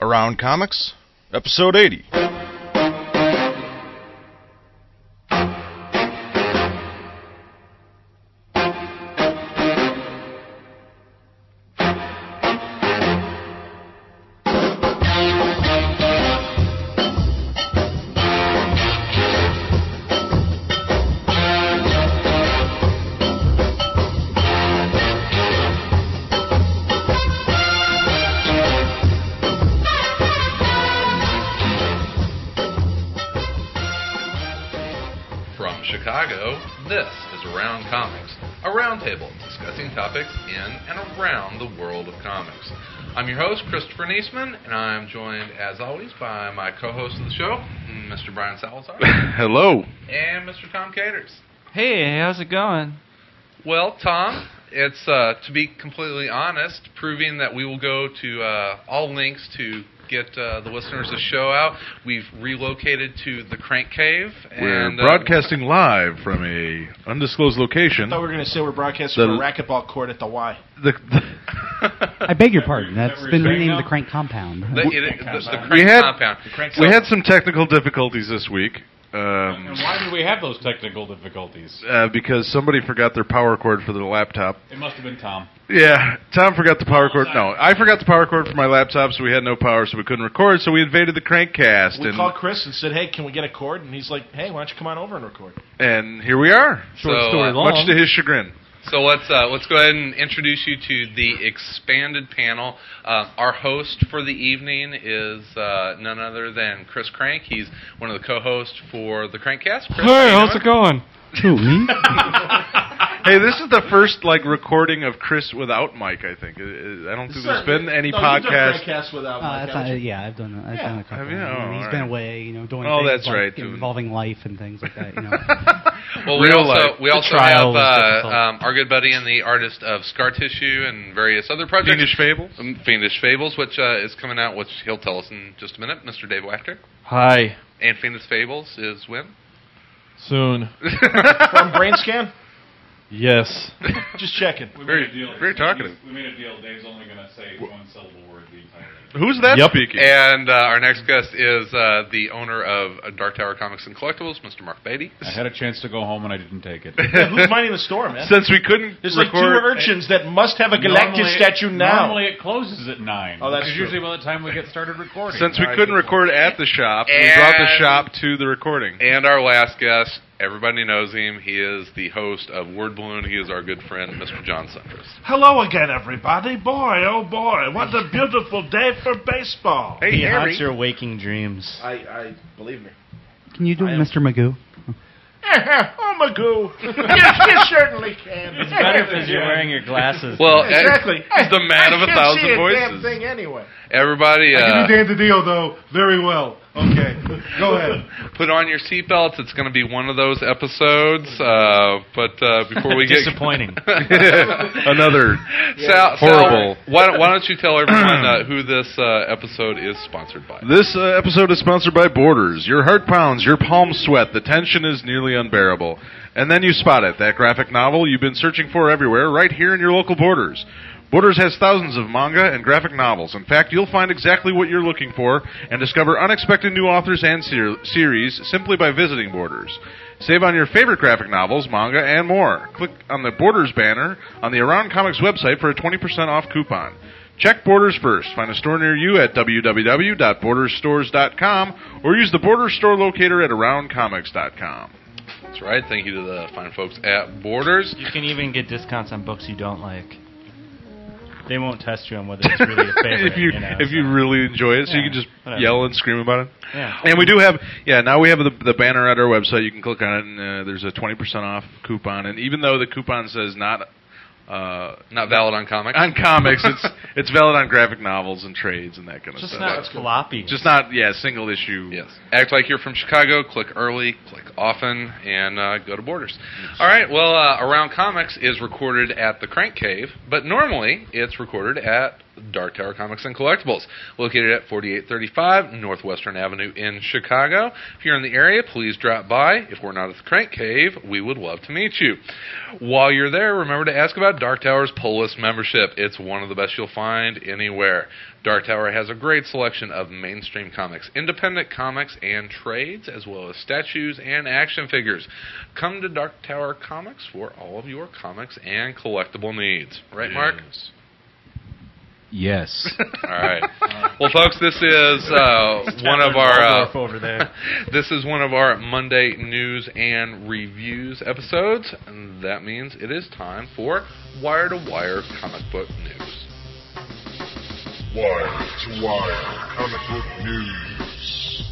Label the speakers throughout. Speaker 1: Around Comics, Episode 80.
Speaker 2: From Chicago, this is Around Comics, a roundtable discussing topics in and around the world of comics. I'm your host, Christopher Niesman, and I'm joined, as always, by my co host of the show, Mr. Brian Salazar,
Speaker 3: Hello.
Speaker 2: and Mr. Tom Caters.
Speaker 4: Hey, how's it going?
Speaker 2: Well, Tom, it's, uh, to be completely honest, proving that we will go to uh, all links to get uh, the listeners a show out. We've relocated to the Crank Cave.
Speaker 3: We're
Speaker 2: and, uh,
Speaker 3: broadcasting live from a undisclosed location.
Speaker 5: I thought we were going to say we're broadcasting
Speaker 3: The-
Speaker 5: from a racquetball court at the Y.
Speaker 3: The- the-
Speaker 6: I beg your pardon. That's
Speaker 5: Every
Speaker 6: been
Speaker 5: bank
Speaker 6: renamed
Speaker 5: now?
Speaker 6: the Crank Compound.
Speaker 2: The, it, the, the
Speaker 3: We
Speaker 2: crank
Speaker 3: had-
Speaker 2: compound.
Speaker 3: we had some technical difficulties this week um,
Speaker 7: And why did we have those technical difficulties?
Speaker 3: uh, because somebody forgot their power cord for their laptop.
Speaker 7: It must have been Tom.
Speaker 3: Yeah, Tom forgot the power cord. No, I forgot the power cord for my laptop, so we had no power, so we couldn't record. So we invaded the crankcast,
Speaker 5: We
Speaker 3: and
Speaker 5: called Chris and said, "Hey, can we get a cord?" And he's like, "Hey, why don't you come on over and record?"
Speaker 3: and here we are.
Speaker 2: Short So, story uh, long.
Speaker 3: much to his chagrin.
Speaker 2: So let's uh, let's go ahead and introduce you to the expanded panel. Uh, our host for the evening is uh, none other than Chris Crank. He's one of the co-hosts for the Crankcast. Chris, how you doing?
Speaker 4: going?
Speaker 6: Who, me?
Speaker 3: Hey, this is the first like recording of Chris without Mike. I think I I don't think there's been any
Speaker 5: No, you've done
Speaker 3: podcast.
Speaker 5: crankcasts without
Speaker 6: Oh,
Speaker 5: Mike,
Speaker 6: that's
Speaker 5: haven't
Speaker 6: not,
Speaker 5: you?
Speaker 6: yeah, I've done. I've
Speaker 5: Yeah.
Speaker 6: done a couple.
Speaker 3: Have you?
Speaker 6: He's
Speaker 3: Oh, all
Speaker 6: been
Speaker 3: right.
Speaker 6: away, you know, doing.
Speaker 3: Oh,
Speaker 6: things
Speaker 3: that's
Speaker 6: like
Speaker 3: right, dude.
Speaker 6: Involving life and things like that. You know.
Speaker 2: Well, we
Speaker 3: Real
Speaker 2: also
Speaker 3: life.
Speaker 2: we
Speaker 6: The
Speaker 2: also have
Speaker 6: trial was
Speaker 2: uh,
Speaker 6: difficult.
Speaker 2: um, our good buddy and the artist of Scar Tissue and various other projects,
Speaker 3: Fiendish Fables.
Speaker 2: Um, Fiendish Fables, which uh, is coming out, which he'll tell us in just a minute. Mr. Dave Wachter.
Speaker 7: Hi.
Speaker 2: And Fiendish Fables is when.
Speaker 7: Soon.
Speaker 5: From brain scan,
Speaker 7: Yes.
Speaker 5: just checking.
Speaker 3: Very- very talkative.
Speaker 7: We made a deal. Dave's only going to say one syllable word the entire day.
Speaker 3: Who's that
Speaker 7: Yep.
Speaker 3: speaking?
Speaker 2: And uh, our next guest is uh, the owner of uh, Dark Tower Comics and Collectibles, Mr. Mark Beatty.
Speaker 7: I had a chance to go home and I didn't take it.
Speaker 5: Yeah, who's minding the store, man?
Speaker 3: Since we couldn't
Speaker 5: There's like two
Speaker 3: record,
Speaker 5: urchins that must have a Galactus
Speaker 7: Normally-
Speaker 5: statue now.
Speaker 7: Normally it closes at 9.
Speaker 5: Oh, that's
Speaker 7: Because
Speaker 5: true.
Speaker 7: usually by the time we get started recording.
Speaker 3: since we couldn't record at the shop, we brought the
Speaker 2: And-
Speaker 3: shop to the recording.
Speaker 2: And our last guest, everybody knows him. He is the host of Word Balloon. He is our good friend, Mr. John Sundress.
Speaker 5: Hello again, everybody. Boy, oh boy, what a beautiful day for baseball.
Speaker 3: Hey, Harry.
Speaker 8: your waking dreams.
Speaker 5: I, I believe me.
Speaker 6: Can you do it, Mr. Magoo?
Speaker 5: oh, Magoo. yes, you certainly can. It's
Speaker 8: Better because you're wearing your glasses.
Speaker 2: Well,
Speaker 5: Exactly.
Speaker 2: he's the man of a
Speaker 5: can't
Speaker 2: thousand
Speaker 5: see a Damn
Speaker 2: voices.
Speaker 5: thing anyway.
Speaker 2: everybody, uh,
Speaker 5: Dio, though, very well. Okay, go ahead.
Speaker 2: put on your seatbelts. It's going to be one of those episodes. Uh, but uh, before we get
Speaker 8: disappointing.
Speaker 3: Another.
Speaker 2: Sal,
Speaker 3: Horrible.
Speaker 2: Sal, why, why don't you tell everyone uh, who this uh, episode is sponsored by?
Speaker 3: This uh, episode is sponsored by Borders. Your heart pounds, your palms sweat, the tension is nearly unbearable. And then you spot it, that graphic novel you've been searching for everywhere, right here in your local Borders. Borders has thousands of manga and graphic novels. In fact, you'll find exactly what you're looking for and discover unexpected new authors and ser- series simply by visiting Borders. Save on your favorite graphic novels, manga, and more. Click on the Borders banner on the Around Comics website for a 20% off coupon. Check Borders first. Find a store near you at www.bordersstores.com or use the Border Store locator at aroundcomics.com.
Speaker 2: That's right. Thank you to the fine folks at Borders.
Speaker 8: you can even get discounts on books you don't like. They won't test you on whether it's really a favorite.
Speaker 3: if you,
Speaker 8: know,
Speaker 3: if
Speaker 8: so-
Speaker 3: you really enjoy it, so you
Speaker 8: Yeah,
Speaker 3: can just
Speaker 8: whatever.
Speaker 3: yell and scream about it.
Speaker 8: yeah.
Speaker 3: And we do have, yeah, now we have the, the banner at our website. You can click on it, and uh, there's a 20% off coupon. And even though the coupon says not uh,
Speaker 2: Not valid on comics.
Speaker 3: on comics, it's it's valid on graphic novels and trades and that kind of
Speaker 8: just
Speaker 3: stuff.
Speaker 8: not floppy.
Speaker 3: just not, yeah, single issue.
Speaker 2: Yes. Act like you're from Chicago. Click early, click often, and uh, go to Borders. All right. Well, uh, Around Comics is recorded at the Crank Cave, but normally it's recorded at Dark Tower Comics and Collectibles, located at 4835 Northwestern Avenue in Chicago. If you're in the area, please drop by. If we're not at the Crank Cave, we would love to meet you. While you're there, remember to ask about Dark Tower's pull list membership. It's one of the best you'll find anywhere. Dark Tower has a great selection of mainstream comics, independent comics, and trades, as well as statues and action figures. Come to Dark Tower Comics for all of your comics and collectible needs. Right, Mark?
Speaker 9: Yes.
Speaker 2: All right. Well, folks, this is uh, one of our
Speaker 8: Waldorf over there.
Speaker 2: this is one of our Monday news and reviews episodes, and that means it is time for wire to wire comic book news.
Speaker 10: Wire to Wire Comic Book News.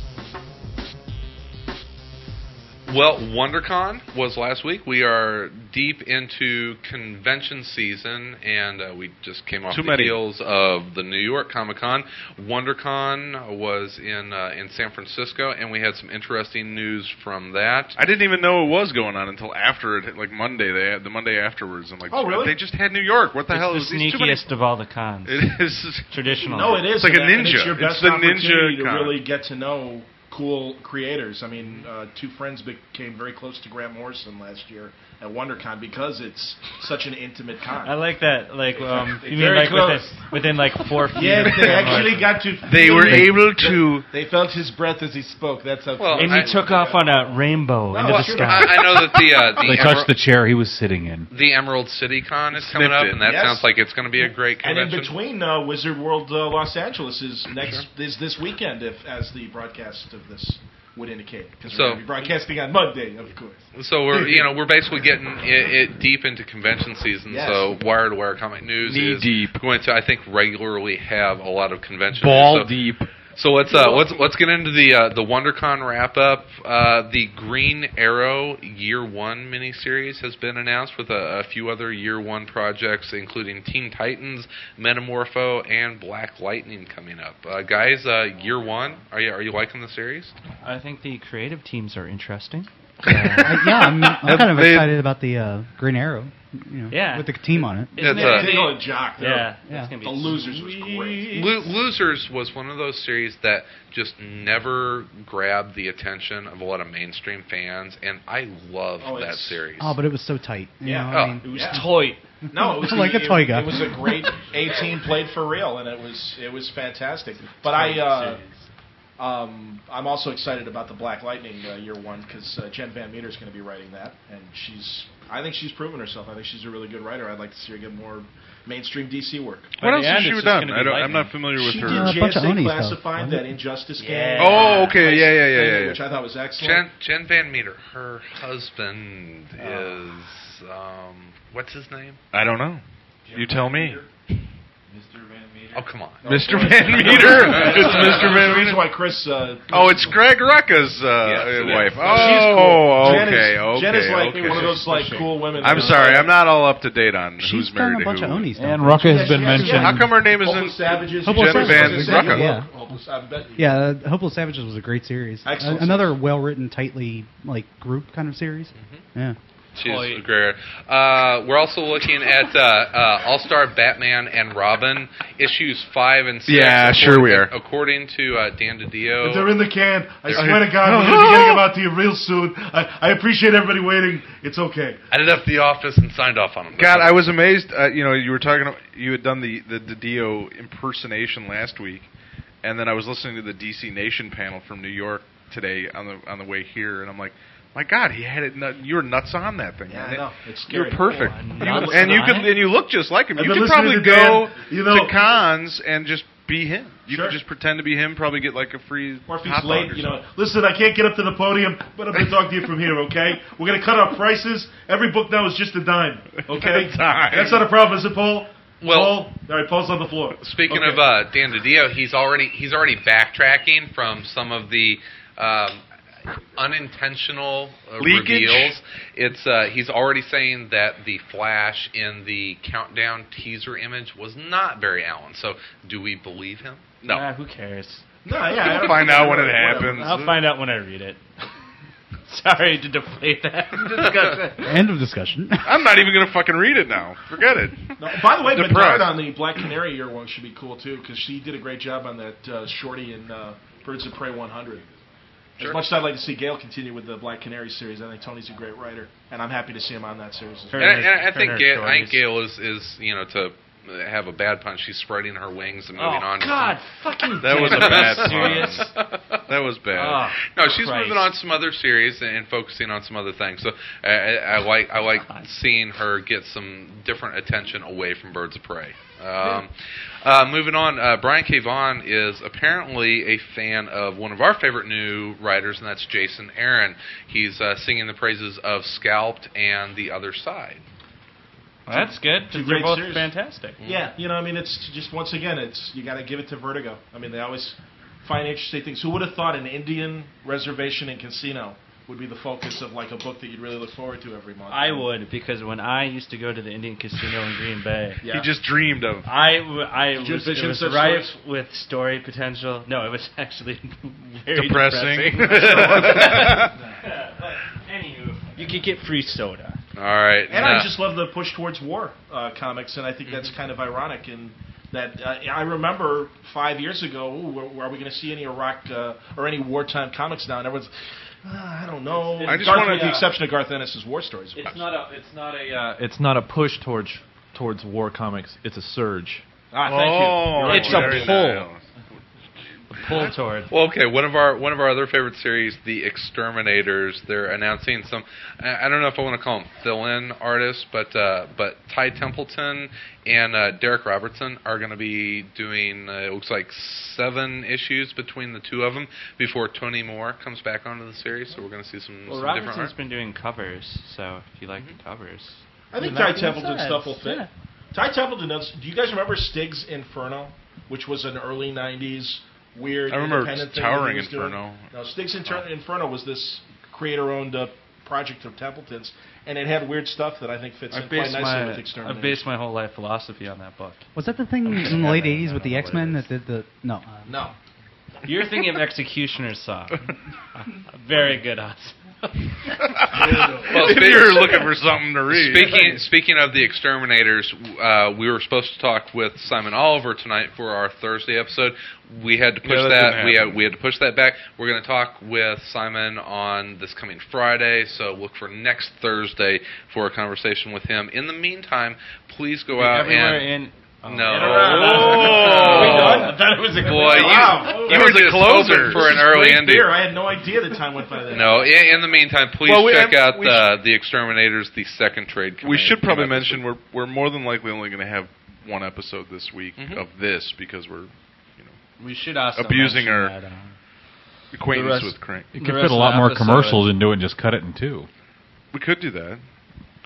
Speaker 2: Well, WonderCon was last week. We are deep into convention season, and uh, we just came off
Speaker 3: Too
Speaker 2: the
Speaker 3: many.
Speaker 2: heels of the New York Comic Con. WonderCon was in uh, in San Francisco, and we had some interesting news from that.
Speaker 3: I didn't even know it was going on until after it, hit, like Monday. They had the Monday afterwards. I'm like,
Speaker 11: Oh, really?
Speaker 3: They just had New York. What the hell
Speaker 8: it's
Speaker 3: is
Speaker 8: the
Speaker 3: these too many-
Speaker 8: sneakiest of all the cons.
Speaker 3: It is.
Speaker 8: Traditional.
Speaker 1: No, it is.
Speaker 3: It's like a
Speaker 1: and that- and
Speaker 3: ninja.
Speaker 1: It's your
Speaker 3: It's
Speaker 1: best
Speaker 3: the
Speaker 1: opportunity
Speaker 3: ninja
Speaker 1: to
Speaker 3: con.
Speaker 1: really get to know cool creators. I mean, uh, two friends became very close to Graham Morrison last year at WonderCon because it's such an intimate con.
Speaker 8: I like that. Like, um, you mean
Speaker 1: Very
Speaker 8: like within,
Speaker 1: close.
Speaker 8: within like four feet.
Speaker 1: yes,
Speaker 8: of
Speaker 1: they
Speaker 8: Graham
Speaker 1: actually
Speaker 8: Martin.
Speaker 1: got to.
Speaker 3: They
Speaker 1: feel
Speaker 3: were
Speaker 1: it.
Speaker 3: able to.
Speaker 1: They felt his breath as he spoke. That's how.
Speaker 2: Well,
Speaker 1: close.
Speaker 8: And he
Speaker 2: I-
Speaker 8: took off on a rainbow into
Speaker 1: well,
Speaker 8: the
Speaker 1: sure.
Speaker 8: sky.
Speaker 2: I, I know that the uh, the,
Speaker 9: they
Speaker 2: Emer-
Speaker 9: touched the chair he was sitting in.
Speaker 2: the Emerald City Con is coming
Speaker 3: Sniffed
Speaker 2: up,
Speaker 3: it.
Speaker 2: and that
Speaker 1: Yes.
Speaker 2: sounds like it's going to be a great
Speaker 1: and
Speaker 2: convention.
Speaker 1: in between, uh, Wizard World uh, Los Angeles is next is this weekend, if as the broadcast of this would indicate. Because
Speaker 2: So-
Speaker 1: we're gonna be broadcasting on Monday, of course.
Speaker 2: So we're you know we're basically getting it, it deep into convention season.
Speaker 1: Yes.
Speaker 2: So Wire to Wire Comic News
Speaker 3: Knee
Speaker 2: is
Speaker 3: deep.
Speaker 2: going to I think regularly have a lot of convention.
Speaker 3: Ball
Speaker 2: news. so,
Speaker 3: deep.
Speaker 2: So let's uh, let's let's get into the uh, the WonderCon wrap up. Uh, the Green Arrow Year One miniseries has been announced with a, a few other Year One projects, including Teen Titans, Metamorpho, and Black Lightning coming up. Uh, guys, uh, Year One, are you are you liking the series?
Speaker 8: I think the creative teams are interesting.
Speaker 6: I, yeah, I'm, I'm kind of
Speaker 3: They-
Speaker 6: excited about the uh, Green Arrow. You know,
Speaker 8: Yeah.
Speaker 6: with the team on it.
Speaker 8: Isn't
Speaker 2: That's
Speaker 8: it
Speaker 2: a-
Speaker 8: gonna be-
Speaker 1: They go to jock. they're-
Speaker 8: yeah,
Speaker 6: Yeah.
Speaker 8: that's gonna be
Speaker 1: The losers was great.
Speaker 2: Lo- Losers was one of those series that just never grabbed the attention of a lot of mainstream fans, and I love
Speaker 1: Oh,
Speaker 2: that
Speaker 1: it's-
Speaker 2: series.
Speaker 6: Oh, but it was so tight. you
Speaker 1: Yeah.
Speaker 6: know, I
Speaker 2: Oh.
Speaker 6: mean,
Speaker 1: It was
Speaker 8: Yeah.
Speaker 1: toy. No, it was
Speaker 6: Like
Speaker 1: it-
Speaker 6: a toy
Speaker 1: it,
Speaker 6: gun.
Speaker 1: It was a great A team played for real, and it was it was fantastic. But I. Uh, um, I'm also excited about the Black Lightning uh, year one because uh, Jen Van Meter's going to be writing that, and she's I think she's proven herself. I think she's a really good writer. I'd like to see her get more mainstream DC work.
Speaker 8: By
Speaker 3: What else
Speaker 8: the
Speaker 3: has
Speaker 8: end,
Speaker 3: she
Speaker 8: it's just
Speaker 3: done?
Speaker 8: gonna
Speaker 3: I
Speaker 8: be
Speaker 3: don't, I'm
Speaker 8: lightning.
Speaker 3: not familiar with
Speaker 1: she
Speaker 3: her.
Speaker 1: did
Speaker 6: Uh, a bunch of
Speaker 1: JSA
Speaker 6: Oni stuff,
Speaker 1: Classified,
Speaker 6: wasn't
Speaker 1: that
Speaker 6: it?
Speaker 1: Injustice
Speaker 8: Yeah.
Speaker 1: game.
Speaker 3: Oh, okay, yeah, yeah, yeah, yeah,
Speaker 1: Which
Speaker 3: yeah.
Speaker 1: I thought was excellent.
Speaker 2: Jen, Jen Van Meter, her husband is um, what's his name?
Speaker 3: I don't know. You tell me,
Speaker 12: Mr. Van Meter.
Speaker 2: Oh, come on.
Speaker 3: Mr. Van Meter. it's Mr.
Speaker 1: That's
Speaker 3: Van
Speaker 1: the reason
Speaker 3: Meter.
Speaker 1: why Chris. Uh,
Speaker 3: Oh, it's Greg Rucka's uh,
Speaker 2: Yes, it is.
Speaker 3: wife.
Speaker 2: She's
Speaker 3: Oh,
Speaker 1: Jen is-
Speaker 3: okay, okay.
Speaker 1: Jen is like
Speaker 3: okay.
Speaker 1: one of those like cool women.
Speaker 3: I'm
Speaker 1: that-
Speaker 3: sorry, I'm not all up to date on
Speaker 6: she's
Speaker 3: who's
Speaker 6: done
Speaker 3: married
Speaker 6: a bunch
Speaker 3: to
Speaker 6: of
Speaker 3: who.
Speaker 6: Oni stuff.
Speaker 9: And Rucka
Speaker 1: Yeah,
Speaker 9: has been
Speaker 1: she has-
Speaker 9: mentioned.
Speaker 1: yeah.
Speaker 3: How come her name isn't?
Speaker 1: Hopeless Savages.
Speaker 6: Hopeless
Speaker 3: Jen Savages. Van Rucka.
Speaker 6: Yeah.
Speaker 10: Oh
Speaker 1: Hopeless- I bet you-
Speaker 6: Yeah, uh, Hopeful Savages was a great series.
Speaker 1: Excellent
Speaker 6: A- another well-written, tightly like group kind of series. Yeah.
Speaker 2: She's a great. Uh, we're also looking at uh, uh, All Star Batman and Robin issues five and six.
Speaker 3: Yeah,
Speaker 2: according
Speaker 3: sure we
Speaker 2: to-
Speaker 3: are.
Speaker 2: According to uh, Dan
Speaker 3: Oh.
Speaker 2: DiDio,
Speaker 11: They're in the can. I
Speaker 2: They're-
Speaker 11: swear to God, we're going to be getting them out to you real soon. I, I appreciate everybody waiting. It's okay.
Speaker 2: ended up the office and signed off on them.
Speaker 3: God, I was amazed. Uh, you know, you were talking. You had done the the, the Dio impersonation last week, and then I was listening to the DC Nation panel from New York today on the on the way here, and I'm like, my God, he had it. Nut- you were nuts on that thing.
Speaker 1: Yeah,
Speaker 3: man.
Speaker 1: I know. It's
Speaker 3: You're
Speaker 1: scary.
Speaker 3: perfect,
Speaker 8: Oh,
Speaker 3: You-
Speaker 8: nuts
Speaker 3: and you
Speaker 8: on
Speaker 3: could
Speaker 8: it?
Speaker 3: and you look just like him.
Speaker 11: I've
Speaker 3: You
Speaker 11: been
Speaker 3: could
Speaker 11: listening
Speaker 3: probably
Speaker 11: to
Speaker 3: go
Speaker 11: Dan, you know-
Speaker 3: to cons and just be him. You
Speaker 1: Sure.
Speaker 3: could just pretend to be him. Probably get like a free
Speaker 1: Or if
Speaker 3: hot
Speaker 1: he's
Speaker 3: dog
Speaker 1: late,
Speaker 3: or
Speaker 1: you
Speaker 3: something.
Speaker 1: know.
Speaker 11: Listen, I can't get up to the podium, but I'm going to talk to you from here, okay? We're going to cut our prices. Every book now is just a dime, okay?
Speaker 3: A dime.
Speaker 11: That's not a problem, is it, Paul?
Speaker 2: Well-
Speaker 11: Paul? All right, Paul's on the floor.
Speaker 2: Speaking
Speaker 11: Okay.
Speaker 2: of uh, Dan DiDio, he's already he's already backtracking from some of the um, unintentional uh,
Speaker 3: Leakage?
Speaker 2: reveals. It's uh, he's already saying that the Flash in the countdown teaser image was not Barry Allen. So do we believe him? No.
Speaker 8: Ah, who cares?
Speaker 1: No, yeah. I don't
Speaker 3: Find
Speaker 1: think-
Speaker 3: out when it
Speaker 1: whatever.
Speaker 3: happens.
Speaker 8: I'll find out when I read it. Sorry to deflate that discussion.
Speaker 6: End of discussion.
Speaker 3: I'm not even gonna fucking read it now. Forget it.
Speaker 1: No, by the way,
Speaker 3: Depressed.
Speaker 1: Bedard on the Black Canary earworm should be cool too because she did a great job on that uh, shorty in uh, Birds of Prey 100.
Speaker 2: Sure.
Speaker 1: As much as I'd like to see Gail continue with the Black Canary series, I think Tony's a great writer, and I'm happy to see him on that series. as well.
Speaker 2: And, I- and I- I
Speaker 8: Turner
Speaker 2: think Gail, I
Speaker 8: stories.
Speaker 2: think Gail is is you know to have a bad punch. She's spreading her wings and moving
Speaker 8: Oh
Speaker 2: on. to
Speaker 8: God, fucking.
Speaker 3: That was a
Speaker 8: damn, are you
Speaker 3: bad pun.
Speaker 8: serious.
Speaker 3: That was bad.
Speaker 8: Oh,
Speaker 2: No, she's
Speaker 8: Christ.
Speaker 2: moving on to some other series and, and focusing on some other things. So I, I, I like I like seeing her get some different attention away from Birds of Prey. Um, uh, moving on, uh, Brian K. Vaughan is apparently a fan of one of our favorite new writers, and that's Jason Aaron. He's uh, singing the praises of Scalped and The Other Side.
Speaker 8: Well, that's good. 'cause
Speaker 1: Two
Speaker 8: They're
Speaker 1: great
Speaker 8: both
Speaker 1: series.
Speaker 8: fantastic.
Speaker 1: Yeah, you know, I mean, it's just once again, it's you got to give it to Vertigo. I mean, they always find interesting things. Who would have thought an Indian reservation and casino would be the focus of like a book that you'd really look forward to every month?
Speaker 8: I would because when I used to go to the Indian casino in Green Bay,
Speaker 1: Yeah.
Speaker 3: He just dreamed of.
Speaker 8: I, w- I
Speaker 1: you
Speaker 8: was, it
Speaker 1: envision
Speaker 8: was
Speaker 1: such
Speaker 8: rife
Speaker 1: stories?
Speaker 8: with story potential. No, it was actually very
Speaker 3: Depressing.
Speaker 8: Anywho, you could get free soda.
Speaker 2: All right.
Speaker 1: And
Speaker 2: now-
Speaker 1: I just love the push towards war uh, comics, and I think
Speaker 3: Mm-hmm.
Speaker 1: that's kind of ironic. And that uh, I remember five years ago, ooh, are, are we going to see any Iraq uh, or any wartime comics now? And everyone's, uh, I don't know.
Speaker 3: I just
Speaker 1: Garth,
Speaker 3: wanna-
Speaker 1: with the exception of Garth Ennis's war stories.
Speaker 13: It's not a. It's not a. Uh, it's not a push towards towards war comics. It's a surge.
Speaker 1: Ah, thank you.
Speaker 3: oh,
Speaker 8: It's a
Speaker 3: very
Speaker 8: pull.
Speaker 3: nice.
Speaker 8: Pull toward.
Speaker 2: Well, okay. One of our one of our other favorite series, The Exterminators. They're announcing some. I I don't know if I want to call them fill-in artists, but uh, but Ty Templeton and uh, Derek Robertson are going to be doing. Uh, it looks like seven issues between the two of them before Tony Moore comes back onto the series. So we're going to see some,
Speaker 8: Well,
Speaker 2: some different
Speaker 8: Robertson's
Speaker 2: art. Mm-hmm.
Speaker 8: been doing covers, so if you like the covers,
Speaker 1: I think
Speaker 8: And
Speaker 1: Ty
Speaker 8: that's
Speaker 1: Templeton
Speaker 8: nice.
Speaker 1: stuff will fit.
Speaker 8: Yeah.
Speaker 1: Ty Templeton does. Do you guys remember Stig's Inferno, which was an early '90s weird?
Speaker 3: I remember
Speaker 1: independent thing
Speaker 3: Towering
Speaker 1: that he was doing?
Speaker 3: Inferno.
Speaker 1: No, Stig's Inter- Inferno was this creator-owned uh, project of Templeton's, and it had weird stuff that I think fits
Speaker 8: I
Speaker 1: in quite
Speaker 8: based
Speaker 1: nicely
Speaker 8: my
Speaker 1: with
Speaker 8: I
Speaker 1: Exterminator.
Speaker 8: based my whole life philosophy on that book.
Speaker 6: Was that the thing in the late '80s with the X-Men that did the? No. uh,
Speaker 1: no,
Speaker 8: You're thinking of Executioner's Saw. Very good, Oz.
Speaker 2: Well,
Speaker 3: if
Speaker 2: spe-
Speaker 3: you're looking for something to read,
Speaker 2: Speaking speaking of the exterminators, uh, we were supposed to talk with Simon Oliver tonight for our Thursday episode. We had to push
Speaker 3: Yeah, that
Speaker 2: that.
Speaker 3: didn't
Speaker 2: We
Speaker 3: happen.
Speaker 2: had, we had to push that back. We're going to talk with Simon on this coming Friday, so look for next Thursday for a conversation with him. In the meantime, please go out
Speaker 8: Everywhere
Speaker 2: and no.
Speaker 8: in. In around.
Speaker 2: Oh.
Speaker 8: I thought it was a
Speaker 2: Boy, you,
Speaker 1: Wow.
Speaker 2: you
Speaker 3: That
Speaker 2: were
Speaker 3: was a
Speaker 2: just
Speaker 3: closer.
Speaker 2: hoping for an early
Speaker 1: Great
Speaker 2: ending.
Speaker 1: beer. I had no idea that time went by then.
Speaker 2: No, in, in the meantime, please
Speaker 3: Well, we-
Speaker 2: check
Speaker 3: I'm-
Speaker 2: out
Speaker 3: we
Speaker 2: the, the Exterminators, the second trade.
Speaker 3: we
Speaker 2: coming-
Speaker 3: should probably
Speaker 2: came out this
Speaker 3: mention we're we're more than likely only going to have one episode this week
Speaker 2: Mhm.
Speaker 3: of this because we're
Speaker 8: We should ask
Speaker 3: Abusing her. acquaintance with Crank.
Speaker 13: You
Speaker 8: um, The
Speaker 13: could
Speaker 8: rest
Speaker 13: fit a
Speaker 8: of
Speaker 13: lot
Speaker 8: the
Speaker 13: more
Speaker 8: episode.
Speaker 13: commercials into it and just cut it in two.
Speaker 3: We could do that.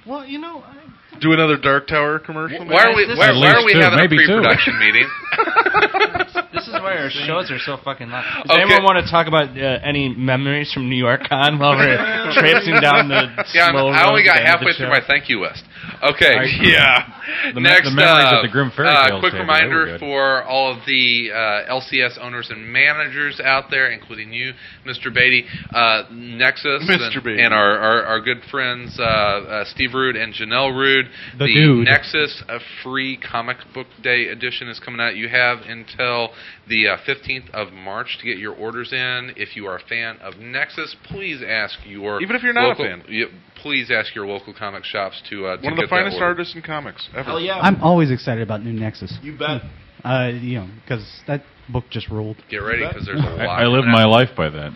Speaker 8: Well, you know, I,
Speaker 3: Do another Dark Tower commercial.
Speaker 2: Why are we,
Speaker 8: This
Speaker 2: why,
Speaker 8: is-
Speaker 2: why are we
Speaker 13: At least two,
Speaker 2: having a
Speaker 13: maybe two.
Speaker 2: pre-production meeting?
Speaker 8: this is why our shows are so fucking long. Does
Speaker 2: Okay.
Speaker 8: anyone want to talk about uh, any memories from New York Con while we're traipsing down the
Speaker 2: Yeah, I'm,
Speaker 8: slow
Speaker 2: I only
Speaker 8: road
Speaker 2: got
Speaker 8: to the end of
Speaker 2: halfway
Speaker 8: the
Speaker 2: through
Speaker 8: show?
Speaker 2: my thank you list. Okay, yeah.
Speaker 13: The me-
Speaker 2: Next,
Speaker 13: the memories
Speaker 2: uh,
Speaker 13: of the Grim Fairy
Speaker 2: uh,
Speaker 13: Tales
Speaker 2: quick
Speaker 13: table, they were
Speaker 2: reminder
Speaker 13: good.
Speaker 2: for all of the uh, LCS owners and managers out there, including you, Mr. Beatty, uh, Nexus,
Speaker 3: Mr.
Speaker 2: And,
Speaker 3: Beatty.
Speaker 2: and our, our, our good friends uh, uh, Steve Rude and Janelle Rude.
Speaker 13: The dude.
Speaker 2: Nexus uh, free comic book day edition is coming out. You have until the uh, 15th of March to get your orders in. If you are a fan of Nexus, please ask your
Speaker 3: Even if you're not a
Speaker 2: local-
Speaker 3: fan.
Speaker 2: yeah, please ask your local comic shops to uh, to
Speaker 3: One of the
Speaker 2: get that
Speaker 3: finest
Speaker 2: order.
Speaker 3: artists in comics ever.
Speaker 1: Hell yeah.
Speaker 6: I'm always excited about New Nexus.
Speaker 1: you bet.
Speaker 6: Uh, you know, because that book just ruled.
Speaker 2: Get ready because there's a lot.
Speaker 13: I, I lived
Speaker 2: coming
Speaker 13: my
Speaker 2: out.
Speaker 13: life by that.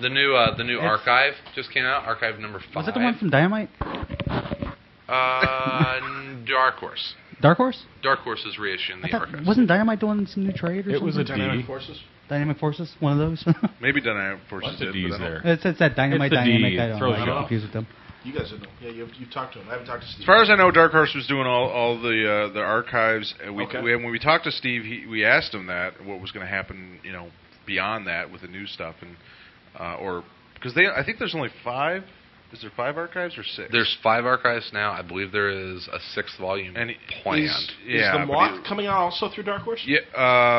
Speaker 2: The new uh, the new archive just came out. Archive number five.
Speaker 6: Was it the one from Dynamite?
Speaker 2: Uh, Dark Horse.
Speaker 6: Dark Horse?
Speaker 2: Dark Horse is reissuing
Speaker 6: I
Speaker 2: the
Speaker 6: thought,
Speaker 2: archive.
Speaker 6: wasn't Dynamite doing some new trade or
Speaker 13: It
Speaker 6: something?
Speaker 13: was a
Speaker 1: Dynamic
Speaker 13: D.
Speaker 1: forces.
Speaker 6: Dynamic Forces, one of those.
Speaker 3: Maybe Dynamic Forces
Speaker 13: Lots of
Speaker 3: did,
Speaker 13: D's
Speaker 3: but I don't-
Speaker 13: there.
Speaker 6: it's, it's that Dynamite
Speaker 13: the D,
Speaker 6: Dynamic.
Speaker 13: it
Speaker 6: I don't know.
Speaker 13: throws
Speaker 6: I
Speaker 13: you
Speaker 6: get
Speaker 13: off.
Speaker 6: confused with them.
Speaker 1: You guys don't know. Yeah, you've, you've talked to him. I haven't talked to Steve.
Speaker 3: As far as I know, Dark Horse was doing all, all the uh, the archives. And we,
Speaker 1: Okay.
Speaker 3: we- when we talked to Steve, he, we asked him that what was going to happen, you know, beyond that with the new stuff, and uh, or because they, I think there's only five. Is there five archives or six?
Speaker 2: There's five archives now. I believe there is a sixth volume
Speaker 3: And he-
Speaker 2: planned.
Speaker 1: is,
Speaker 3: yeah,
Speaker 1: is the
Speaker 3: but
Speaker 1: Moth coming out also through Dark Horse?
Speaker 3: yeah,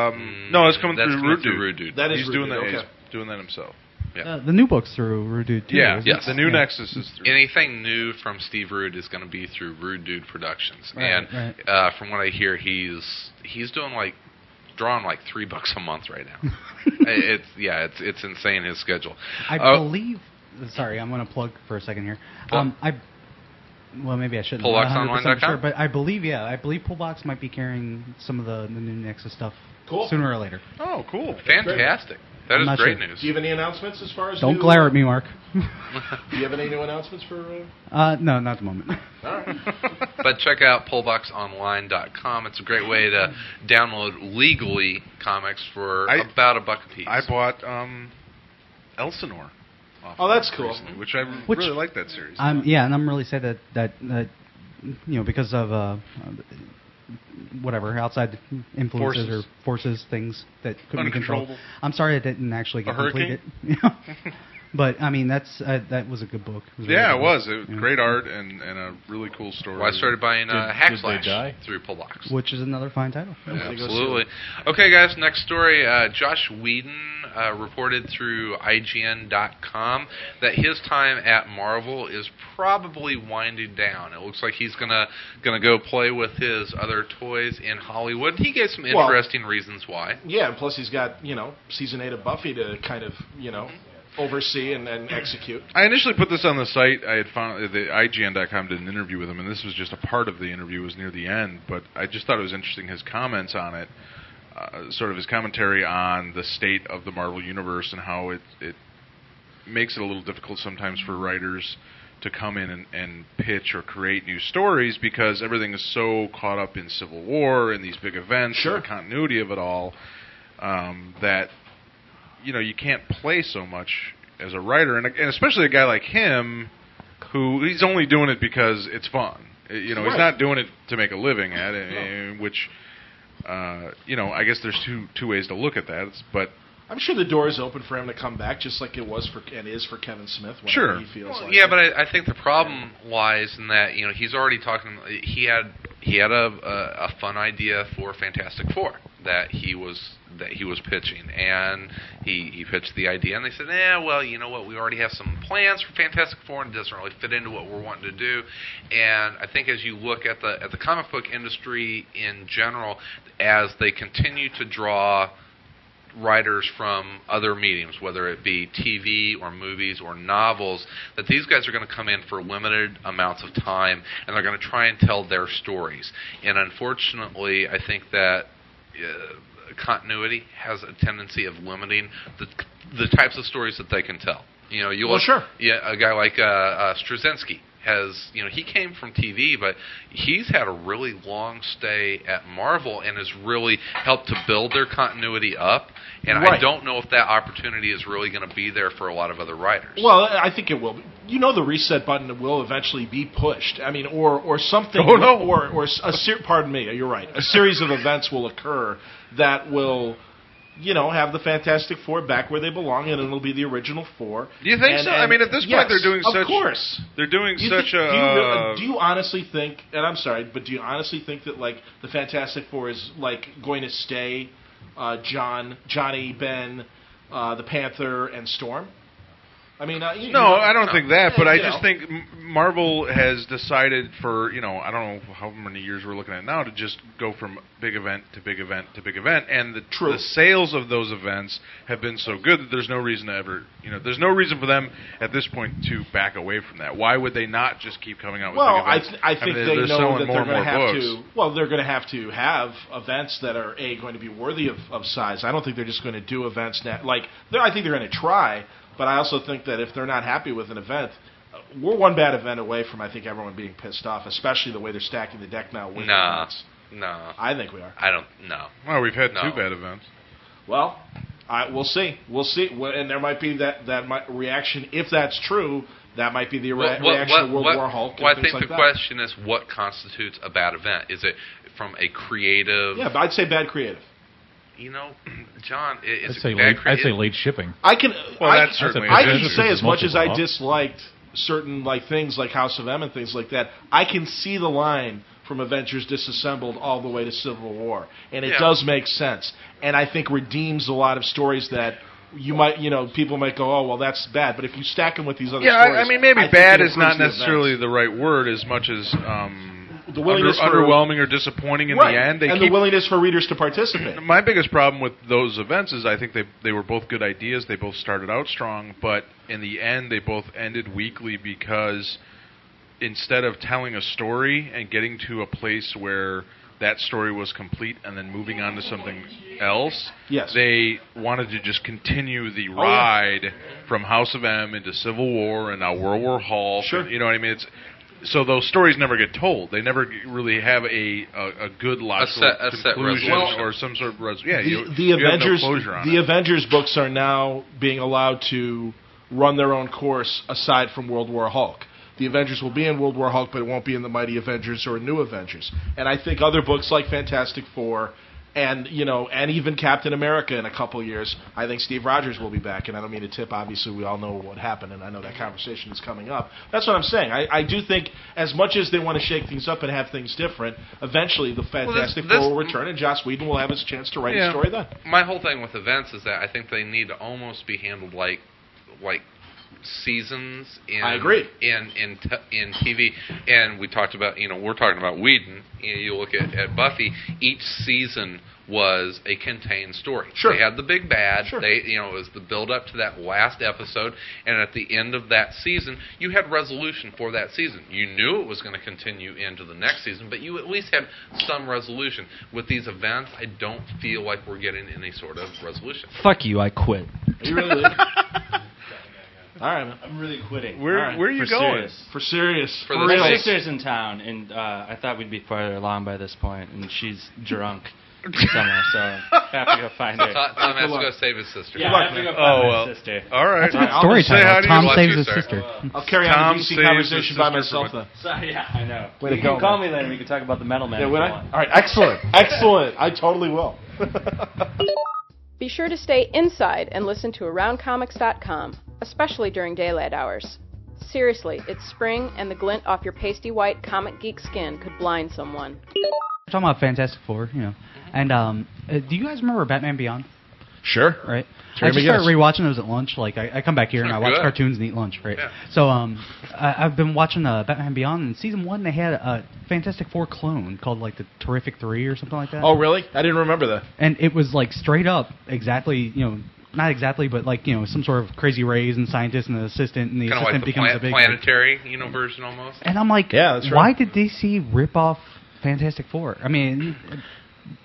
Speaker 3: um, no, it's coming
Speaker 2: Mm, That's
Speaker 3: through
Speaker 2: coming
Speaker 3: Rude Dude.
Speaker 2: Rude Dude.
Speaker 1: That is
Speaker 3: he's
Speaker 1: Rude
Speaker 3: doing
Speaker 1: Dude,
Speaker 3: that.
Speaker 1: okay.
Speaker 3: He's doing that himself.
Speaker 2: Yeah.
Speaker 6: Uh, the new book's through Rude too.
Speaker 2: Yeah,
Speaker 6: isn't it?
Speaker 2: yes.
Speaker 6: Mm-hmm. Yeah.
Speaker 2: anything new from Steve Rude is going to be through Rude Dude Productions,
Speaker 6: Right,
Speaker 2: and
Speaker 6: right.
Speaker 2: Uh, from what I hear, he's he's doing like drawing like three bucks a month right now. it's yeah, it's it's insane his schedule.
Speaker 6: I
Speaker 2: Uh,
Speaker 6: believe. Sorry, I'm going to plug for a second here.
Speaker 2: Plug.
Speaker 6: Um, I. Well, maybe I shouldn't.
Speaker 2: Pullboxonline.com?
Speaker 6: I'm not 100% Sure, but I believe, yeah, I believe Pullbox might be carrying some of the, the new Nexus stuff
Speaker 1: Cool.
Speaker 6: sooner or later.
Speaker 3: Oh, cool.
Speaker 2: Fantastic. That
Speaker 6: I'm
Speaker 2: is
Speaker 6: not
Speaker 2: great
Speaker 6: sure.
Speaker 2: news.
Speaker 1: Do you have any announcements as far as?
Speaker 6: Don't
Speaker 1: new- uh,
Speaker 6: glare at me, Mark.
Speaker 1: Do you have any new announcements for? Uh,
Speaker 6: Uh, no, not at the moment.
Speaker 1: all right.
Speaker 2: but check out pullboxonline.com. It's a great way to download legally comics for
Speaker 3: I-
Speaker 2: about a buck a piece.
Speaker 3: I bought um, Elsinore. off
Speaker 1: Oh,
Speaker 3: of
Speaker 1: that's cool.
Speaker 3: recently, which I
Speaker 6: Which-
Speaker 3: really like that series.
Speaker 6: I'm yeah, and I'm really sad that that, that you know because of uh, uh, whatever outside influences
Speaker 3: Forces.
Speaker 6: or forces things that couldn't be controlled.
Speaker 3: Uncontrollable.
Speaker 6: I'm sorry I didn't actually get
Speaker 3: A
Speaker 6: complete it.
Speaker 3: hurricane?
Speaker 6: Yeah. but I mean that's uh, that was a good book. a
Speaker 3: yeah,
Speaker 6: really
Speaker 3: it
Speaker 6: good
Speaker 3: was.
Speaker 6: book.
Speaker 3: It was
Speaker 6: Yeah.
Speaker 3: great art and, and a really cool story.
Speaker 2: Well, I started buying uh,
Speaker 9: Did- did they die?
Speaker 2: Hackslash through Pullbox.
Speaker 6: Which is another fine title.
Speaker 2: Absolutely. Okay, guys, next story. Uh, Josh Whedon uh, reported through IGN.com that his time at Marvel is probably winding down. It looks like he's gonna gonna go play with his other toys in Hollywood. He gave some
Speaker 1: Well-
Speaker 2: interesting reasons why.
Speaker 1: Yeah, and plus he's got you know season eight of Buffy to kind of you know oversee and, and execute.
Speaker 3: I initially put this on the site. I had found uh, the IGN.com did an interview with him, and this was just a part of the interview. It was near the end, but I just thought it was interesting his comments on it, uh, sort of his commentary on the state of the Marvel universe and how it it makes it a little difficult sometimes for writers to come in and, and pitch or create new stories because everything is so caught up in Civil War and these big events
Speaker 1: Sure.
Speaker 3: and the continuity of it all um, that you know you can't play so much as a writer, and, and especially a guy like him, who he's only doing it because it's fun. Uh, You know, he's
Speaker 1: Right.
Speaker 3: not doing it to make a living at it, uh, which. Uh, you know, I guess there's two two ways to look at that, It's- but
Speaker 1: I'm sure the door is open for him to come back, just like it was for and is for Kevin Smith. Whenever
Speaker 3: Sure.
Speaker 1: He feels
Speaker 2: Well,
Speaker 1: like
Speaker 2: yeah,
Speaker 1: it.
Speaker 2: but I, I think the problem lies in that you know he's already talking. He had he had a, a a fun idea for Fantastic Four that he was that he was pitching, and he he pitched the idea, and they said, "Yeah, well, you know what? We already have some plans for Fantastic Four, and it doesn't really fit into what we're wanting to do." And I think as you look at the at the comic book industry in general, as they continue to draw writers from other mediums, whether it be TV or movies or novels, that these guys are going to come in for limited amounts of time and they're going to try and tell their stories. And unfortunately, I think that. Uh, Continuity has a tendency of limiting the the types of stories that they can tell. You know, you
Speaker 1: Well,
Speaker 2: look-
Speaker 1: sure.
Speaker 2: yeah, a guy like uh, uh, Straczynski has, you know, he came from TV, but he's had a really long stay at Marvel and has really helped to build their continuity up. And I
Speaker 1: Right.
Speaker 2: don't know if that opportunity is really going to be there for a lot of other writers.
Speaker 1: Well, I think it will. be. You know, the reset button will eventually be pushed. I mean, or or something,
Speaker 3: Oh, no.
Speaker 1: or or a ser- pardon me, you're right. A series of events will occur that will, you know, have the Fantastic Four back where they belong, and it'll be the original four.
Speaker 3: Do you think
Speaker 1: And-
Speaker 3: so? I
Speaker 1: and-
Speaker 3: mean, at this point,
Speaker 1: yes,
Speaker 3: they're doing
Speaker 1: of
Speaker 3: such-
Speaker 1: course.
Speaker 3: they're doing
Speaker 1: Do you
Speaker 3: such
Speaker 1: think-
Speaker 3: a.
Speaker 1: Do you, re-
Speaker 3: uh,
Speaker 1: do you honestly think? And I'm sorry, but do you honestly think that like the Fantastic Four is like going to stay, uh, John, Johnny, Ben, uh, the Panther, and Storm? I mean, uh, you,
Speaker 3: No,
Speaker 1: you know-
Speaker 3: I don't think that, but I
Speaker 1: you
Speaker 3: just
Speaker 1: know.
Speaker 3: think M- Marvel has decided for, you know, I don't know how many years we're looking at now to just go from big event to big event to big event and the
Speaker 1: True.
Speaker 3: the sales of those events have been so good that there's no reason to ever, you know, there's no reason for them at this point to back away from that. Why would they not just keep coming out with
Speaker 1: Well,
Speaker 3: big
Speaker 1: I,
Speaker 3: events?
Speaker 1: th- I think
Speaker 3: mean,
Speaker 1: they
Speaker 3: they're
Speaker 1: know
Speaker 3: selling
Speaker 1: that
Speaker 3: more
Speaker 1: they're
Speaker 3: and
Speaker 1: going to
Speaker 3: more
Speaker 1: have
Speaker 3: books.
Speaker 1: to. Well, they're going to have to have events that are a going to be worthy of, of size. I don't think they're just going to do events now. Like they're- I think they're going to try, but I also think that if they're not happy with an event, uh, we're one bad event away from I think everyone being pissed off, especially the way they're stacking the deck now. With
Speaker 2: Nah.
Speaker 1: events.
Speaker 2: No,
Speaker 1: I think we are.
Speaker 2: I don't. No,
Speaker 3: Well, we've had
Speaker 2: No.
Speaker 3: two bad events.
Speaker 1: Well, I, we'll see. We'll see. Well, And there might be that that might, reaction. If that's true, that might be the re-
Speaker 2: Well,
Speaker 1: reaction to World
Speaker 2: what-
Speaker 1: War Hulk. and
Speaker 2: well, I
Speaker 1: things
Speaker 2: think
Speaker 1: like
Speaker 2: the
Speaker 1: that.
Speaker 2: question is what constitutes a bad event? Is it from a creative?
Speaker 1: Yeah, but I'd say bad creative.
Speaker 2: You know, John, i- is
Speaker 9: I'd
Speaker 2: it
Speaker 9: say,
Speaker 2: bad
Speaker 9: late, I'd
Speaker 2: crea-
Speaker 9: say late shipping.
Speaker 1: I can.
Speaker 3: Well,
Speaker 1: I,
Speaker 3: that's
Speaker 1: can-
Speaker 3: certainly
Speaker 1: I
Speaker 3: a
Speaker 1: can
Speaker 3: business
Speaker 1: say
Speaker 9: is
Speaker 1: as much as I
Speaker 9: multiple.
Speaker 1: disliked certain like things like House of M and things like that. I can see the line from Avengers Disassembled all the way to Civil War, and it
Speaker 2: Yeah.
Speaker 1: does make sense. And I think redeems a lot of stories that you might, you know, people might go, oh, well, that's bad. But if you stack them with these other
Speaker 3: Yeah,
Speaker 1: stories,
Speaker 3: I, I mean, maybe
Speaker 1: I think
Speaker 3: bad
Speaker 1: it
Speaker 3: is not
Speaker 1: improves the event.
Speaker 3: necessarily the right word as much as um,
Speaker 1: The willingness
Speaker 3: under-
Speaker 1: for-
Speaker 3: underwhelming or disappointing in
Speaker 1: right.
Speaker 3: the end. They
Speaker 1: and
Speaker 3: keep
Speaker 1: the willingness for readers to participate.
Speaker 3: My biggest problem with those events is I think they they were both good ideas. They both started out strong, but in the end, they both ended weakly because instead of telling a story and getting to a place where that story was complete and then moving on to something else,
Speaker 1: Yes. Oh,
Speaker 3: they wanted to just continue the
Speaker 1: yeah.
Speaker 3: ride from House of M into Civil War and now World War Hulk.
Speaker 1: Sure.
Speaker 3: and- you know what I mean? It's so those stories never get told. They never g- really have a a, a good logical
Speaker 2: set- a set
Speaker 3: conclusion
Speaker 2: resolution.
Speaker 3: or some sort of res- yeah. you,
Speaker 1: the, the
Speaker 3: you have no
Speaker 1: Avengers,
Speaker 3: closure on
Speaker 1: the
Speaker 3: it.
Speaker 1: Avengers books are now being allowed to run their own course aside from World War Hulk. The Avengers will be in World War Hulk, but it won't be in the Mighty Avengers or New Avengers. And I think other books like Fantastic Four and you know and even Captain America in a couple years, I think Steve Rogers will be back. And I don't mean to tip. Obviously, we all know what happened, and I know that conversation is coming up. That's what I'm saying. I, I do think as much as they want to shake things up and have things different, eventually the
Speaker 2: this-
Speaker 1: Fantastic
Speaker 2: this-
Speaker 1: Four will return, and Joss Whedon will have his chance to write
Speaker 2: Yeah.
Speaker 1: a story then.
Speaker 2: My whole thing with events is that I think they need to almost be handled like, like seasons in
Speaker 1: I agree.
Speaker 2: in in t- in TV and we talked about you know we're talking about Whedon you, know, you look at, at Buffy each season was a contained story
Speaker 1: Sure.
Speaker 2: they had the big bad
Speaker 1: Sure.
Speaker 2: they you know it was the build up to that last episode and at the end of that season you had resolution for that season you knew it was going to continue into the next season but you at least had some resolution with these events I don't feel like we're getting any sort of resolution
Speaker 14: Fuck you, I quit.
Speaker 1: Are you really leaving? All right, man.
Speaker 8: I'm really quitting.
Speaker 3: Where-
Speaker 8: All right.
Speaker 3: where are you
Speaker 8: For
Speaker 3: going?
Speaker 8: serious.
Speaker 1: For serious.
Speaker 2: For
Speaker 1: For,
Speaker 2: the
Speaker 1: real.
Speaker 8: My sister's in town, and uh, I thought we'd be farther along by this point, and she's drunk somehow, so I have to go find her.
Speaker 2: Tom, Tom
Speaker 1: Good
Speaker 2: has to
Speaker 1: luck.
Speaker 2: go save his sister
Speaker 8: Yeah, I have to go find
Speaker 3: Oh,
Speaker 8: my
Speaker 3: well.
Speaker 8: sister.
Speaker 3: All right.
Speaker 1: That's a good
Speaker 3: I'll
Speaker 6: Story
Speaker 3: just say hi to
Speaker 6: title:
Speaker 3: you.
Speaker 6: Tom
Speaker 2: Bless
Speaker 6: saves
Speaker 2: you,
Speaker 6: his
Speaker 2: sir.
Speaker 6: sister.
Speaker 1: I'll carry
Speaker 3: Tom
Speaker 1: on the
Speaker 3: saves
Speaker 1: DC conversation
Speaker 3: his
Speaker 1: by
Speaker 3: sister
Speaker 1: myself
Speaker 3: with-
Speaker 1: then.
Speaker 8: So, yeah, I know.
Speaker 1: Way to
Speaker 8: you can
Speaker 1: go,
Speaker 8: call me later. We can talk about the metal man. if
Speaker 1: Yeah, would
Speaker 8: you
Speaker 1: I?
Speaker 8: want.
Speaker 1: All right, excellent. excellent. I totally will.
Speaker 15: Be sure to stay inside and listen to AroundComics.com, especially during daylight hours. Seriously, it's spring and the glint off your pasty white comic geek skin could blind someone.
Speaker 6: We're talking about Fantastic Four, you know. And um, uh, do you guys remember Batman Beyond?
Speaker 16: Sure.
Speaker 6: Right.
Speaker 16: Jeremy
Speaker 6: I just
Speaker 16: Guest.
Speaker 6: started rewatching those at lunch. Like I, I come back here and I watch
Speaker 16: Good.
Speaker 6: cartoons and eat lunch, right?
Speaker 16: Yeah.
Speaker 6: So um, I, I've been watching uh, Batman Beyond. And season one, they had a Fantastic Four clone called like the Terrific Three or something like that.
Speaker 1: oh, really? I didn't remember that.
Speaker 6: And it was like straight up exactly, you know, not exactly, but like you know, some sort of crazy rays and scientist and an assistant, and the
Speaker 2: kind of
Speaker 6: assistant
Speaker 2: like the
Speaker 6: becomes
Speaker 2: plan-
Speaker 6: a big.
Speaker 2: planetary, you know, version almost.
Speaker 6: And I'm like,
Speaker 2: Yeah, that's
Speaker 6: why
Speaker 2: right.
Speaker 6: did DC rip off Fantastic Four? I mean,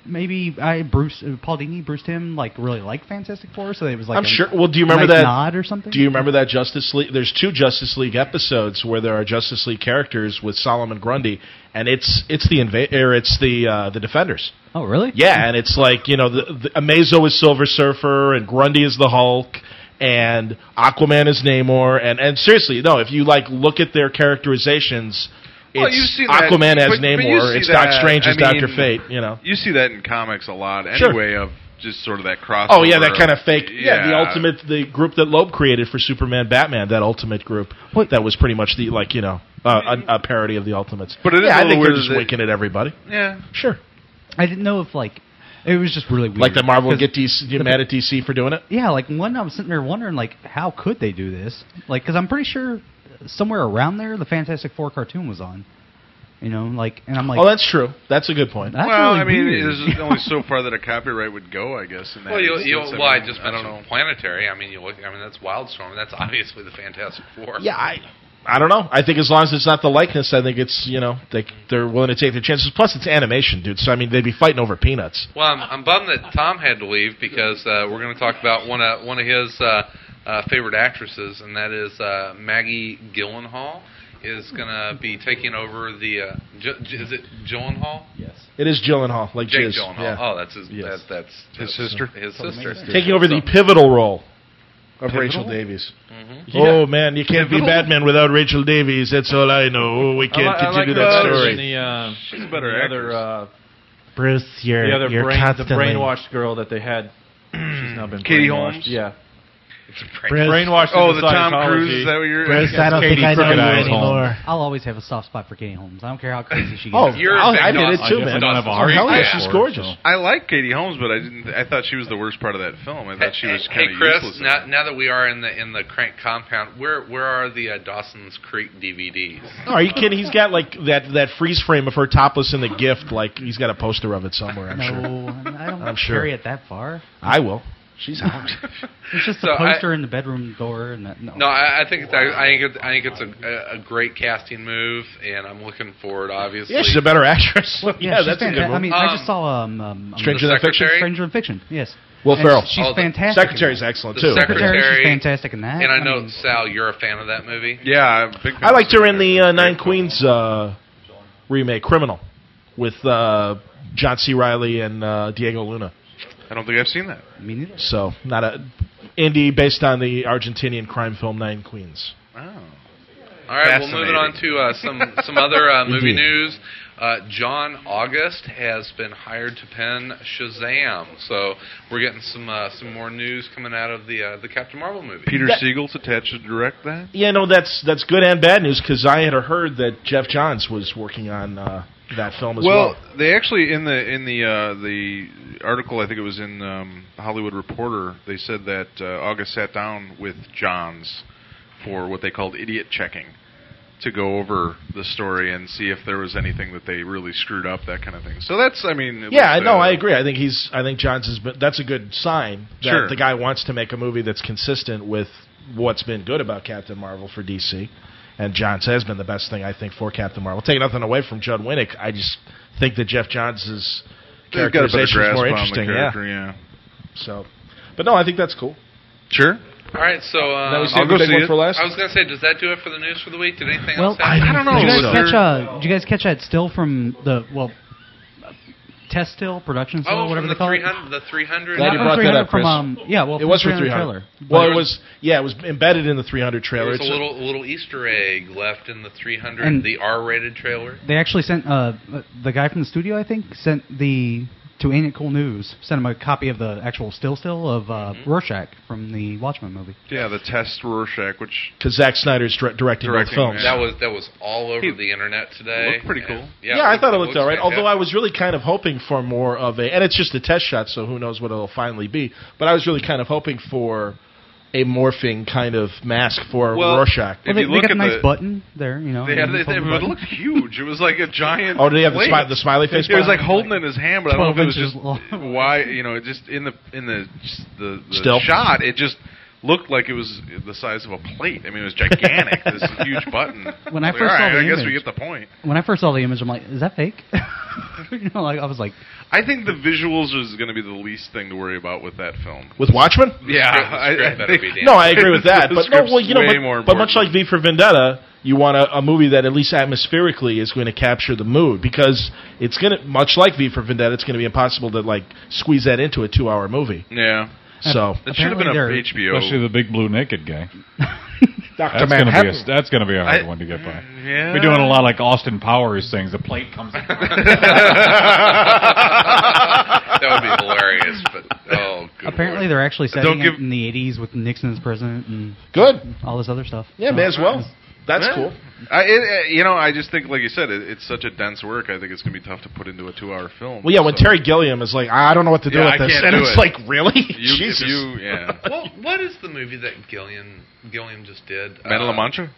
Speaker 6: maybe I Bruce uh, Paul Dini, Bruce Tim, like really like Fantastic Four, so it was like
Speaker 1: I'm
Speaker 6: a
Speaker 1: sure. Well, do you remember
Speaker 6: nice
Speaker 1: that
Speaker 6: nod or something?
Speaker 1: Do you remember that Justice League? There's two Justice League episodes where there are Justice League characters with Solomon Grundy, and it's it's the inva- or it's the uh, the Defenders.
Speaker 6: Oh, really?
Speaker 1: Yeah, and it's like you know, the, the Amazo is Silver Surfer, and Grundy is the Hulk, and Aquaman is Namor, and and seriously, no, if you like look at their characterizations.
Speaker 3: Well,
Speaker 1: it's
Speaker 3: you've seen that-
Speaker 1: Aquaman as
Speaker 3: but- but you
Speaker 1: Namor.
Speaker 3: see
Speaker 1: it's
Speaker 3: that,
Speaker 1: Doc Strange
Speaker 3: I
Speaker 1: as Doctor
Speaker 3: mean,
Speaker 1: Fate. You know.
Speaker 3: You see that in comics a lot
Speaker 1: Sure.
Speaker 3: anyway of just sort of that crossover.
Speaker 1: Oh yeah, that kind of fake. Yeah, the
Speaker 3: yeah.
Speaker 1: ultimate, the group that Loeb created for Superman, Batman, that ultimate group. That was pretty much the like you know uh, a, a parody of the Ultimates.
Speaker 3: But it is
Speaker 1: yeah,
Speaker 3: a
Speaker 1: I think
Speaker 3: little
Speaker 1: they're
Speaker 3: weird
Speaker 1: just
Speaker 3: that-
Speaker 1: winking at everybody.
Speaker 3: Yeah.
Speaker 1: Sure.
Speaker 6: I didn't know if like it was just really weird.
Speaker 1: Like the Marvel would
Speaker 6: 'Cause
Speaker 1: get DC, get
Speaker 6: the-
Speaker 1: mad at DC for doing it.
Speaker 6: Yeah, like one I was sitting there wondering like how could they do this? Like because I'm pretty sure somewhere around there the Fantastic Four cartoon was on. You know, like and I'm like,
Speaker 1: oh, that's true. That's a good point.
Speaker 3: well, I mean,
Speaker 6: weird.
Speaker 3: there's only so far that a copyright would go, I guess. In that
Speaker 2: Well, you,
Speaker 3: instance.
Speaker 2: you,
Speaker 3: I
Speaker 2: well, I
Speaker 3: mean,
Speaker 2: just
Speaker 3: I don't know.
Speaker 2: mentioned planetary. I mean, you look. I mean, that's Wildstorm. That's obviously the Fantastic Four.
Speaker 1: Yeah, I I don't know. I think as long as it's not the likeness, I think it's you know they they're willing to take their chances. Plus, it's animation, dude. So I mean, they'd be fighting over peanuts.
Speaker 2: Well, I'm, I'm bummed that Tom had to leave because uh, we're going to talk about one of one of his uh, uh, favorite actresses, and that is uh, Maggie Gyllenhaal. Is going to be taking over the. Uh, J- J- is it Gyllenhaal? Yes.
Speaker 1: It is Gyllenhaal, like
Speaker 2: Jake
Speaker 1: Jizz.
Speaker 2: Gyllenhaal.
Speaker 1: Yeah.
Speaker 2: Oh, that's his.
Speaker 1: Yes.
Speaker 2: That, that's
Speaker 3: His
Speaker 2: that's
Speaker 3: sister.
Speaker 2: His sister
Speaker 1: taking over the pivotal role of
Speaker 3: Pivotal?
Speaker 1: Rachel Davies.
Speaker 2: Mhm.
Speaker 1: Oh man, you can't
Speaker 3: Pivotal?
Speaker 1: be Batman without Rachel Davies. That's all I know. Oh, we
Speaker 13: I, li-
Speaker 1: can't
Speaker 13: I like
Speaker 1: continue
Speaker 13: her
Speaker 1: that
Speaker 13: better than
Speaker 1: story.
Speaker 13: The, uh,
Speaker 3: She's a better
Speaker 13: the other, uh,
Speaker 16: Bruce, you're
Speaker 13: the other
Speaker 16: you're
Speaker 13: brain, the
Speaker 16: constantly-
Speaker 13: brainwashed girl that they had. She's now been
Speaker 3: Katie
Speaker 13: brainwashed.
Speaker 3: Holmes?
Speaker 13: Yeah. Brainwashed into
Speaker 3: Oh, the Tom
Speaker 13: Scientology.
Speaker 3: Cruise? Is that what you're?
Speaker 13: Chris, I don't
Speaker 3: Katie
Speaker 13: think I know
Speaker 3: Crooked
Speaker 13: you
Speaker 3: Eyes Holmes.
Speaker 13: anymore.
Speaker 6: I'll always have a soft spot for Katie Holmes. I don't care how crazy she gets.
Speaker 3: Oh, You're I'll- a big I did it
Speaker 13: too, man.
Speaker 1: Oh,
Speaker 3: hell yeah, she's
Speaker 6: gorgeous.
Speaker 3: I like Katie Holmes, but I didn't. I thought she was the worst part of that film. I thought she was
Speaker 2: Hey
Speaker 3: kind of
Speaker 2: Chris,
Speaker 3: useless.
Speaker 2: now, now that we are in the in the crank compound, where where are the uh, Dawson's Creek DVDs?
Speaker 1: No, are you kidding? He's got like that that freeze frame of her topless in the gift. Like he's got a poster of it somewhere. I'm sure.
Speaker 6: No, I don't
Speaker 1: I'm sure.
Speaker 6: carry it that far.
Speaker 1: I will. She's hot.
Speaker 6: It's just
Speaker 2: So
Speaker 6: a
Speaker 2: I-
Speaker 6: poster in the bedroom door, and that, no.
Speaker 2: No, I, I think it's, I, I think it's, I think it's a, a great casting move, and I'm looking forward. Obviously,
Speaker 1: yeah, she's a better actress. yeah,
Speaker 6: she's
Speaker 1: that's a good
Speaker 6: fanta-
Speaker 1: one.
Speaker 6: I mean, I just saw um, um um,
Speaker 1: Stranger Than Fiction?
Speaker 6: Stranger Than Fiction. Yes.
Speaker 1: Will
Speaker 6: And
Speaker 1: Ferrell.
Speaker 6: She's
Speaker 2: Oh, the
Speaker 6: fantastic. in
Speaker 1: Secretary's
Speaker 6: that.
Speaker 1: excellent
Speaker 2: the
Speaker 1: too.
Speaker 2: secretary.
Speaker 6: She's fantastic in that.
Speaker 2: And I
Speaker 6: I
Speaker 2: know Sal, you're a fan of that movie.
Speaker 3: yeah, I'm a big fan
Speaker 1: I liked
Speaker 3: of
Speaker 1: her in the uh, Nine Queens uh, remake, Criminal, with uh, John C. Riley and uh, Diego Luna.
Speaker 3: I don't think I've seen that.
Speaker 6: Me neither.
Speaker 1: So not a indie based on the Argentinian crime film Nine Queens.
Speaker 3: Wow.
Speaker 2: Oh. All right, well, moving on to uh, some some other uh, movie
Speaker 1: Indeed.
Speaker 2: news. Uh, John August has been hired to pen Shazam, so we're getting some uh, some more news coming out of the uh, the Captain Marvel movie.
Speaker 3: Peter
Speaker 1: That-
Speaker 3: Siegel's attached to direct that.
Speaker 1: Yeah, no, that's that's good and bad news because I had heard that Jeff Johns was working on uh, that film as well.
Speaker 3: well, they actually in the in the uh, the article I think it was in um, Hollywood Reporter they said that uh, August sat down with Johns for what they called idiot checking to go over the story and see if there was anything that they really screwed up that kind of thing. So that's I mean it
Speaker 1: Yeah,
Speaker 3: looks,
Speaker 1: no,
Speaker 3: uh,
Speaker 1: I agree. I think he's. I think Johns has been. That's a good sign that
Speaker 3: Sure.
Speaker 1: the guy wants to make a movie that's consistent with what's been good about Captain Marvel for DC, and Johns has been the best thing I think for Captain Marvel. Take nothing away from Judd Winnick. I just think that Jeff Johns's
Speaker 3: they've got a
Speaker 1: characterization
Speaker 3: better
Speaker 1: is
Speaker 3: grasp
Speaker 1: more
Speaker 3: on the
Speaker 1: interesting. Yeah.
Speaker 3: character, yeah.
Speaker 1: So, but no, I think that's cool.
Speaker 3: Sure.
Speaker 2: All right, so um,
Speaker 1: Now we save I'll the go big see one it. for last?
Speaker 2: I was going to say, does that do it for the news for the week? Did anything
Speaker 6: Well,
Speaker 2: else happen?
Speaker 6: Did you guys catch? Uh, did you guys catch that still from the well, uh, test still production still,
Speaker 2: Oh,
Speaker 6: whatever
Speaker 2: from the
Speaker 6: they call it?
Speaker 2: 300, the 300.
Speaker 1: Glad you brought that up,
Speaker 6: from,
Speaker 1: Chris.
Speaker 6: um, yeah, well,
Speaker 1: it was
Speaker 6: from
Speaker 1: for 300.
Speaker 6: 300 trailer.
Speaker 1: Well,
Speaker 6: But-
Speaker 1: it was yeah, it was embedded in the 300 trailer.
Speaker 2: There's a
Speaker 1: It's a-
Speaker 2: little little Easter egg left in the 300,
Speaker 6: And-
Speaker 2: the R-rated trailer.
Speaker 6: They actually sent uh, the guy from the studio, I think, sent the to Ain't It Cool News, sent him a copy of the actual still still of uh,
Speaker 3: Mm-hmm.
Speaker 6: Rorschach from the Watchmen movie.
Speaker 3: Yeah, the test Rorschach, which
Speaker 1: Because Zack Snyder's dir- directing,
Speaker 3: Directing,
Speaker 1: both films.
Speaker 2: That was that was all over the internet today.
Speaker 3: looked pretty cool.
Speaker 2: And-
Speaker 1: Yeah,
Speaker 2: Yeah,
Speaker 1: I thought it looked all right. Although I
Speaker 2: fantastic.
Speaker 1: was really kind of hoping for more of a, and it's just a test shot, so who knows what it'll finally be. But I was really kind of hoping for a morphing kind of mask for
Speaker 3: Well,
Speaker 1: Rorschach.
Speaker 3: If
Speaker 6: they,
Speaker 3: you
Speaker 6: they
Speaker 3: look
Speaker 6: got a
Speaker 3: at
Speaker 6: nice
Speaker 3: the-
Speaker 6: button there, you know.
Speaker 3: They had,
Speaker 6: you
Speaker 3: they,
Speaker 6: pull
Speaker 3: they,
Speaker 6: the
Speaker 3: it
Speaker 6: button.
Speaker 3: looked huge. It was like a giant.
Speaker 1: Oh, did he have the
Speaker 3: plate.
Speaker 1: smi- the smiley face
Speaker 3: It was
Speaker 1: button?
Speaker 3: like holding it in his hand, but I don't
Speaker 6: 12
Speaker 3: know if it was
Speaker 6: inches
Speaker 3: just
Speaker 6: long.
Speaker 3: why. You know, it just in the in the just the, the
Speaker 1: Still.
Speaker 3: shot, it just looked like it was the size of a plate. I mean, it was gigantic. this huge button.
Speaker 6: When I
Speaker 3: Like,
Speaker 6: first
Speaker 3: all right,
Speaker 6: saw the
Speaker 3: I guess
Speaker 6: image-
Speaker 3: we get the point.
Speaker 6: When I first saw the image, I'm like, "Is that fake?" you know, like I was like,
Speaker 3: I think the visuals is going to be the least thing to worry about with that film.
Speaker 1: With Watchmen?
Speaker 3: Yeah,
Speaker 2: script- the
Speaker 3: I,
Speaker 2: script
Speaker 3: I
Speaker 2: better
Speaker 3: think,
Speaker 2: be damn
Speaker 1: No, I agree with that.
Speaker 3: The
Speaker 1: But no,
Speaker 3: script's
Speaker 1: well, you know,
Speaker 3: way more
Speaker 1: but, but much like V
Speaker 3: important.
Speaker 1: for Vendetta, you want a, a movie that at least atmospherically is going to capture the mood because it's going to, much like V for Vendetta, it's going to be impossible to like squeeze that into a two-hour movie.
Speaker 3: yeah,
Speaker 1: So
Speaker 3: that should have been a
Speaker 6: Apparently
Speaker 3: HBO.
Speaker 9: Especially the big blue naked guy.
Speaker 1: Doctor
Speaker 9: That's going to be
Speaker 1: Manhattan.
Speaker 9: a, that's going to be a hard
Speaker 3: I-
Speaker 9: one to get by.
Speaker 3: yeah.
Speaker 9: We're doing a lot like Austin Powers things. The plate comes.
Speaker 2: that would be hilarious. But oh, good
Speaker 6: apparently
Speaker 2: lord.
Speaker 6: they're actually
Speaker 3: Don't
Speaker 6: setting
Speaker 3: give-
Speaker 6: it in the '80s with Nixon as president and
Speaker 1: Good.
Speaker 6: all this other stuff.
Speaker 1: Yeah,
Speaker 6: So-
Speaker 1: may as well. That's
Speaker 3: Yeah.
Speaker 1: cool.
Speaker 3: I, it, it- you know, I just think, like you said, it, it's such a dense work. I think it's going to be tough to put into a two-hour film.
Speaker 1: Well, yeah, when
Speaker 3: so-
Speaker 1: Terry Gilliam is like, I don't know what to do
Speaker 3: Yeah,
Speaker 1: with
Speaker 3: I
Speaker 1: this,
Speaker 3: can't
Speaker 1: and
Speaker 3: do
Speaker 1: it's
Speaker 3: it.
Speaker 1: like, really,
Speaker 3: you, if
Speaker 1: Jesus.
Speaker 3: you- yeah.
Speaker 2: Well, what is the movie that Gillian Gilliam just did?
Speaker 3: Man of La
Speaker 2: Uh,
Speaker 3: Mancha?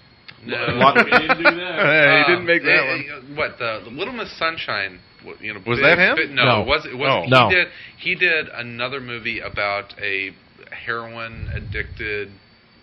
Speaker 2: No,
Speaker 1: We
Speaker 9: didn't do that.
Speaker 3: Hey, he
Speaker 2: Um,
Speaker 3: didn't make that
Speaker 2: eh,
Speaker 3: one.
Speaker 2: eh, What the, the Little Miss Sunshine? what, You know,
Speaker 3: Was
Speaker 2: big-
Speaker 3: that him?
Speaker 2: big- no,
Speaker 1: No.
Speaker 2: it was it was
Speaker 3: Oh.
Speaker 2: he
Speaker 1: No.
Speaker 2: did he did another movie about a heroin addicted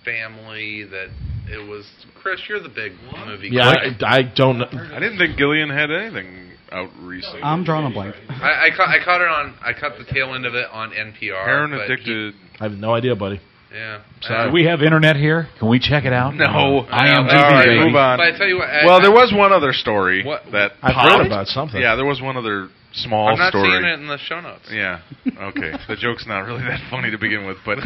Speaker 2: family that it was Chris. You're the big movie.
Speaker 1: yeah,
Speaker 2: guy.
Speaker 1: I, I don't. know.
Speaker 3: I didn't think Gillian had anything out recently.
Speaker 6: I'm drawing a blank.
Speaker 2: I, I, ca- I caught it on. I caught the tail end of it on NPR.
Speaker 3: Heroin
Speaker 2: but
Speaker 3: addicted.
Speaker 1: I have no idea, buddy.
Speaker 2: he- yeah.
Speaker 9: Do we have internet here? Can we check it out?
Speaker 3: No.
Speaker 9: I
Speaker 2: No.
Speaker 9: am
Speaker 3: All right,
Speaker 9: baby.
Speaker 3: move on.
Speaker 2: But I tell you what. I,
Speaker 3: well, there was one other story
Speaker 2: What-
Speaker 3: that
Speaker 1: I've
Speaker 3: popped.
Speaker 1: heard about something.
Speaker 3: Yeah, there was one other small
Speaker 2: I'm not
Speaker 3: story.
Speaker 2: seeing it in the show notes.
Speaker 3: Yeah. Okay. the joke's not really that funny to begin with, but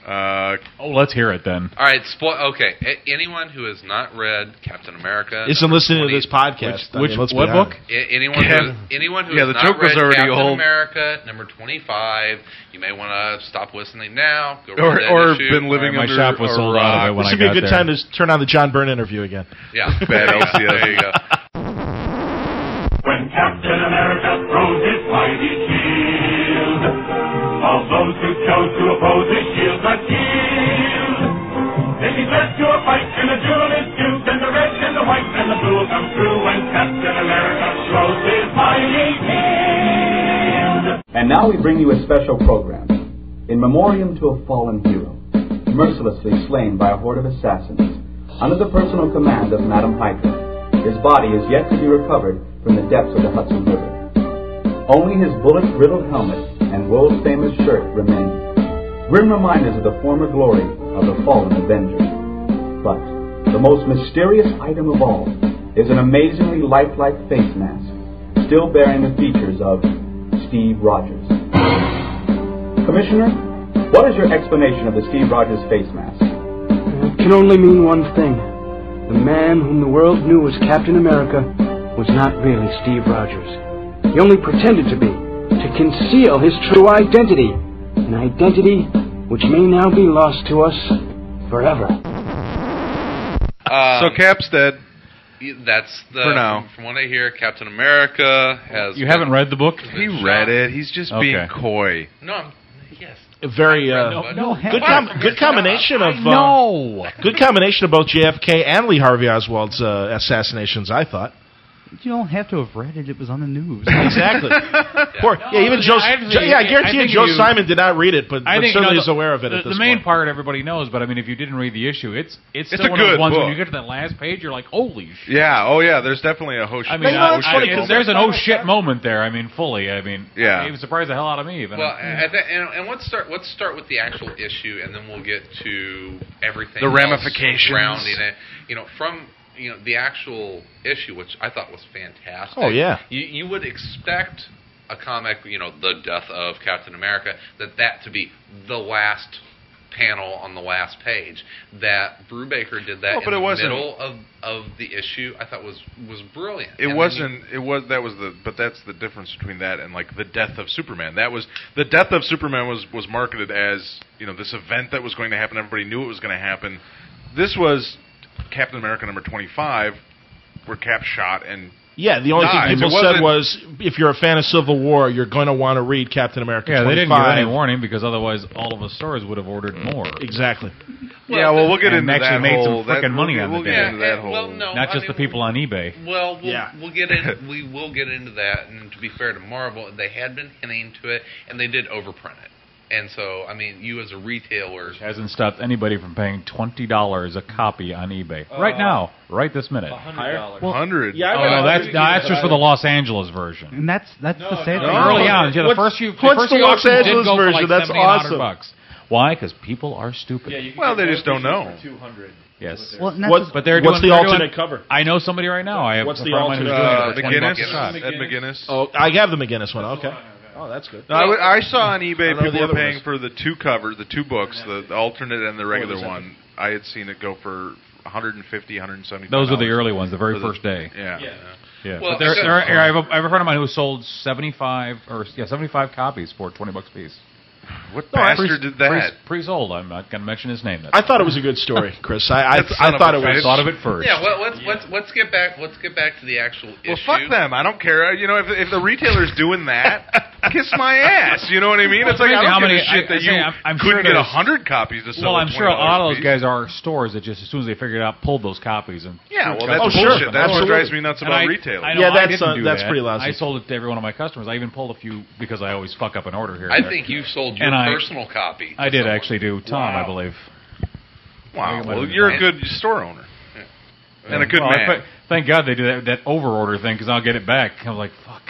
Speaker 2: Uh,
Speaker 17: Oh, let's hear it then.
Speaker 2: all right, spo- okay. A- anyone who has not read Captain America,
Speaker 1: Isn't
Speaker 2: number
Speaker 1: listening to
Speaker 2: 20
Speaker 1: this podcast.
Speaker 17: Which-
Speaker 1: I
Speaker 17: which-
Speaker 1: mean, let's be
Speaker 17: what
Speaker 1: honest.
Speaker 17: book?
Speaker 2: A- anyone who, anyone who
Speaker 3: Yeah,
Speaker 2: has
Speaker 3: the
Speaker 2: not
Speaker 3: joke was
Speaker 2: read
Speaker 3: already
Speaker 2: Captain
Speaker 3: old.
Speaker 2: America number twenty five, you may want to stop listening now. Go read
Speaker 3: Or-
Speaker 2: that
Speaker 3: or
Speaker 2: issue.
Speaker 3: been living
Speaker 17: My under shop was a sold out of rock. it when
Speaker 1: This
Speaker 17: I
Speaker 1: would be a
Speaker 17: got
Speaker 1: good
Speaker 17: there.
Speaker 1: time to s- turn on the John Byrne interview again.
Speaker 2: Yeah,
Speaker 3: Bad LCS.
Speaker 2: there you go.
Speaker 10: When Captain America throws his mighty shield, all those who chose to oppose his shield must yield. If he's led to a fight and the duel is due, then the red and the white and the blue will come through when Captain America throws his mighty shield.
Speaker 18: And now we bring you a special program in memoriam to a fallen hero, mercilessly slain by a horde of assassins under the personal command of Madame Hydra. His body is yet to be recovered from the depths of the Hudson River. Only his bullet-riddled helmet and world-famous shirt remain, grim reminders of the former glory of the fallen Avenger. But the most mysterious item of all is an amazingly lifelike face mask, still bearing the features of Steve Rogers. Commissioner, what is your explanation of the Steve Rogers face mask?
Speaker 19: It can only mean one thing. The man whom the world knew as Captain America was not really Steve Rogers. He only pretended to be, to conceal his true identity. An identity which may now be lost to us forever.
Speaker 2: Um,
Speaker 3: so Cap's dead.
Speaker 2: That's the
Speaker 3: For now.
Speaker 2: From, from what I hear, Captain America has.
Speaker 17: You haven't read the book?
Speaker 3: He read it. He's just being
Speaker 17: Okay.
Speaker 3: coy.
Speaker 2: No, I'm, yes.
Speaker 1: A Very uh,
Speaker 2: No,
Speaker 1: no,
Speaker 2: no,
Speaker 1: good, com- good combination of uh,
Speaker 2: know.
Speaker 1: good combination of both JFK and Lee Harvey Oswald's uh, assassinations. I thought
Speaker 13: You don't have to have read it. It was on the news.
Speaker 1: exactly. Poor, yeah, even
Speaker 13: yeah,
Speaker 1: Joe.
Speaker 13: I
Speaker 1: Joe- yeah, I
Speaker 13: think-
Speaker 1: guarantee you,
Speaker 13: I think
Speaker 1: Joe
Speaker 13: you-
Speaker 1: Simon did not read it, but, but certainly
Speaker 9: no,
Speaker 1: is aware of it
Speaker 9: The,
Speaker 1: at
Speaker 9: the
Speaker 1: this
Speaker 9: main part everybody knows, but I mean, if you didn't read the issue, it's it's
Speaker 3: It's
Speaker 9: still
Speaker 3: a
Speaker 9: one of those
Speaker 3: good
Speaker 9: ones
Speaker 3: book.
Speaker 9: when you get to that last page, you're like, holy shit.
Speaker 3: Yeah. Oh yeah. There's definitely a host.
Speaker 9: I mean, I- I- it's- there's an oh shit moment there. I mean, fully. I mean,
Speaker 3: Yeah.
Speaker 9: it surprised the hell out of me. Even
Speaker 2: Well, I- I thi- and, and let's start. Let's start with the actual issue, and then we'll get to everything.
Speaker 3: The
Speaker 2: else
Speaker 3: ramifications.
Speaker 2: surrounding it. You know, from you know the actual issue, which I thought was fantastic.
Speaker 1: Oh, yeah.
Speaker 2: You you would expect a comic, you know, the death of Captain America, that that to be the last panel on the last page. That Brubaker did that
Speaker 3: No, but
Speaker 2: in
Speaker 3: it
Speaker 2: the
Speaker 3: wasn't-
Speaker 2: middle of of the issue. I thought was was brilliant.
Speaker 3: It
Speaker 2: And then you-
Speaker 3: wasn't. It was that was the. But that's the difference between that and like the death of Superman. That was the death of Superman was was marketed as you know this event that was going to happen. Everybody knew it was going to happen. This was Captain America number twenty five, where Cap shot and
Speaker 1: Yeah, the only
Speaker 3: dies.
Speaker 1: thing people
Speaker 3: It
Speaker 1: said
Speaker 3: wasn't-
Speaker 1: was if you're a fan of Civil War, you're going to want to read Captain America.
Speaker 9: yeah,
Speaker 1: 25.
Speaker 9: they didn't give any warning because otherwise all of the stores would have ordered more.
Speaker 1: Exactly.
Speaker 3: yeah. Well, we'll get
Speaker 9: and
Speaker 3: into
Speaker 9: actually
Speaker 3: that
Speaker 9: made
Speaker 3: whole.
Speaker 9: some
Speaker 3: that-
Speaker 9: frickin' money
Speaker 3: we'll,
Speaker 9: on
Speaker 3: we'll
Speaker 9: the
Speaker 3: get
Speaker 9: day.
Speaker 3: into that whole.
Speaker 2: Eh, Well, no,
Speaker 9: Not
Speaker 2: I
Speaker 9: just the
Speaker 2: mean,
Speaker 9: people on eBay.
Speaker 2: Well, we'll,
Speaker 9: Yeah.
Speaker 2: we'll get in. We will get into that, and to be fair to Marvel, they had been hinting to it, and they did overprint it. And so, I mean, you as a retailer,
Speaker 9: Hasn't stopped anybody from paying twenty dollars a copy on eBay right
Speaker 2: Uh,
Speaker 9: now, right this minute.
Speaker 1: $100.
Speaker 9: Well,
Speaker 3: hundred.
Speaker 1: Yeah, I
Speaker 9: oh
Speaker 1: read
Speaker 9: no,
Speaker 1: all
Speaker 9: that's
Speaker 1: the
Speaker 9: no, that's just for the
Speaker 1: reviews.
Speaker 9: Los Angeles version.
Speaker 13: And that's that's the sad thing.
Speaker 9: Early on, yeah, the
Speaker 13: What's-
Speaker 9: first few, the
Speaker 13: what's
Speaker 9: first
Speaker 13: the
Speaker 9: few
Speaker 13: Los
Speaker 9: auctions did
Speaker 13: Angeles
Speaker 9: go for
Speaker 13: version?
Speaker 9: like
Speaker 13: That's
Speaker 9: 70 and 100
Speaker 13: awesome.
Speaker 9: Bucks. Why? Because people are stupid.
Speaker 3: well, they just don't know.
Speaker 13: Well, and that's
Speaker 1: What-
Speaker 13: just-
Speaker 9: But they're
Speaker 1: What's
Speaker 9: doing,
Speaker 1: the
Speaker 9: they're doing-
Speaker 1: alternate cover?
Speaker 9: I know somebody right now. I have
Speaker 1: What's
Speaker 9: a
Speaker 1: the
Speaker 9: friend of mine who's
Speaker 1: alternate-
Speaker 9: doing
Speaker 1: Uh,
Speaker 9: it for
Speaker 1: the
Speaker 9: 20 bucks.
Speaker 1: Guinness?
Speaker 3: Ed McGinnis.
Speaker 1: Oh, I have the McGinnis one. Okay. Oh, that's good.
Speaker 3: No, I, w- I saw on eBay
Speaker 1: I don't know
Speaker 3: people
Speaker 1: the
Speaker 3: were
Speaker 1: other
Speaker 3: paying
Speaker 1: ones.
Speaker 3: for the two covers, the two books, the, the alternate and the regular
Speaker 1: is
Speaker 3: one.
Speaker 1: that?
Speaker 3: I had seen it go for 150, 170.
Speaker 9: Those were the early ones, the very
Speaker 3: For the-
Speaker 9: first day.
Speaker 3: Yeah.
Speaker 9: Yeah,
Speaker 3: Well,
Speaker 9: but there,
Speaker 3: except-
Speaker 9: there are, I, have a, I have a friend of mine who sold seventy five or yeah seventy five copies for twenty bucks a piece.
Speaker 3: What
Speaker 1: bastard
Speaker 3: did that?
Speaker 9: Pre sold. I'm not going to mention his name.
Speaker 1: I thought it was a good story, Chris. I I,
Speaker 9: That son
Speaker 1: I
Speaker 9: of
Speaker 1: thought
Speaker 9: a
Speaker 1: it
Speaker 9: bitch.
Speaker 1: was.
Speaker 9: Thought of it first.
Speaker 2: yeah. Well, let's let's let's get back. Let's get back to the actual
Speaker 3: Well,
Speaker 2: issue.
Speaker 3: fuck them. I don't care. You know, if, if the retailer's doing that, kiss my ass. You know what I mean?
Speaker 9: Well,
Speaker 3: It's like
Speaker 9: it's
Speaker 3: I
Speaker 9: amazing how
Speaker 3: don't give a
Speaker 9: many- I-
Speaker 3: shit
Speaker 9: I
Speaker 3: that you
Speaker 9: say, I'm- I'm sure
Speaker 3: couldn't get a
Speaker 9: there's-
Speaker 3: hundred copies to sell.
Speaker 9: Well, I'm
Speaker 3: at
Speaker 9: sure a lot
Speaker 3: $20
Speaker 9: of
Speaker 3: a
Speaker 9: those
Speaker 3: piece.
Speaker 9: guys are stores that just as soon as they figured it out pulled those copies and
Speaker 3: Yeah,
Speaker 9: Sure,
Speaker 3: well, that's
Speaker 9: cut them.
Speaker 3: bullshit. That's what
Speaker 9: Absolutely.
Speaker 3: drives me nuts
Speaker 9: And
Speaker 3: about
Speaker 9: I-
Speaker 3: retailers.
Speaker 9: I know
Speaker 1: Yeah,
Speaker 9: I
Speaker 1: that's,
Speaker 9: didn't
Speaker 1: uh,
Speaker 9: do
Speaker 1: that's
Speaker 9: that.
Speaker 1: pretty lousy.
Speaker 9: I sold it to every one of my customers. I even pulled a few because I always fuck up an order here.
Speaker 2: I
Speaker 9: and there.
Speaker 2: think you sold your
Speaker 9: And I-
Speaker 2: personal copy.
Speaker 9: I did actually do Tom, I believe. I
Speaker 3: Wow.
Speaker 9: think it might
Speaker 3: Well,
Speaker 9: have been
Speaker 3: you're a
Speaker 9: Tom.
Speaker 3: good store owner and a good
Speaker 9: Well, I
Speaker 3: man.
Speaker 9: fa- Thank God they do that, that over order thing because I'll get it back. I'm like, fuck.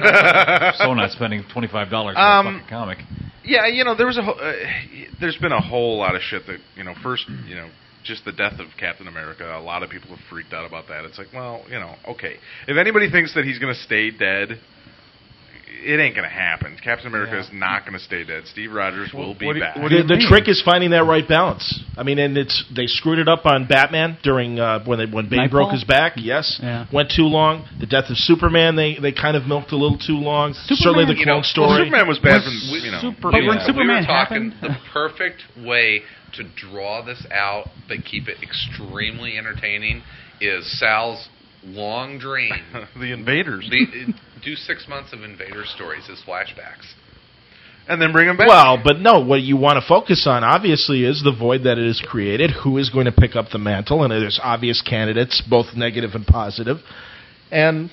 Speaker 9: so not spending twenty five dollars for
Speaker 3: Um,
Speaker 9: a fucking comic.
Speaker 3: Yeah, you know, there was a whole, uh, there's been a whole lot of shit that you know. First, you know, just the death of Captain America. A lot of people have freaked out about that. It's like, well, you know, okay. If anybody thinks that he's going to stay dead, it ain't gonna happen. Captain America is not gonna stay dead. Steve Rogers will be
Speaker 1: What do you-
Speaker 3: back.
Speaker 1: what do you The- the trick is finding that right balance. I mean, and it's they screwed it up on Batman during uh, when they when Bane
Speaker 6: Nightfall?
Speaker 1: broke his back. Yes,
Speaker 6: Yeah.
Speaker 1: went too long. The death of Superman, they they kind of milked a little too long. Certainly the
Speaker 3: You
Speaker 1: Clone
Speaker 3: know, well,
Speaker 1: Story.
Speaker 3: Superman was bad from you know.
Speaker 1: But when
Speaker 2: Yeah, we were
Speaker 1: Superman
Speaker 2: talking the perfect way to draw this out but keep it extremely entertaining is Sal's long dream.
Speaker 3: the Invaders.
Speaker 2: The, do six months of Invader stories as flashbacks.
Speaker 3: and then bring him back.
Speaker 1: Well, but no, what you want to focus on obviously is the void that it has created. Who is going to pick up the mantle? And there's obvious candidates, both negative and positive. And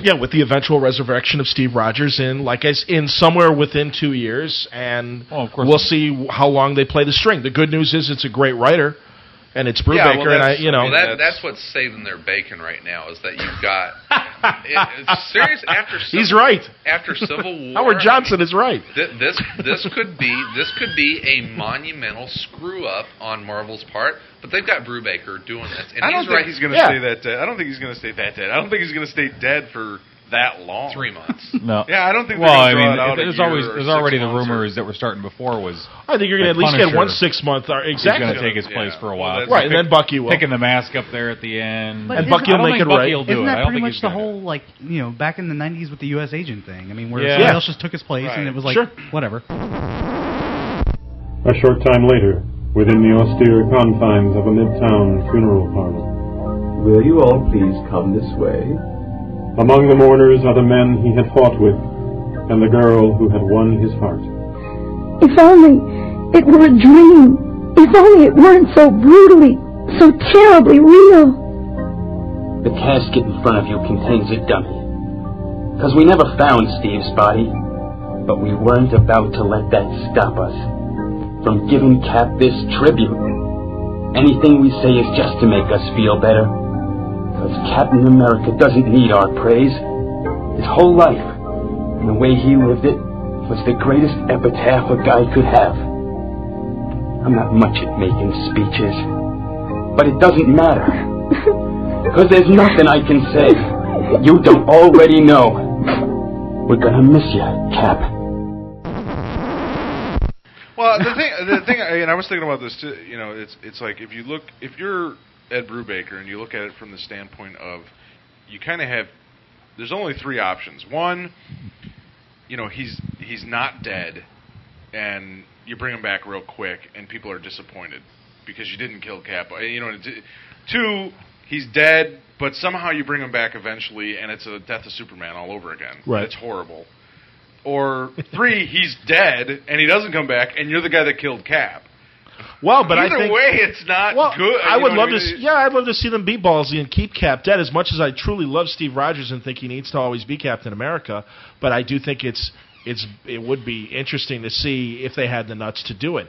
Speaker 1: yeah, with the eventual resurrection of Steve Rogers in like I s- in somewhere within two years, and we'll see w- how long they play the string. The good news is it's a great writer, and it's Brubaker, and I, you know,
Speaker 2: well, that, that's what's saving their bacon right now is that you've got. it, it's serious after Civil,
Speaker 1: he's right.
Speaker 2: after Civil War.
Speaker 1: Howard Johnson is right.
Speaker 2: Th- this this could be this could be a monumental screw up on Marvel's part, but they've got Brubaker doing this, and
Speaker 3: I don't
Speaker 2: he's
Speaker 3: think
Speaker 2: right.
Speaker 3: he's gonna stay that dead. I don't think he's gonna stay that dead. I don't think he's gonna stay dead for that long.
Speaker 2: Three months.
Speaker 9: No.
Speaker 3: Yeah, I don't think.
Speaker 9: Well,
Speaker 3: they're
Speaker 9: I
Speaker 3: gonna
Speaker 9: mean,
Speaker 3: draw it out a
Speaker 9: there's
Speaker 3: year
Speaker 9: always
Speaker 3: or
Speaker 9: there's
Speaker 3: six
Speaker 9: already the
Speaker 3: months or-
Speaker 9: rumors that were starting before was.
Speaker 1: I think you're gonna at
Speaker 9: that
Speaker 1: least get
Speaker 9: Punisher
Speaker 1: one six month arc.
Speaker 9: is
Speaker 1: Exactly.
Speaker 9: gonna take his place for a while,
Speaker 1: that's- Right, and then Bucky will.
Speaker 9: picking the mask up there at the end.
Speaker 1: But And isn't- Bucky will
Speaker 9: I don't
Speaker 1: make
Speaker 9: think
Speaker 1: it
Speaker 9: Bucky
Speaker 1: right.
Speaker 9: will do
Speaker 6: Isn't
Speaker 9: it.
Speaker 6: that
Speaker 9: I don't
Speaker 6: pretty
Speaker 9: think
Speaker 6: much
Speaker 9: he's
Speaker 6: the
Speaker 9: gonna do it.
Speaker 6: whole like you know back in the '90s with the U.S. agent thing? I mean, where
Speaker 9: Yeah.
Speaker 6: someone
Speaker 9: Yeah.
Speaker 6: else just took his place and
Speaker 9: Right.
Speaker 6: it was like
Speaker 9: Sure.
Speaker 6: whatever.
Speaker 16: A short time later, within the austere confines of a midtown funeral parlor.
Speaker 20: Will you all please come this way?
Speaker 16: Among the mourners are the men he had fought with, and the girl who had won his heart.
Speaker 21: If only it were a dream. If only it weren't so brutally, so terribly real.
Speaker 18: The casket in front of you contains a dummy. Because we never found Steve's body, but we weren't about to let that stop us from giving Cap this tribute. Anything we say is just to make us feel better. Because Captain America doesn't need our praise. His whole life, and the way he lived it, was the greatest epitaph a guy could have. I'm not much at making speeches, but it doesn't matter. Because there's nothing I can say you don't already know. We're gonna miss you, Cap.
Speaker 3: Well, the thing, the thing, I- and I was thinking about this too. You know, it's it's like if you look, if you're Ed Brubaker and you look at it from the standpoint of, you kind of have, there's only three options. One, you know, he's he's not dead, and you bring him back real quick, and people are disappointed because you didn't kill Cap. Uh, You know, it's- two, he's dead, but somehow you bring him back eventually, and it's a death of Superman all over again.
Speaker 1: Right.
Speaker 3: It's horrible. Or three, he's dead and he doesn't come back, and you're the guy that killed Cap.
Speaker 1: Well, but
Speaker 3: Either
Speaker 1: I think
Speaker 3: way, it's not
Speaker 1: well,
Speaker 3: good.
Speaker 1: I
Speaker 3: You
Speaker 1: would
Speaker 3: know
Speaker 1: love
Speaker 3: what
Speaker 1: to.
Speaker 3: I
Speaker 1: s
Speaker 3: mean?
Speaker 1: Yeah, I'd love to see them be ballsy and keep Cap dead. As much as I truly love Steve Rogers and think he needs to always be Captain America, but I do think it's it's it would be interesting to see if they had the nuts to do it.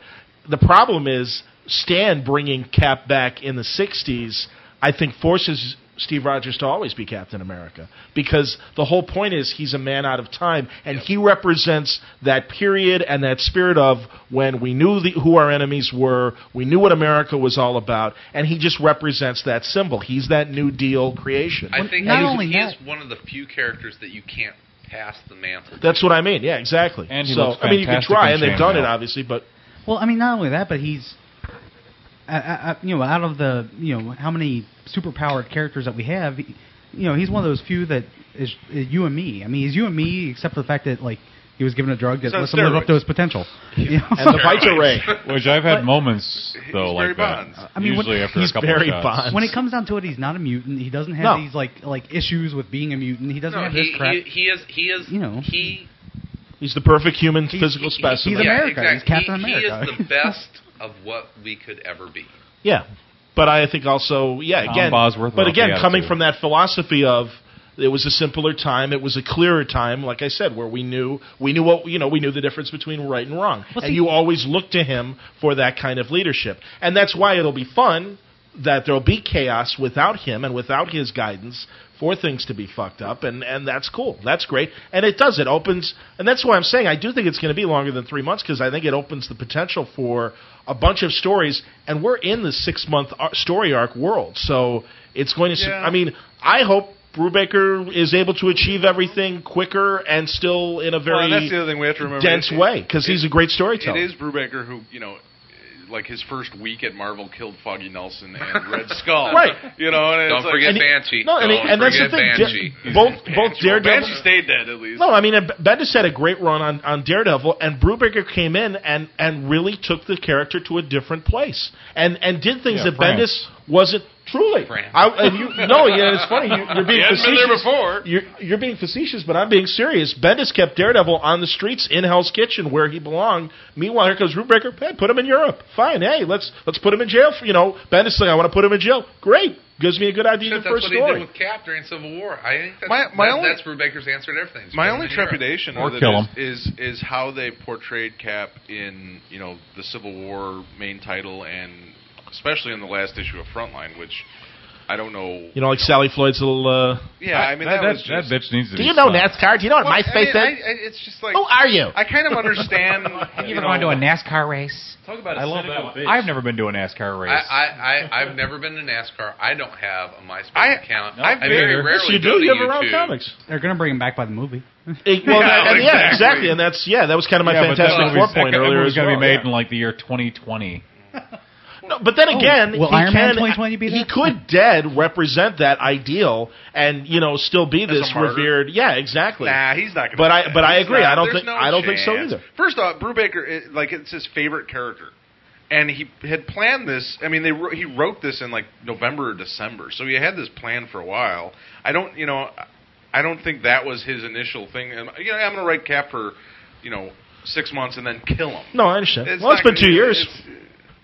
Speaker 1: The problem is Stan bringing Cap back in the '60s. I think forces Steve Rogers to always be Captain America because the whole point is he's a man out of time and he represents that period and that spirit of when we knew the, who our enemies were, we knew what America was all about, and he just represents that symbol. He's that New Deal creation.
Speaker 2: I think
Speaker 1: And
Speaker 2: he's,
Speaker 1: he's-
Speaker 2: he's one of the few characters that you can't pass the mantle.
Speaker 1: that's what I mean. Yeah, exactly.
Speaker 2: And he
Speaker 1: so
Speaker 2: looks
Speaker 1: I mean, you can
Speaker 2: fantastic
Speaker 1: try,
Speaker 2: in
Speaker 1: and they've done it
Speaker 2: chainmail.
Speaker 1: obviously, but
Speaker 6: Well, I mean, not only that, but he's, I, I, I- you know, out of the, you know, how many superpowered characters that we have, he- you know, he's one of those few that is, is you and me. I mean, he's you and me, except for the fact that like he was given a drug that
Speaker 9: He's on
Speaker 6: lets him live up to
Speaker 9: steroids.
Speaker 6: his potential. You know?
Speaker 9: Which I've had moments though like that.
Speaker 6: I mean,
Speaker 9: usually
Speaker 6: when,
Speaker 9: after a couple of shots.
Speaker 6: When it comes down to it, he's not a mutant. He doesn't have
Speaker 2: No.
Speaker 6: these like like issues with being a mutant. He doesn't
Speaker 2: No,
Speaker 6: have
Speaker 2: he,
Speaker 6: this crap.
Speaker 2: he, he is he is
Speaker 6: You know.
Speaker 2: he
Speaker 1: he's the perfect human physical specimen.
Speaker 6: he's America.
Speaker 2: Yeah,
Speaker 6: He's
Speaker 2: exactly.
Speaker 6: Captain
Speaker 2: He-
Speaker 6: America.
Speaker 2: He is the best of what we could ever be.
Speaker 1: Yeah, but I think also, yeah,
Speaker 2: Tom
Speaker 1: again,
Speaker 2: Bosworth
Speaker 1: but
Speaker 2: loved the
Speaker 1: again, coming
Speaker 2: attitude.
Speaker 1: from that philosophy of it was a simpler time, it was a clearer time, like I said, where we knew we knew what you know, we knew the difference between right and wrong,
Speaker 6: Well,
Speaker 1: and
Speaker 6: see-
Speaker 1: you always looked to him for that kind of leadership, and that's why it'll be fun. That there'll be chaos without him and without his guidance for things to be fucked up, and, and that's cool. That's great. And it does. It opens, and that's why I'm saying I do think it's going to be longer than three months because I think it opens the potential for a bunch of stories, and we're in the six month ar- story arc world. So it's going to. su-
Speaker 3: Yeah.
Speaker 1: I mean, I hope Brubaker is able to achieve everything quicker and still in a very
Speaker 3: Well, and that's the other thing we have to remember.
Speaker 1: dense
Speaker 3: It-
Speaker 1: way because he's
Speaker 3: it-
Speaker 1: a great storyteller.
Speaker 3: It is Brubaker who, you know, like his first week at Marvel killed Foggy Nelson and Red Skull.
Speaker 1: Right.
Speaker 3: You know, and
Speaker 2: Don't
Speaker 3: it's like,
Speaker 2: forget
Speaker 1: And he-
Speaker 2: Banshee.
Speaker 1: No, and, he-
Speaker 2: Don't
Speaker 1: and that's the
Speaker 2: forget
Speaker 1: thing.
Speaker 2: Banshee.
Speaker 1: Da- both both Daredevil.
Speaker 3: Banshee stayed dead at least.
Speaker 1: No, I mean and B- Bendis had a great run on, on Daredevil, and Brubaker came in and, and really took the character to a different place, and and did things
Speaker 9: Yeah,
Speaker 1: that
Speaker 9: France.
Speaker 1: Bendis wasn't truly. I, and you, no, yeah, it's funny. You, you're being
Speaker 3: He hadn't
Speaker 1: facetious.
Speaker 3: been there before.
Speaker 1: You're, you're being facetious, but I'm being serious. Bendis kept Daredevil on the streets in Hell's Kitchen where he belonged. Meanwhile, here comes Brubaker. Hey, put him in Europe. Fine. Hey, let's let's put him in jail. For, you know, Bendis saying I want to put him in jail. Great. Gives me a good idea
Speaker 2: Shit, that's
Speaker 1: the
Speaker 2: what
Speaker 1: first
Speaker 2: he
Speaker 1: story.
Speaker 2: did with Cap during Civil War. I think that's,
Speaker 3: My- my
Speaker 2: that-
Speaker 3: only-
Speaker 2: that's Brubaker's answer to everything. Just
Speaker 3: My
Speaker 2: put him
Speaker 3: only
Speaker 2: in Europe.
Speaker 3: trepidation
Speaker 9: Or
Speaker 3: with it
Speaker 9: kill
Speaker 3: is, is is how they portrayed Cap in you know the Civil War main title and especially in the last issue of Frontline, which I don't know.
Speaker 1: You know, like Sally Floyd's little. Uh,
Speaker 3: Yeah, I mean
Speaker 9: that,
Speaker 3: that,
Speaker 9: that,
Speaker 3: was just.
Speaker 9: that bitch needs to
Speaker 1: Do
Speaker 9: be
Speaker 1: you know
Speaker 9: stopped.
Speaker 1: NASCAR? Do you know what
Speaker 3: Well, I
Speaker 1: MySpace
Speaker 3: mean, I-
Speaker 1: is?
Speaker 3: I- it's just like
Speaker 1: Who are you?
Speaker 3: I kind of understand.
Speaker 2: You
Speaker 3: you
Speaker 2: ever
Speaker 3: know,
Speaker 2: gone to a
Speaker 22: NASCAR race.
Speaker 2: Talk about
Speaker 9: I
Speaker 2: a
Speaker 9: love
Speaker 2: son of
Speaker 9: that.
Speaker 2: a bitch.
Speaker 9: I've never been to a NASCAR race.
Speaker 2: I, I, I, I've never been to NASCAR. I don't have a MySpace account.
Speaker 9: No,
Speaker 2: I
Speaker 9: I've
Speaker 2: very
Speaker 9: been.
Speaker 2: rarely
Speaker 1: Yes, you
Speaker 2: go
Speaker 1: do.
Speaker 2: to
Speaker 1: You have around
Speaker 2: YouTube.
Speaker 1: comics.
Speaker 6: They're gonna bring him back by the movie.
Speaker 1: It- well,
Speaker 6: Yeah,
Speaker 1: that- and yeah, exactly.
Speaker 6: exactly.
Speaker 1: And that's yeah, that was kind of my
Speaker 9: Yeah, but that
Speaker 1: fantastic
Speaker 9: movie's-
Speaker 1: four point
Speaker 9: that
Speaker 1: earlier
Speaker 9: movie's
Speaker 1: as
Speaker 9: gonna
Speaker 1: well.
Speaker 9: be made
Speaker 1: yeah.
Speaker 9: in like the year 2020.
Speaker 1: No, but then
Speaker 6: Oh,
Speaker 1: again,
Speaker 6: will
Speaker 1: he
Speaker 6: Iron Man
Speaker 1: can,
Speaker 6: 2020 be
Speaker 1: he
Speaker 6: there?
Speaker 1: could dead represent that ideal and you know still be
Speaker 3: As a
Speaker 1: this
Speaker 3: martyr.
Speaker 1: revered. Yeah, exactly.
Speaker 3: Nah, he's not. Gonna
Speaker 1: But
Speaker 3: do
Speaker 1: I-
Speaker 3: that.
Speaker 1: but I
Speaker 3: He's
Speaker 1: agree.
Speaker 3: not-
Speaker 1: I don't
Speaker 3: there's
Speaker 1: think-
Speaker 3: no
Speaker 1: I don't think so
Speaker 3: chance.
Speaker 1: either.
Speaker 3: First off, Brubaker, it, like it's his favorite character, and he had planned this. I mean, they wr- he wrote this in like November or December, so he had this plan for a while. I don't, you know, I don't think that was his initial thing. And, You know, I'm gonna write Cap for, you know, six months and then kill him.
Speaker 1: No, I understand.
Speaker 3: It's
Speaker 1: well, it's
Speaker 3: not
Speaker 1: been
Speaker 3: gonna-
Speaker 1: two years.
Speaker 3: it's-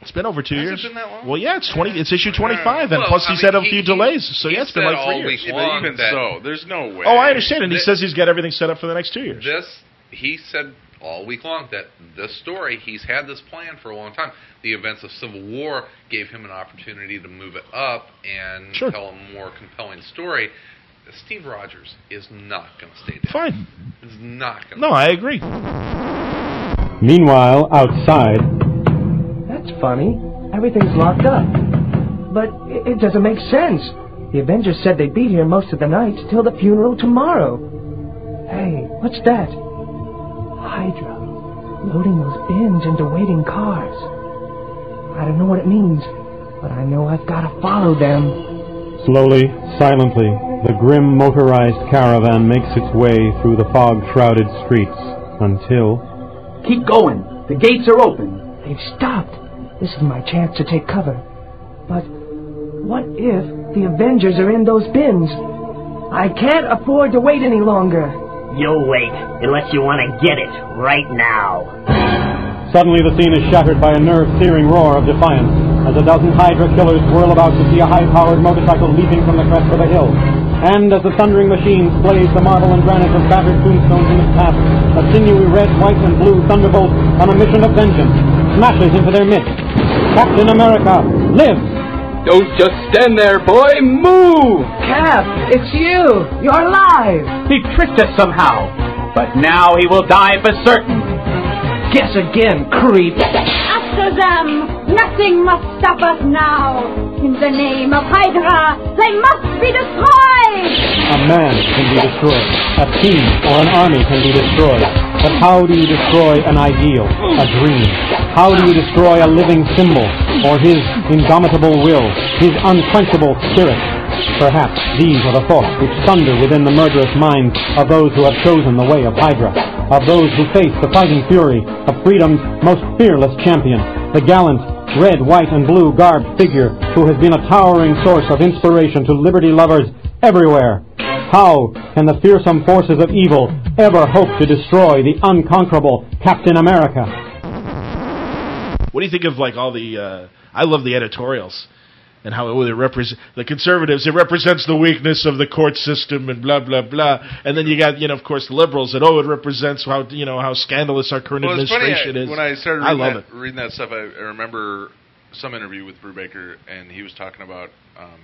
Speaker 1: it's been over two
Speaker 3: Has it
Speaker 1: years.
Speaker 3: been that long?
Speaker 1: Well, yeah, it's twenty. It's issue twenty five, and
Speaker 2: Well,
Speaker 1: plus
Speaker 2: I
Speaker 1: he's had a
Speaker 2: mean,
Speaker 1: few
Speaker 2: he-
Speaker 1: delays. So
Speaker 2: he
Speaker 1: yeah, it's been
Speaker 2: said
Speaker 1: like
Speaker 2: all
Speaker 1: three years.
Speaker 2: week
Speaker 3: But
Speaker 2: long
Speaker 3: even
Speaker 2: that-
Speaker 3: so, there's no way.
Speaker 1: Oh, I understand, and he
Speaker 2: Th-
Speaker 1: says he's got everything set up for the next two years.
Speaker 2: This he said all week long that this story he's had this plan for a long time. The events of Civil War gave him an opportunity to move it up and
Speaker 1: Sure.
Speaker 2: tell a more compelling story. Steve Rogers is not going to stay down.
Speaker 1: Fine.
Speaker 2: It's not going
Speaker 1: No, I agree.
Speaker 16: Meanwhile, outside,
Speaker 18: That's funny. Everything's locked up. But i- it doesn't make sense. The Avengers said they'd be here most of the night till the funeral tomorrow. Hey, what's that? Hydra. Loading those bins into waiting cars. I don't know what it means, but I know I've got to follow them.
Speaker 16: slowly, silently, the grim motorized caravan makes its way through the fog shrouded streets until.
Speaker 18: Keep going. The gates are open. They've stopped. This is my chance to take cover. But what if the Avengers are in those bins? I can't afford to wait any longer.
Speaker 23: You'll wait, unless you want to get it right now.
Speaker 16: Suddenly, the scene is shattered by a nerve searing roar of defiance as a dozen Hydra killers whirl about to see a high powered motorcycle leaping from the crest of a hill. And as the thundering machine splays the marble and granite of battered tombstones in its path, a sinewy red, white, and blue thunderbolt on a mission of vengeance smashes into their midst. Captain America lives!
Speaker 24: Don't just stand there, boy. Move!
Speaker 18: Cap, it's you! You're alive!
Speaker 24: He tricked us somehow. But now he will die for certain.
Speaker 18: Guess again, creep!
Speaker 8: After them, nothing must stop us now. In the name of Hydra, they must be destroyed!
Speaker 16: A man can be destroyed. A team or an army can be destroyed. But how do you destroy an ideal, a dream? How do you destroy a living symbol, or his indomitable will, his unquenchable spirit? Perhaps these are the thoughts which thunder within the murderous minds of those who have chosen the way of Hydra, of those who face the fighting fury of freedom's most fearless champion, the gallant, red, white, and blue garbed figure who has been a towering source of inspiration to liberty lovers everywhere. How can the fearsome forces of evil ever hope to destroy the unconquerable Captain America?
Speaker 1: What do you think of like all the? Uh, I love the editorials and how it, represents the conservatives. It represents the weakness of the court system and blah blah blah. And then you got you know of course liberals that oh it represents how you know how scandalous our current
Speaker 3: Well, it's funny,
Speaker 1: administration
Speaker 3: I-
Speaker 1: is.
Speaker 3: When I started
Speaker 1: I
Speaker 3: reading,
Speaker 1: love it.
Speaker 3: that, reading that stuff, I, I remember some interview with Brubaker, and he was talking about, um,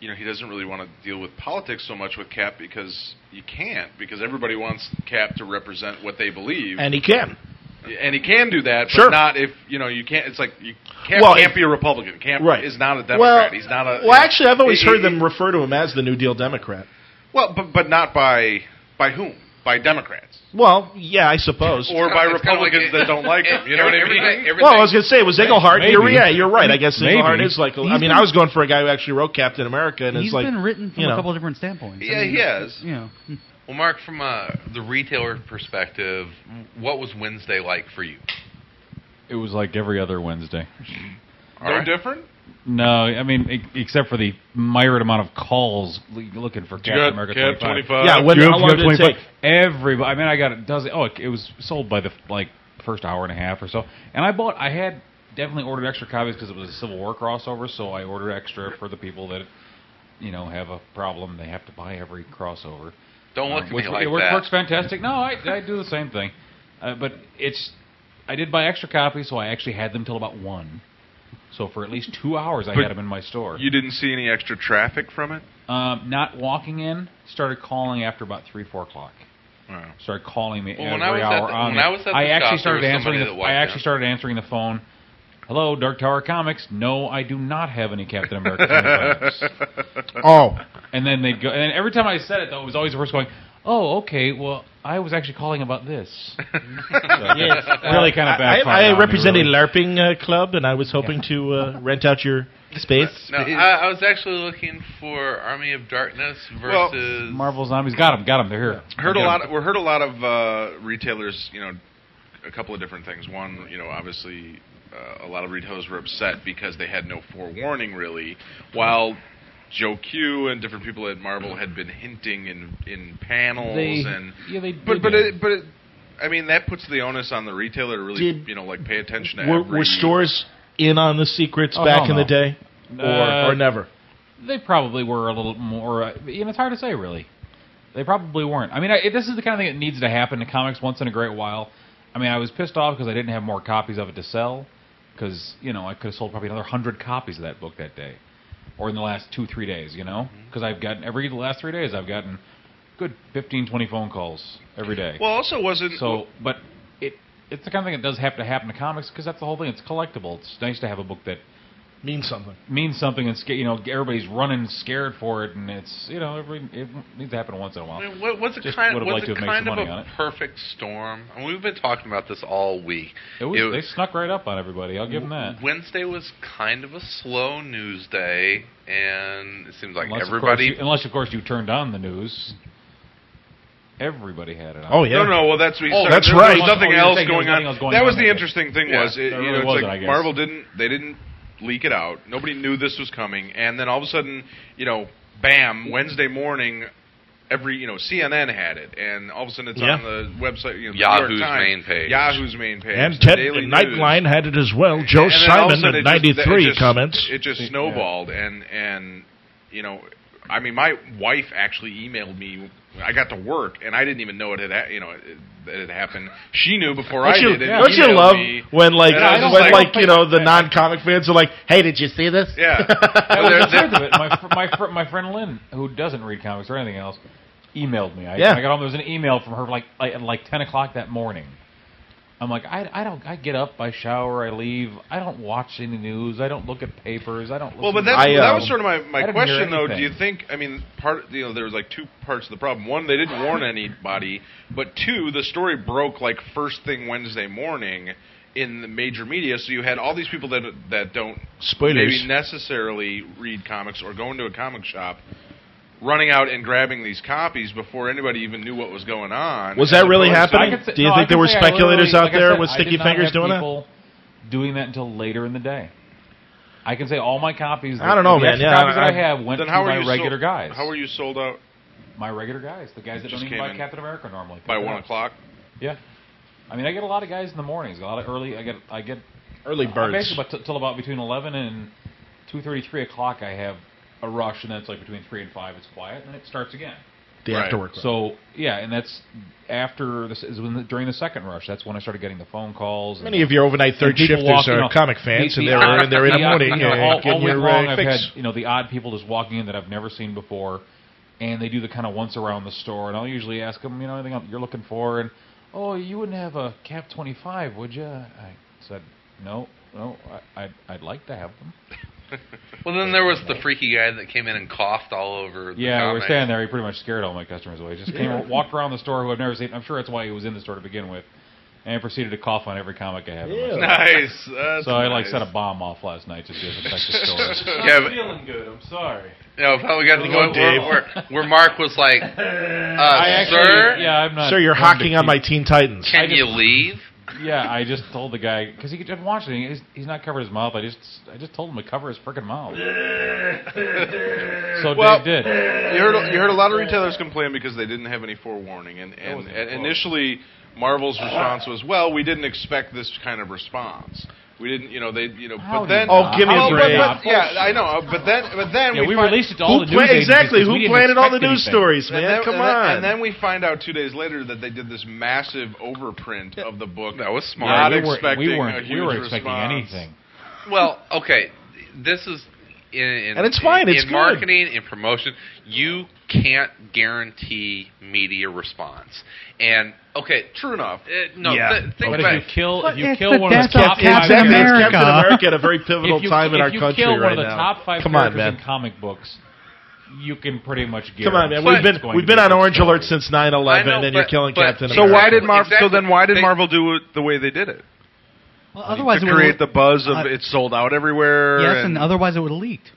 Speaker 3: you know, he doesn't really want to deal with politics so much with Cap because you can't, because everybody wants Cap to represent what they believe.
Speaker 1: And he can.
Speaker 2: and he can do that, but
Speaker 1: Sure.
Speaker 2: not if you know you can't. It's like you can't,
Speaker 25: Well,
Speaker 2: can't
Speaker 25: if-
Speaker 2: be a Republican. Can't
Speaker 25: Right.
Speaker 2: is not a Democrat.
Speaker 25: Well,
Speaker 2: he's not a.
Speaker 25: well, actually, I've always
Speaker 2: he-
Speaker 25: heard
Speaker 2: he-
Speaker 25: them refer to him as the New Deal Democrat.
Speaker 2: Well, but but not by by whom? By Democrats
Speaker 25: Well, yeah, I suppose.
Speaker 2: or by Republicans that don't like him. You know what I mean?
Speaker 25: well, I was going to say it was Engelhart.
Speaker 2: Maybe.
Speaker 25: You're, yeah, you're right. I guess
Speaker 2: Maybe.
Speaker 25: Engelhart is like. I
Speaker 6: He's
Speaker 25: mean,
Speaker 6: been-
Speaker 25: I was going for a guy who actually wrote Captain America, and
Speaker 6: He's
Speaker 25: it's like
Speaker 6: been written from
Speaker 25: you know,
Speaker 6: a couple of different standpoints. I
Speaker 2: Yeah,
Speaker 6: mean,
Speaker 2: he
Speaker 6: it's-
Speaker 2: has.
Speaker 6: You know,
Speaker 2: Well, Mark, from uh, the retailer perspective, what was Wednesday like for you?
Speaker 9: It was like every other Wednesday.
Speaker 2: No different.
Speaker 9: No, I mean e- except for the myriad amount of calls l- looking for
Speaker 2: Do you
Speaker 9: Captain
Speaker 2: got
Speaker 9: America
Speaker 2: Cap 25?
Speaker 25: Yeah, when-
Speaker 9: Do you
Speaker 25: how
Speaker 9: have
Speaker 25: long
Speaker 9: Cap
Speaker 25: did it
Speaker 9: 25?
Speaker 25: take?
Speaker 9: Everybody. I mean, I got it. Does Oh, it, it was sold by the f- like first hour and a half or so. And I bought. I had definitely ordered extra copies because it was a Civil War crossover, so I ordered extra for the people that you know have a problem. They have to buy every crossover. Um,
Speaker 2: Don't look at me
Speaker 9: which,
Speaker 2: like
Speaker 9: it works,
Speaker 2: that.
Speaker 9: works fantastic. No, I, I do the same thing, uh, but it's. I did buy extra copies, so I actually had them till about one. So for at least two hours, I
Speaker 3: But
Speaker 9: had them in my store.
Speaker 3: You didn't see any extra traffic from it?
Speaker 9: Um, not walking in, started calling after about three, four o'clock. Started calling me
Speaker 2: Well, when
Speaker 9: every
Speaker 2: I was at
Speaker 9: hour.
Speaker 2: the-
Speaker 9: on
Speaker 2: when
Speaker 9: there.
Speaker 2: I was at the shop, there
Speaker 9: actually
Speaker 2: was
Speaker 9: started
Speaker 2: somebody
Speaker 9: answering. The,
Speaker 2: that walked
Speaker 9: I actually
Speaker 2: in.
Speaker 9: started answering the phone. Hello, Dark Tower Comics. No, I do not have any Captain America. comics.
Speaker 25: Oh.
Speaker 9: and then they'd go. And every time I said it, though, it was always the first going. Oh, okay. Well, I was actually calling about this. So, Uh, really kind of
Speaker 25: I,
Speaker 9: backfired.
Speaker 25: I,
Speaker 9: on me,
Speaker 25: represent
Speaker 9: really.
Speaker 25: a LARPing uh, club, and I was hoping to uh, rent out your space.
Speaker 2: No, I, I was actually looking for Army of Darkness
Speaker 3: Well,
Speaker 2: versus
Speaker 9: Marvel Zombies. Got them. Got them. They're here.
Speaker 3: Heard
Speaker 9: Get
Speaker 3: a
Speaker 9: 'em.
Speaker 3: lot. Of, we heard a lot of uh, retailers. You know, a couple of different things. One, you know, obviously, uh, a lot of retailers were upset because they had no forewarning, really. While Joe Q and different people at Marvel had been hinting in in panels
Speaker 9: They-
Speaker 3: and
Speaker 9: yeah, they
Speaker 3: but
Speaker 9: did
Speaker 3: but
Speaker 9: that.
Speaker 3: it, but it, I mean that puts the onus on the retailer to really
Speaker 25: Did-
Speaker 3: you know like pay attention to
Speaker 25: Were,
Speaker 3: every
Speaker 25: were stores in on the secrets
Speaker 9: Oh,
Speaker 25: back
Speaker 9: hell
Speaker 25: in the
Speaker 9: no.
Speaker 25: day,
Speaker 9: Uh,
Speaker 25: or or never?
Speaker 9: They probably were a little more. uh, You know, it's hard to say, really. They probably weren't. I mean, I, this is the kind of thing that needs to happen to comics once in a great while. I mean, I was pissed off because I didn't have more copies of it to sell, because you know I could have sold probably another hundred copies of that book that day, or in the last two three days. You know, because I've gotten every the last three days I've gotten good 15, 20 phone calls every day.
Speaker 3: Well, also wasn't-
Speaker 9: so, but it it's the kind of thing that does have to happen to comics because that's the whole thing. It's collectible. It's nice to have a book that
Speaker 25: Means something.
Speaker 9: means something and sca- you know everybody's running scared for it and it's you know every, it needs to happen once in a while.
Speaker 2: I mean, what, what's a
Speaker 9: Just
Speaker 2: kind,
Speaker 9: would have
Speaker 2: what's
Speaker 9: liked to
Speaker 2: a kind
Speaker 9: have made some
Speaker 2: of
Speaker 9: money
Speaker 2: a
Speaker 9: on it.
Speaker 2: perfect storm? I mean, we've been talking about this all week.
Speaker 9: It was, they snuck right up on everybody. I'll give them that.
Speaker 2: Wednesday was kind of a slow news day, and it seems like
Speaker 9: Unless,
Speaker 2: everybody.
Speaker 9: of course, you, unless of course you turned on the news. Everybody had it. on.
Speaker 3: No, no. Well, that's what he
Speaker 9: Oh,
Speaker 3: said.
Speaker 9: that's
Speaker 3: There
Speaker 9: right.
Speaker 3: Was nothing
Speaker 9: Oh, you're
Speaker 3: else
Speaker 9: saying there was
Speaker 3: going on.
Speaker 9: nothing else going
Speaker 3: that
Speaker 9: on
Speaker 3: was the
Speaker 9: that
Speaker 3: interesting thing
Speaker 9: Yeah,
Speaker 3: was it,
Speaker 9: there
Speaker 3: you know
Speaker 9: really
Speaker 3: it's
Speaker 9: wasn't, I
Speaker 3: like
Speaker 9: guess.
Speaker 3: Marvel didn't they didn't leak it out. Nobody knew this was coming, and then all of a sudden, you know, bam! Wednesday morning, every you know CNN had it, and all of a sudden it's
Speaker 25: Yeah.
Speaker 3: on the website. You know, the New
Speaker 2: Yahoo's
Speaker 3: York Times,
Speaker 2: main page.
Speaker 3: Yahoo's main page.
Speaker 25: And
Speaker 3: the
Speaker 25: Ted
Speaker 3: Daily News.
Speaker 25: Nightline had it as well. Joe
Speaker 3: And then all of
Speaker 25: Simon
Speaker 3: a sudden
Speaker 25: in
Speaker 3: it just- it
Speaker 25: '93
Speaker 3: just-
Speaker 25: comments.
Speaker 3: It just snowballed, and and you know, I mean, my wife actually emailed me. I got to work, and I didn't even know it had ha- you know it, that it happened. She knew before I
Speaker 25: Don't you,
Speaker 3: did. and
Speaker 25: don't you
Speaker 3: emailed
Speaker 25: love
Speaker 3: me,
Speaker 25: when like
Speaker 3: and I was just
Speaker 25: when like you know the non-comic fans are like, "Hey, did you see this?"
Speaker 3: Yeah.
Speaker 9: I
Speaker 25: Well,
Speaker 9: was
Speaker 25: there's-
Speaker 9: afraid of it. My, fr- my, fr- my friend Lynn, who doesn't read comics or anything else, emailed me. I,
Speaker 25: Yeah.
Speaker 9: I got home. There was an email from her like, like at like ten o'clock that morning. I'm like, I, I don't. I get up, I shower, I leave. I don't watch any news. I don't look at papers. I don't.
Speaker 3: Well,
Speaker 9: listen
Speaker 3: but
Speaker 9: to-
Speaker 3: that's, that
Speaker 25: um,
Speaker 3: was sort of my,
Speaker 9: I
Speaker 3: my
Speaker 9: didn't hear
Speaker 3: question, though. Do you
Speaker 9: anything.
Speaker 3: think? I mean, part you know, there was like two parts of the problem. One, they didn't warn anybody, but two, the story broke like first thing Wednesday morning in the major media. So you had all these people that that don't
Speaker 25: Spoilers.
Speaker 3: maybe necessarily read comics or go into a comic shop. Running out and grabbing these copies before anybody even knew what was going on.
Speaker 25: Was that
Speaker 3: As
Speaker 25: really
Speaker 3: opposed to-
Speaker 25: happening? Do you
Speaker 9: I
Speaker 25: think
Speaker 9: can
Speaker 25: there were
Speaker 9: say I
Speaker 25: speculators
Speaker 9: literally-
Speaker 25: out
Speaker 9: like I
Speaker 25: there
Speaker 9: said,
Speaker 25: with
Speaker 9: I
Speaker 25: sticky
Speaker 9: did not
Speaker 25: fingers
Speaker 9: have
Speaker 25: doing that?
Speaker 9: people Doing that until later in the day. I can say all my copies.
Speaker 25: I don't know,
Speaker 9: the
Speaker 25: man.
Speaker 9: extra
Speaker 25: Yeah,
Speaker 9: copies that
Speaker 25: I-
Speaker 9: I have went
Speaker 25: Then
Speaker 9: to
Speaker 25: how are
Speaker 9: my
Speaker 25: you
Speaker 9: regular
Speaker 3: sold-
Speaker 9: guys.
Speaker 3: How were you sold out?
Speaker 9: My regular guys, the guys that
Speaker 3: Just
Speaker 9: don't even
Speaker 3: came
Speaker 9: buy
Speaker 3: in.
Speaker 9: Captain America normally.
Speaker 3: By
Speaker 9: Yeah.
Speaker 3: one o'clock.
Speaker 9: Yeah, I mean, I get a lot of guys in the mornings. A lot of early. I get. I get
Speaker 25: Early
Speaker 9: I
Speaker 25: birds.
Speaker 9: Basically, but t- till about between eleven and two thirty, three o'clock, I have a rush, and then it's like between three and five, it's quiet, and then it starts again.
Speaker 25: They have to work.
Speaker 9: So yeah, and that's after this is when the, during the second rush. That's when I started getting the phone calls. and-
Speaker 25: Many of your overnight third
Speaker 9: and people
Speaker 25: shifters
Speaker 9: walking
Speaker 25: are
Speaker 9: off.
Speaker 25: comic fans, and they're- and they're in the
Speaker 9: odd-
Speaker 25: morning,
Speaker 9: you know,
Speaker 25: uh,
Speaker 9: all,
Speaker 25: getting
Speaker 9: all week
Speaker 25: your,
Speaker 9: long,
Speaker 25: uh,
Speaker 9: I've
Speaker 25: fix.
Speaker 9: had you know the odd people just walking in that I've never seen before, and they do the kind of once around the store, and I'll usually ask them, you know, anything you're looking for, and "Oh, you wouldn't have a Cap 25, would you?" I said, "No, no, I, I'd, I'd like to have them."
Speaker 2: Well, then there was the freaky guy that came in and coughed all over. The
Speaker 9: Yeah, we
Speaker 2: comics.
Speaker 9: were standing there. He pretty much scared all my customers away. He just came,
Speaker 2: Yeah.
Speaker 9: walked around the store who I've never seen. I'm sure that's why he was in the store to begin with, and proceeded to cough on every comic I had. in my
Speaker 2: Ew.
Speaker 9: store.
Speaker 2: Nice, that's
Speaker 9: so I like
Speaker 2: nice.
Speaker 9: set a bomb off last night to disinfect the store.
Speaker 2: Yeah, but-
Speaker 9: feeling good. I'm sorry.
Speaker 2: You know, probably got to the
Speaker 9: Go,
Speaker 2: point where,
Speaker 9: Dave.
Speaker 2: where, where Mark was like, uh, "Sir,
Speaker 9: yeah, I'm not.
Speaker 1: Sir, you're
Speaker 9: one to
Speaker 1: hocking on
Speaker 9: keep-
Speaker 1: my Teen Titans.
Speaker 2: can you leave?"
Speaker 9: Yeah, I just told the guy because he could just watch it. and He's, he's not covered his mouth. I just I just told him to cover his freaking mouth. so
Speaker 3: well,
Speaker 9: Dave did.
Speaker 3: You heard you heard a lot of retailers complain because they didn't have any forewarning, and and, and initially Marvel's response was, "Well, we didn't expect this kind of response." We didn't, you know, they, you know,
Speaker 1: How
Speaker 3: but then,
Speaker 1: did Oh, not? give me a
Speaker 3: Oh, but-
Speaker 1: break.
Speaker 3: but- yeah, I know, uh, but then, but then
Speaker 1: Yeah, we
Speaker 3: find-
Speaker 1: released it to all Who the news pla- agencies exactly, because we who didn't planted all the expect news anything. stories,
Speaker 3: And
Speaker 1: man?
Speaker 3: then-
Speaker 1: Come
Speaker 3: and then-
Speaker 1: on.
Speaker 3: and then we find out two days later that they did this massive overprint of the book. That was
Speaker 9: smart.
Speaker 3: Not
Speaker 9: Yeah, we weren't- we
Speaker 3: expecting
Speaker 9: weren't-
Speaker 3: a
Speaker 9: we
Speaker 3: huge
Speaker 9: were expecting
Speaker 3: response.
Speaker 9: anything.
Speaker 2: Well, okay, this is in, in
Speaker 1: And it's fine,
Speaker 2: In,
Speaker 1: it's
Speaker 2: in
Speaker 1: good.
Speaker 2: marketing and promotion, you can't guarantee media response. And okay, true enough. Uh, no,
Speaker 1: Yeah.
Speaker 2: th- think
Speaker 1: But if
Speaker 2: about
Speaker 1: you kill-
Speaker 9: if you But kill it's one of the the death top of five Captain
Speaker 1: Captain America.
Speaker 9: America.
Speaker 1: at a very pivotal
Speaker 9: if you,
Speaker 1: time in
Speaker 9: if
Speaker 1: our
Speaker 9: you
Speaker 1: country
Speaker 9: kill one
Speaker 1: right
Speaker 9: of the
Speaker 1: now.
Speaker 9: top five
Speaker 1: Come on,
Speaker 9: characters
Speaker 1: man.
Speaker 9: in comic books, you can pretty much get.
Speaker 1: Come on, man. We've been we've been on orange alert since 9/11,
Speaker 9: I know,
Speaker 1: and you're
Speaker 9: but-
Speaker 1: killing
Speaker 9: but-
Speaker 1: Captain.
Speaker 3: So why did Marvel?
Speaker 1: Exactly.
Speaker 3: So then, why did
Speaker 1: They-
Speaker 3: Marvel do it the way they did it?
Speaker 6: Well, otherwise,
Speaker 3: to
Speaker 6: it would've-
Speaker 3: create the buzz of
Speaker 6: uh,
Speaker 3: it's sold out everywhere.
Speaker 6: Yes, and otherwise it would have leaked.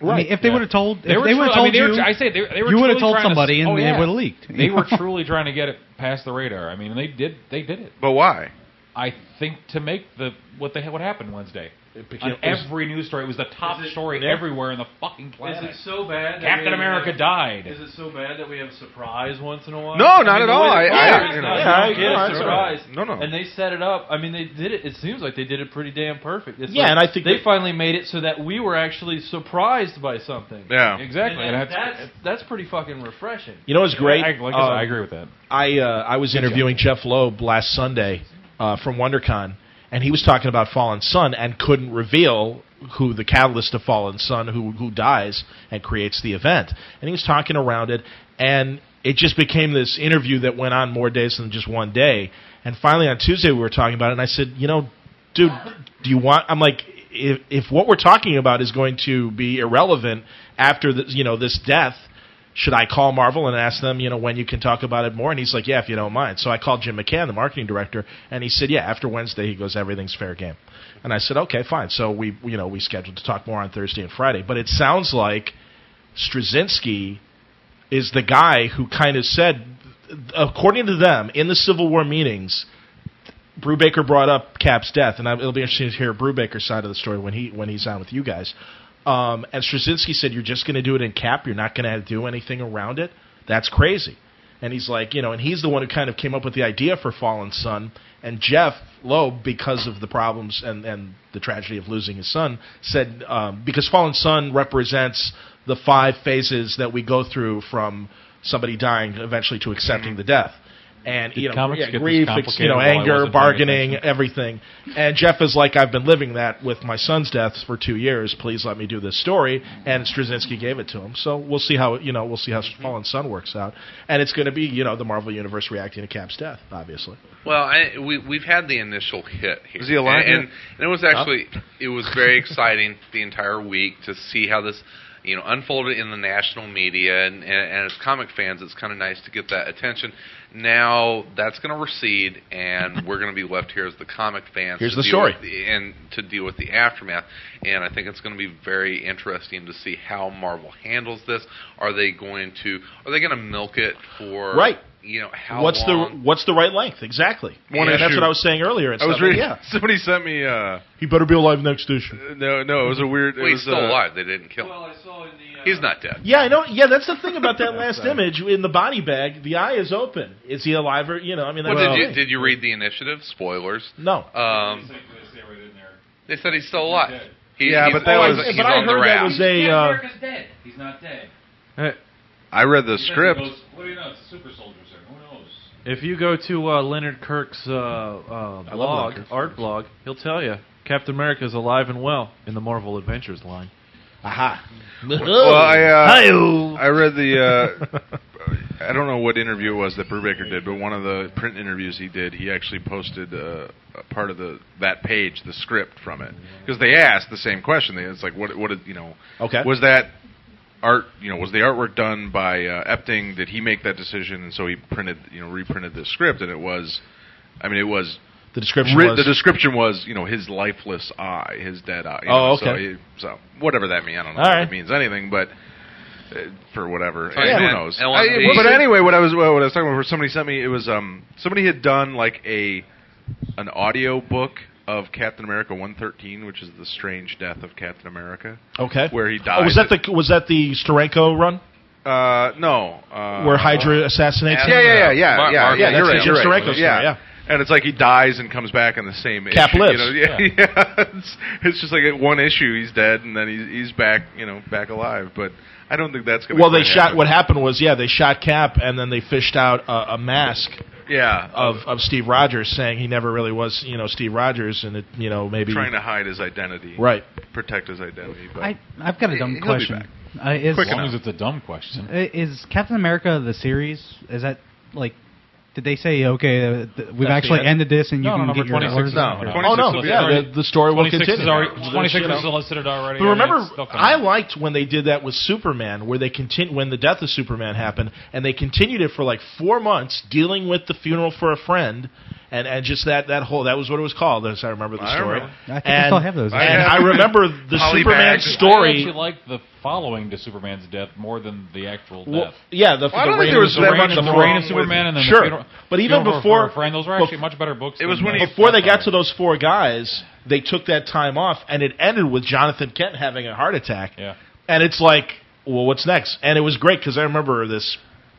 Speaker 6: I mean, if they would have told, if
Speaker 9: They were
Speaker 6: they would have
Speaker 9: tru- I
Speaker 6: told
Speaker 9: mean, they were
Speaker 6: you,
Speaker 9: tr- I say they, they were
Speaker 6: you would have
Speaker 9: truly
Speaker 6: told
Speaker 9: trying to
Speaker 6: somebody,
Speaker 9: s-
Speaker 6: and
Speaker 9: oh, yeah.
Speaker 6: it would have leaked.
Speaker 9: They were truly trying to get it past the radar. I mean, they did. They did it.
Speaker 3: But why?
Speaker 9: I think to make the what they what happened Wednesday.
Speaker 1: became-
Speaker 9: On every news story, it was the top story
Speaker 13: yeah.
Speaker 9: everywhere in the fucking planet.
Speaker 13: Is it so bad? that
Speaker 9: Captain
Speaker 13: we
Speaker 9: America
Speaker 13: have-
Speaker 9: died.
Speaker 13: Is it so bad that we have a surprise once in a while?
Speaker 3: No,
Speaker 13: I mean,
Speaker 3: not
Speaker 13: the
Speaker 3: at
Speaker 13: way
Speaker 3: all.
Speaker 13: the
Speaker 3: I- I-
Speaker 13: Hawkeyes
Speaker 3: you
Speaker 13: now,
Speaker 3: know,
Speaker 13: you
Speaker 3: yeah,
Speaker 13: don't get a
Speaker 3: no, that's all right.
Speaker 13: surprise.
Speaker 3: No, no.
Speaker 13: And they set it up. I mean, they did it. It seems like they did it pretty damn perfect. It's
Speaker 1: Yeah,
Speaker 13: like
Speaker 1: and I think
Speaker 13: they
Speaker 1: that-
Speaker 13: finally made it so that we were actually surprised by something.
Speaker 1: Yeah.
Speaker 9: Exactly,
Speaker 13: And
Speaker 9: and
Speaker 13: that-
Speaker 9: that's-
Speaker 13: that's, that's pretty fucking refreshing.
Speaker 1: You know what's great?
Speaker 9: I, like I said,
Speaker 1: Um,
Speaker 9: I agree with that.
Speaker 1: I uh, I was interviewing Jeff Loeb last Sunday uh, from WonderCon, and he was talking about Fallen Sun and couldn't reveal who the catalyst of Fallen Sun, who who dies and creates the event, and he was talking around it, and it just became this interview that went on more days than just one day, and finally on Tuesday we were talking about it, and I said, you know, dude, do you want? I'm like. If, if what we're talking about is going to be irrelevant after this, you know this death, should I call Marvel and ask them, you know, when you can talk about it more? And he's like, yeah, if you don't mind. So I called Jim McCann, the marketing director, and he said, yeah, after Wednesday, he goes, everything's fair game. And I said, okay, fine. So we, you know, we scheduled to talk more on Thursday and Friday. But it sounds like Straczynski is the guy who kind of said, according to them, in the Civil War meetings, Brubaker brought up Cap's death, and I- it'll be interesting to hear Brubaker's side of the story when he when he's on with you guys. Um, and Straczynski said, "You're just going to do it in Cap. You're not going to do anything around it. That's crazy." And he's like, you know, and he's the one who kind of came up with the idea for Fallen Son. And Jeff Loeb, because of the problems and, and the tragedy of losing his son, said um, because Fallen Son represents the five phases that we go through from somebody dying eventually to accepting the death. And
Speaker 9: Did
Speaker 1: you know,
Speaker 9: comics
Speaker 1: yeah,
Speaker 9: get this
Speaker 1: grief, ex- you
Speaker 9: complicated
Speaker 1: know,
Speaker 9: while I
Speaker 1: anger,
Speaker 9: wasn't paying
Speaker 1: bargaining, everything. And Jeff is like, I've been living that with my son's death for two years. Please let me do this story. And Straczynski gave it to him. So we'll see how you know we'll see how
Speaker 3: Mm-hmm.
Speaker 1: Fallen Son works out. And it's going to be you know the Marvel Universe reacting to Cap's death, obviously.
Speaker 2: Well, I, we we've had the initial hit here.
Speaker 1: Is he alive
Speaker 2: And, and,
Speaker 1: yet?
Speaker 2: and it was actually it was very exciting the entire week to see how this you know unfolded in the national media and and, and as comic fans, it's kind of nice to get that attention. Now that's going to recede, and we're going to be left here as the comic fans.
Speaker 1: Here's
Speaker 2: to
Speaker 1: the
Speaker 2: deal
Speaker 1: story.
Speaker 2: with the- and to deal with the aftermath. And I think it's going to be very interesting to see how Marvel handles this. Are they going to are they going to milk it for
Speaker 1: Right.
Speaker 2: You know how
Speaker 1: what's
Speaker 2: long?
Speaker 1: the what's the right length exactly?
Speaker 3: One
Speaker 1: and
Speaker 3: issue.
Speaker 1: that's what I was saying earlier. And
Speaker 3: I was
Speaker 1: stuff.
Speaker 3: reading.
Speaker 1: Yeah.
Speaker 3: Somebody sent me. Uh,
Speaker 1: He better be alive next issue.
Speaker 3: no, no, it was a weird. It
Speaker 2: Well, he's
Speaker 3: was,
Speaker 2: still
Speaker 3: uh,
Speaker 2: alive. They didn't kill him. he's not dead.
Speaker 1: Yeah, I know. Yeah, that's the thing about that last
Speaker 2: right.
Speaker 1: image in the body bag. The eye is open. Is he alive or you know? I mean,
Speaker 2: Well,
Speaker 1: that's the
Speaker 2: did you
Speaker 1: thing.
Speaker 2: did you read the initiative? Spoilers.
Speaker 1: No.
Speaker 2: Um, they said he's still alive. He,
Speaker 3: Yeah,
Speaker 2: he's
Speaker 3: but that
Speaker 2: alive,
Speaker 3: was-
Speaker 2: he's
Speaker 3: but I
Speaker 2: on the
Speaker 3: heard that
Speaker 2: raft.
Speaker 3: was a, uh,
Speaker 7: America's dead. He's not dead.
Speaker 3: I read the
Speaker 7: He
Speaker 3: script.
Speaker 7: goes- what do you know? It's a super soldier serum. Who knows?
Speaker 13: If you go to uh, Leonard Kirk's uh, uh, blog,
Speaker 7: Leonard Kirk's
Speaker 13: art blog, he'll tell you Captain America is alive and well in the Marvel Adventures line.
Speaker 1: Aha.
Speaker 3: Well, I uh, I read the uh, I don't know what interview it was that Brubaker did, but one of the print interviews he did, he actually posted uh, a part of the that page, the script from it, because they asked the same question. They, it's like, what, what did you know?
Speaker 1: Okay.
Speaker 3: Was that art? You know, was the artwork done by uh, Epting? Did he make that decision? And so he printed, you know, reprinted the script, and it was, I mean, it was.
Speaker 1: The description
Speaker 3: writ-
Speaker 1: was-
Speaker 3: the description was you know his lifeless eye, his dead eye. you
Speaker 1: Oh,
Speaker 3: know,
Speaker 1: okay.
Speaker 3: So, he- so whatever that means, I don't know
Speaker 1: All
Speaker 3: if
Speaker 1: right.
Speaker 3: it means anything, but uh, for whatever.
Speaker 1: Sorry,
Speaker 3: Who
Speaker 1: man.
Speaker 3: knows?
Speaker 1: LMD.
Speaker 3: I- but anyway, what I was what I was talking about, where somebody sent me, it was um somebody had done like a an audio book of Captain America 113, which is the strange death of Captain America.
Speaker 1: Okay.
Speaker 3: where he died.
Speaker 1: Oh, was that the was that the Starenko run?
Speaker 3: Uh, no. Uh,
Speaker 1: Where Hydra assassinates
Speaker 3: Yeah,
Speaker 1: him?
Speaker 3: yeah, yeah, yeah,
Speaker 1: Mar-
Speaker 3: yeah.
Speaker 1: Marvel. Yeah,
Speaker 3: yeah, you're
Speaker 1: that's
Speaker 3: right.
Speaker 1: the
Speaker 3: You're
Speaker 1: Jim
Speaker 3: right.
Speaker 1: Steranko story,
Speaker 3: yeah.
Speaker 1: yeah.
Speaker 3: And it's like he dies and comes back in the same
Speaker 1: Cap
Speaker 3: issue.
Speaker 1: lives.
Speaker 3: You know? yeah,
Speaker 1: Yeah.
Speaker 3: yeah. It's, it's just like at one issue he's dead and then he's, he's back, you know, back alive. But I don't think that's going.
Speaker 1: Well, they shot. What happened was, yeah, they shot Cap, and then they fished out a, a mask.
Speaker 3: Yeah.
Speaker 1: Of of Steve Rogers saying he never really was, you know, Steve Rogers, and it, you know, maybe
Speaker 3: Trying to hide his identity.
Speaker 1: Right.
Speaker 3: Protect his identity. But
Speaker 6: I, I've got a dumb
Speaker 3: he'll be
Speaker 6: question.
Speaker 3: back.
Speaker 6: Uh, is,
Speaker 9: Quick As long enough. as it's a dumb question.
Speaker 6: Uh, Is Captain America the series? Is that like? Did they say okay? Uh, th- we've
Speaker 9: That's
Speaker 6: actually
Speaker 9: the end.
Speaker 6: ended this, and you
Speaker 9: No, no,
Speaker 6: can
Speaker 9: number
Speaker 6: get your
Speaker 9: 26
Speaker 6: orders.
Speaker 9: is No. coming up.
Speaker 1: Oh no! Yeah, the, the story will
Speaker 9: 26
Speaker 1: continue.
Speaker 9: is already- 26 is solicited already.
Speaker 1: But
Speaker 9: I mean,
Speaker 1: remember,
Speaker 9: it's still coming.
Speaker 1: I liked when they did that with Superman, where they continu- when the death of Superman happened, and they continued it for like four months, dealing with the funeral for a friend, and and just that that whole that was what it was called. As I remember the
Speaker 9: I
Speaker 1: story.
Speaker 9: remember. I think
Speaker 1: and,
Speaker 9: I still have those.
Speaker 1: And I remember the
Speaker 9: Polybag.
Speaker 1: Superman
Speaker 9: I
Speaker 1: story.
Speaker 9: actually liked the following to Superman's death more than the actual death.
Speaker 1: Well, yeah, the,
Speaker 9: Well, I
Speaker 1: the reign
Speaker 9: don't think there was
Speaker 1: the
Speaker 9: that
Speaker 1: reign
Speaker 9: much
Speaker 1: of
Speaker 9: the
Speaker 1: wrong
Speaker 9: reign of
Speaker 1: with-
Speaker 9: Superman and then the
Speaker 1: sure.
Speaker 9: funeral-
Speaker 1: but even
Speaker 9: funeral for
Speaker 1: before
Speaker 9: a friend, those were
Speaker 1: bef-
Speaker 9: actually much better books
Speaker 1: It was
Speaker 9: than
Speaker 1: when
Speaker 9: the-
Speaker 1: before they got to those four guys, they took that time off, and it ended with Jonathan Kent having a heart attack.
Speaker 9: Yeah.
Speaker 1: And it's like, well, what's next? And it was great because I remember this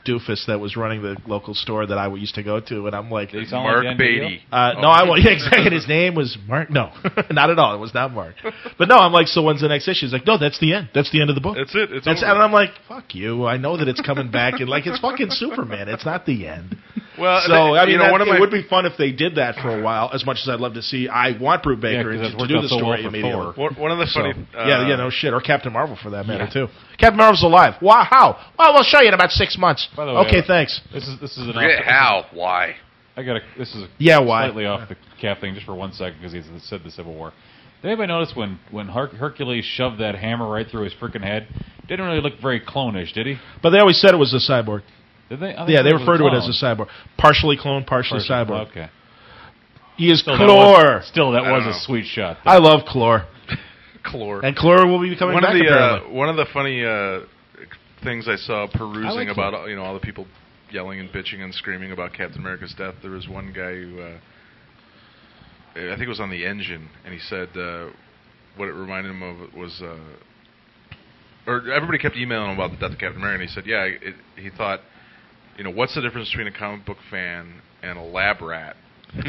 Speaker 1: doofus that was running the local store that I used to go to, and I'm like,
Speaker 3: sound like Mark the NBL? Beatty.
Speaker 1: Uh, No,
Speaker 3: Oh.
Speaker 1: I was yeah, exactly. His name was Mark. No, not at all. It was not Mark. But no, I'm like, so when's the next issue? He's like, no, that's the end. That's the end of the book.
Speaker 3: That's it. It's
Speaker 1: That's,
Speaker 3: over.
Speaker 1: and I'm like, fuck you. I know that it's coming back, and like, it's fucking Superman. It's not the end.
Speaker 3: Well,
Speaker 1: so
Speaker 3: they-
Speaker 1: I mean,
Speaker 3: you know,
Speaker 1: that-
Speaker 3: one of
Speaker 1: it
Speaker 3: my-
Speaker 1: would be fun if they did that for a while. As much as I'd love to see, I want Brew Baker
Speaker 9: 'cause that's
Speaker 1: to
Speaker 9: worked
Speaker 1: do
Speaker 9: out
Speaker 1: the
Speaker 9: so well
Speaker 1: story
Speaker 9: for
Speaker 1: immediately.
Speaker 9: Thor. One- one
Speaker 3: of the funny-
Speaker 1: So, yeah,
Speaker 3: uh,
Speaker 1: yeah, no shit, or Captain Marvel for that matter
Speaker 9: Yeah.
Speaker 1: too. Captain Marvel's alive. Wow, how? Well, we'll show you in about six months.
Speaker 9: By the way,
Speaker 1: okay,
Speaker 9: uh,
Speaker 1: thanks.
Speaker 9: This is this is an
Speaker 1: Forget
Speaker 9: off-
Speaker 1: how,
Speaker 3: why.
Speaker 9: I got a, this is a
Speaker 1: Yeah, why.
Speaker 9: slightly off the cap thing just for one second because he said the Civil War. Did anybody notice when when Her- Hercules shoved that hammer right through his freaking head? Didn't really look very clone-ish, did he?
Speaker 1: But they always said it was a cyborg.
Speaker 9: Did they? I think
Speaker 1: Yeah, they
Speaker 9: was
Speaker 1: refer to it
Speaker 9: clone.
Speaker 1: as a cyborg, partially clone, partially,
Speaker 9: Partially-
Speaker 1: cyborg.
Speaker 9: Okay.
Speaker 1: He is
Speaker 9: Still, that
Speaker 1: Clore.
Speaker 9: was- still, that
Speaker 1: I
Speaker 9: was
Speaker 1: don't
Speaker 9: a
Speaker 1: know.
Speaker 9: sweet shot.
Speaker 1: I love Clore.
Speaker 3: Clore.
Speaker 1: And Clore will be coming
Speaker 3: one
Speaker 1: back
Speaker 3: Of the,
Speaker 1: apparently.
Speaker 3: uh, one of the funny uh, things I saw
Speaker 1: I like
Speaker 3: perusing
Speaker 1: him.
Speaker 3: about all, you know all the people yelling and bitching and screaming about Captain America's death. There was one guy who uh, I think it was on the engine, and he said uh, what it reminded him of was. Uh, or everybody kept emailing him about the death of Captain America, and he said, "Yeah, it, he thought, you know, what's the difference between a comic book fan and a lab rat? if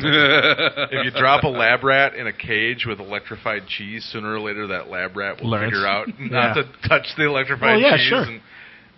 Speaker 3: you drop a lab rat in a cage with electrified cheese, sooner or later that lab rat will
Speaker 1: Learns.
Speaker 3: figure out
Speaker 1: Yeah.
Speaker 3: not to touch the
Speaker 1: Well,
Speaker 3: electrified
Speaker 1: yeah,
Speaker 3: cheese."
Speaker 1: sure.
Speaker 3: And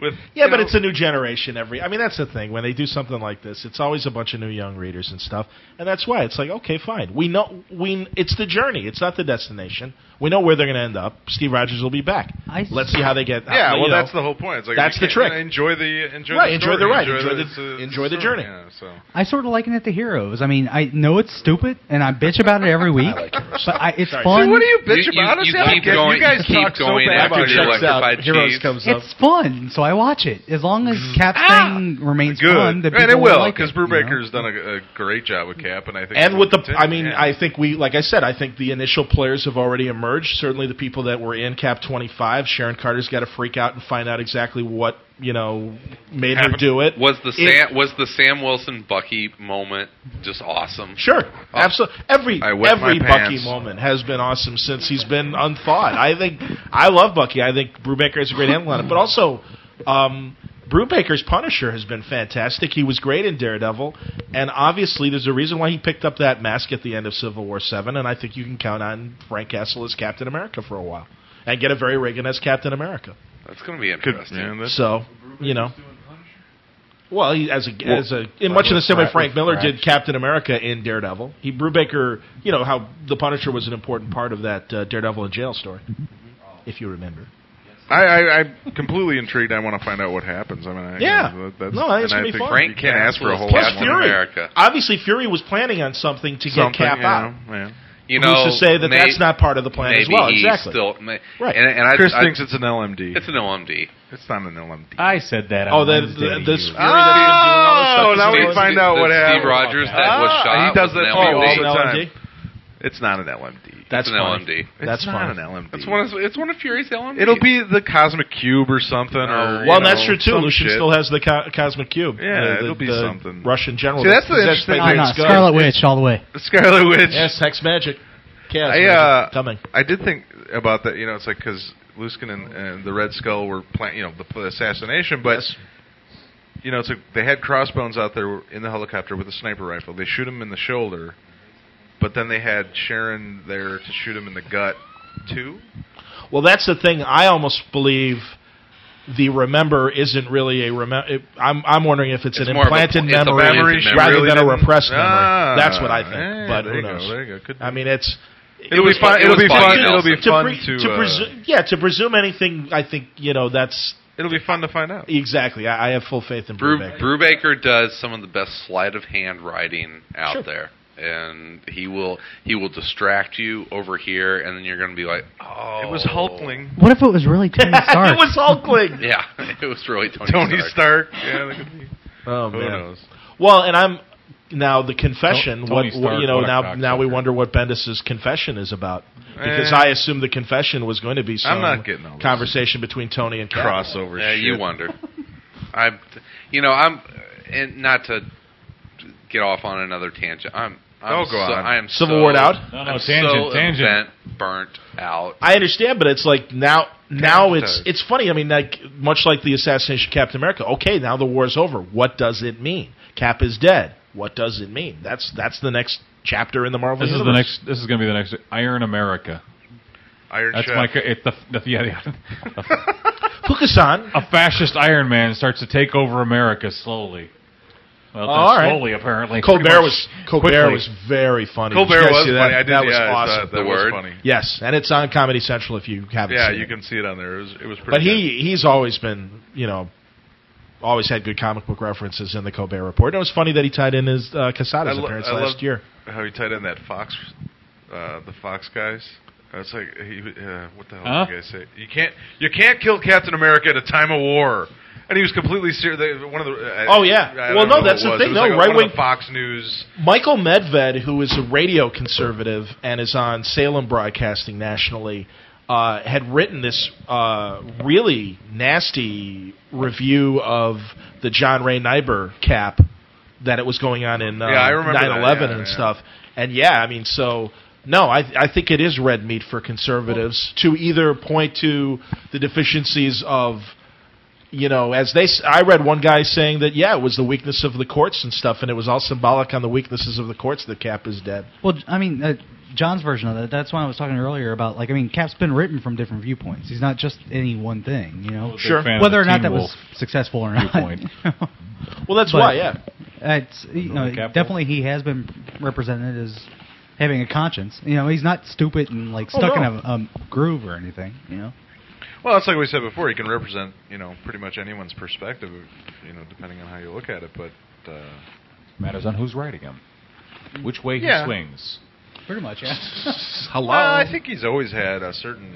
Speaker 3: with
Speaker 1: Yeah,
Speaker 3: you
Speaker 1: but
Speaker 3: know,
Speaker 1: it's a new generation. Every I mean, that's the thing. When they do something like this, it's always a bunch of new young readers and stuff, and that's why it's like, okay, fine. We know we it's the journey. It's not the destination. We know where they're going to end up. Steve Rogers will be back. Let's see how they get.
Speaker 3: yeah.
Speaker 1: how- you
Speaker 3: Well,
Speaker 1: know.
Speaker 3: that's the whole point. It's like
Speaker 1: that's
Speaker 3: you
Speaker 1: the
Speaker 3: can't-
Speaker 1: trick.
Speaker 3: Enjoy the enjoy
Speaker 1: Right,
Speaker 3: the
Speaker 1: enjoy the
Speaker 3: story,
Speaker 1: ride, enjoy the-
Speaker 3: it's a-
Speaker 1: enjoy the
Speaker 3: story,
Speaker 1: journey.
Speaker 3: Yeah, so.
Speaker 6: I sort of liken it to Heroes. I mean, I know it's stupid, and I bitch about it every week, but I, it's fun.
Speaker 3: what do you bitch
Speaker 6: You-
Speaker 3: about?
Speaker 6: you- you
Speaker 3: Honestly, I don't
Speaker 6: keep
Speaker 3: get-
Speaker 6: going-
Speaker 3: you guys
Speaker 6: keep
Speaker 3: talk
Speaker 6: going
Speaker 3: so bad
Speaker 6: after it
Speaker 3: about the
Speaker 6: checks out,
Speaker 3: electrified
Speaker 6: Heroes
Speaker 3: cheese.
Speaker 6: comes up. It's fun, so I watch it. As long as
Speaker 3: Mm-hmm.
Speaker 6: Cap's thing
Speaker 3: Ah!
Speaker 6: remains
Speaker 3: Good,
Speaker 6: fun, the
Speaker 3: and it
Speaker 6: people
Speaker 3: will
Speaker 6: like
Speaker 3: because
Speaker 6: it, you know?
Speaker 3: Brubaker's done a, a great job with Cap, and I think
Speaker 1: and
Speaker 3: he'll
Speaker 1: with the,
Speaker 3: continue.
Speaker 1: I mean,
Speaker 3: Yeah.
Speaker 1: I think we, like I said, I think the initial players have already emerged. Certainly, the people that were in Cap 25, Sharon Carter's got to freak out and find out exactly what you know made her
Speaker 2: Happened.
Speaker 1: do it.
Speaker 2: Was the
Speaker 1: It-
Speaker 2: Sam was the Sam Wilson Bucky moment just awesome?
Speaker 1: Sure, absolutely. Every
Speaker 2: I wet my
Speaker 1: every Bucky
Speaker 2: pants.
Speaker 1: moment has been awesome since he's been unthawed. I think I love Bucky. I think Brubaker has a great handle on it, but also. Um, Brubaker's Punisher has been fantastic. He was great in Daredevil, and obviously there's a reason why he picked up that mask at the end of Civil War Seven. And I think you can count on Frank Castle as Captain America for a while, and get a very Reagan as Captain America.
Speaker 2: That's going to be interesting.
Speaker 1: So you know, well, he, as a
Speaker 2: Well,
Speaker 1: as a in much in the same way
Speaker 2: Frank-
Speaker 1: Frank Miller
Speaker 2: Frank-
Speaker 1: did Captain America in Daredevil. He Brubaker, you know how the Punisher was an important part of that uh, Daredevil and Jail story, if you remember.
Speaker 3: I, I, I'm completely intrigued. I want to find out what happens. I mean, I,
Speaker 1: Yeah.
Speaker 3: that's,
Speaker 1: No, it's gonna
Speaker 3: and I
Speaker 1: be
Speaker 3: think
Speaker 1: fun.
Speaker 3: Frank can't ask for a whole
Speaker 1: Plus
Speaker 3: lot more.
Speaker 1: Fury. Obviously, Fury was planning on something to
Speaker 3: Something,
Speaker 1: get Cap
Speaker 3: yeah,
Speaker 1: out.
Speaker 3: yeah.
Speaker 2: You
Speaker 1: Who's
Speaker 2: know,
Speaker 1: to say that
Speaker 2: may-
Speaker 1: that's not part of the plan as
Speaker 2: maybe
Speaker 1: well?
Speaker 2: he's
Speaker 1: Exactly.
Speaker 2: Still, may,
Speaker 1: Right.
Speaker 2: And, and I,
Speaker 3: Chris
Speaker 2: I,
Speaker 3: thinks it's an LMD.
Speaker 2: It's an OMD.
Speaker 3: It's not an LMD.
Speaker 9: I said that.
Speaker 1: Oh,
Speaker 9: on
Speaker 1: the-
Speaker 9: Wednesday
Speaker 1: the-
Speaker 9: to
Speaker 1: this-
Speaker 9: you.
Speaker 1: Fury that he was doing all this stuff
Speaker 3: Oh,
Speaker 1: is
Speaker 3: now we
Speaker 1: Steve-
Speaker 3: find out
Speaker 1: that
Speaker 3: what
Speaker 1: Steve
Speaker 3: happened.
Speaker 1: Rogers
Speaker 2: that was
Speaker 3: Ah,
Speaker 2: shot
Speaker 3: He does
Speaker 2: was
Speaker 3: that
Speaker 2: an
Speaker 3: all
Speaker 2: LMD.
Speaker 3: the
Speaker 2: It's an
Speaker 3: time.
Speaker 1: LMD?
Speaker 3: It's not an LMD.
Speaker 1: That's
Speaker 2: It's an
Speaker 1: funny.
Speaker 2: LMD.
Speaker 3: It's
Speaker 1: That's
Speaker 3: not
Speaker 1: funny.
Speaker 3: an LMD.
Speaker 2: It's one of it's one of Fury's LMDs.
Speaker 3: It'll be the cosmic cube or something. or, you
Speaker 1: well,
Speaker 3: know,
Speaker 1: that's true too.
Speaker 3: some
Speaker 1: Lucian
Speaker 3: shit.
Speaker 1: still has the co- cosmic cube. Uh,
Speaker 3: Yeah,
Speaker 1: The- the-
Speaker 3: it'll be
Speaker 1: the
Speaker 3: something.
Speaker 1: Russian general.
Speaker 3: See,
Speaker 1: that
Speaker 3: that's the
Speaker 1: possessed
Speaker 3: interesting
Speaker 1: by
Speaker 3: thing.
Speaker 1: Man's
Speaker 3: It's
Speaker 1: gun.
Speaker 6: Scarlet Witch all the way.
Speaker 3: The Scarlet Witch.
Speaker 1: Yes, hex magic. Chaos
Speaker 3: I,
Speaker 1: magic
Speaker 3: uh,
Speaker 1: coming.
Speaker 3: I did think about that. You know, it's like because Luskin and, and the Red Skull were plan, you know, the, the assassination, but you know, it's like they had crossbones out there in the helicopter with a sniper rifle. They shoot him in the shoulder, but then they had Sharon there to shoot him in the gut too.
Speaker 1: Well, that's the thing. I almost believe the remember isn't really a remember. I'm I'm wondering if it's,
Speaker 3: It's
Speaker 1: an
Speaker 3: more of a-
Speaker 1: implanted
Speaker 3: it's a
Speaker 1: memory,
Speaker 3: memory she
Speaker 1: rather
Speaker 3: really
Speaker 1: than a
Speaker 3: didn't-
Speaker 1: repressed memory.
Speaker 3: Ah,
Speaker 1: That's what I think.
Speaker 3: yeah,
Speaker 1: but
Speaker 3: there
Speaker 1: who
Speaker 3: you go,
Speaker 1: knows?
Speaker 3: there you go. Could be.
Speaker 1: I mean, it's.
Speaker 3: It'll be fun- it'll be fun- it'll be fun
Speaker 1: pre-
Speaker 3: to, uh,
Speaker 1: presu- yeah to presume anything. I think you know that's
Speaker 3: it'll be fun to find out.
Speaker 1: Exactly, I, I have full faith in
Speaker 2: Brew,
Speaker 1: Brubeck.
Speaker 2: Brubaker does some of the best sleight of hand writing out
Speaker 1: Sure.
Speaker 2: there, and he will he will distract you over here, and then you're going to be like, oh,
Speaker 3: It was Hulkling.
Speaker 6: What if it was really Tony Stark?
Speaker 1: Hulkling.
Speaker 2: yeah, it was really Tony,
Speaker 3: Tony
Speaker 2: Stark.
Speaker 3: Stark. Yeah, that could be.
Speaker 1: Oh
Speaker 3: Who
Speaker 1: man.
Speaker 3: knows?
Speaker 1: Well, and I'm now the confession.
Speaker 3: Tony
Speaker 1: what, what
Speaker 3: Stark,
Speaker 1: you know
Speaker 3: what a
Speaker 1: now?
Speaker 3: cocksucker.
Speaker 1: Now we wonder what Bendis's confession is about because
Speaker 3: Eh.
Speaker 1: I assume the confession was going to be some
Speaker 2: I'm not getting all this.
Speaker 1: conversation between Tony and Cap.
Speaker 2: Yeah, you wonder. I, you know, I'm, and not to get off on another tangent. I'm. I'm
Speaker 3: Oh, go
Speaker 2: so,
Speaker 3: on.
Speaker 2: I am
Speaker 1: Civil
Speaker 2: so,
Speaker 1: War out?
Speaker 9: No, no,
Speaker 2: I'm
Speaker 9: tangent,
Speaker 2: so
Speaker 9: tangent.
Speaker 2: event burnt out.
Speaker 1: I understand, but it's like now.
Speaker 2: Yeah,
Speaker 1: Now
Speaker 2: it
Speaker 1: it's
Speaker 2: does.
Speaker 1: it's funny. I mean, like much like the assassination of Captain America. Okay, now the war's over. What does it mean? Cap is dead. What does it mean? That's that's the next chapter in the Marvel.
Speaker 9: This is the
Speaker 1: universe.
Speaker 9: next. This is going to be the next Iron America.
Speaker 3: Iron
Speaker 9: That's
Speaker 3: Chef.
Speaker 9: my. ca- It's the, the yeah. the-
Speaker 1: Fukusan.
Speaker 9: a fascist Iron Man starts to take over America slowly. Well,
Speaker 1: Oh,
Speaker 9: not
Speaker 1: all right.
Speaker 9: slowly apparently. Pretty
Speaker 1: Colbert
Speaker 9: much
Speaker 1: was Colbert
Speaker 9: quickly.
Speaker 1: was very funny.
Speaker 3: Colbert
Speaker 1: Did you guys
Speaker 3: was
Speaker 1: see that?
Speaker 3: funny. I did-
Speaker 1: That was
Speaker 3: yeah, I
Speaker 1: awesome.
Speaker 3: thought that The was Word? funny.
Speaker 1: Yes, and it's on Comedy Central if you haven't.
Speaker 3: Yeah,
Speaker 1: seen
Speaker 3: you
Speaker 1: it.
Speaker 3: can see it on there. It was, it was pretty.
Speaker 1: But
Speaker 3: good.
Speaker 1: he he's always been you know. Always had good comic book references in the Colbert Report. And it was funny that he tied in his uh, Casadas
Speaker 3: lo-
Speaker 1: appearance
Speaker 3: I
Speaker 1: last
Speaker 3: loved
Speaker 1: year.
Speaker 3: How he tied in that Fox, uh, the Fox guys. I was like, he, uh, what the hell
Speaker 9: Huh?
Speaker 3: did you guys say? You can't, you can't kill Captain America at a time of war. And he was completely serious. They- One of the. I-
Speaker 1: Oh, yeah.
Speaker 3: I don't
Speaker 1: Well, no,
Speaker 3: know who
Speaker 1: that's
Speaker 3: it
Speaker 1: the
Speaker 3: was.
Speaker 1: thing,
Speaker 3: It was
Speaker 1: no,
Speaker 3: like a-
Speaker 1: right
Speaker 3: one of
Speaker 1: wing-
Speaker 3: the Fox News.
Speaker 1: Michael Medved, who is a radio conservative and is on Salem Broadcasting nationally, uh, had written this uh, really nasty review of the John Ray Niebuhr cap that it was going on in uh,
Speaker 3: Yeah, I remember that.
Speaker 1: 9/11
Speaker 3: Yeah,
Speaker 1: and
Speaker 3: yeah.
Speaker 1: stuff. And yeah, I mean, so no, I I think it is red meat for conservatives to either point to the deficiencies of you know, as they, s- I read one guy saying that yeah, it was the weakness of the courts and stuff, and it was all symbolic on the weaknesses of the courts that Cap is dead.
Speaker 6: Well, I mean, uh, John's version of that. That's why I was talking earlier about like I mean, Cap's been written from different viewpoints. He's not just any one thing, you know.
Speaker 9: big Sure. fan of
Speaker 6: Whether
Speaker 9: the
Speaker 6: or not
Speaker 9: Teen
Speaker 6: that was
Speaker 9: Wolf
Speaker 6: successful or not.
Speaker 9: viewpoint.
Speaker 1: Well, that's
Speaker 6: But
Speaker 1: why, yeah.
Speaker 6: It's you know
Speaker 1: the Cap
Speaker 6: definitely he has been represented as having a conscience. You know, he's not stupid and like
Speaker 1: Oh,
Speaker 6: stuck
Speaker 1: no.
Speaker 6: in a um, groove or anything. You know.
Speaker 3: Well, that's like we said before. He can represent, you know, pretty much anyone's perspective, you know, depending on how you look at it. But uh,
Speaker 9: Matters on who's writing him, which way
Speaker 3: Yeah.
Speaker 9: he swings.
Speaker 6: Pretty much, yeah.
Speaker 9: Hello.
Speaker 3: Well, Uh, I think he's always had a certain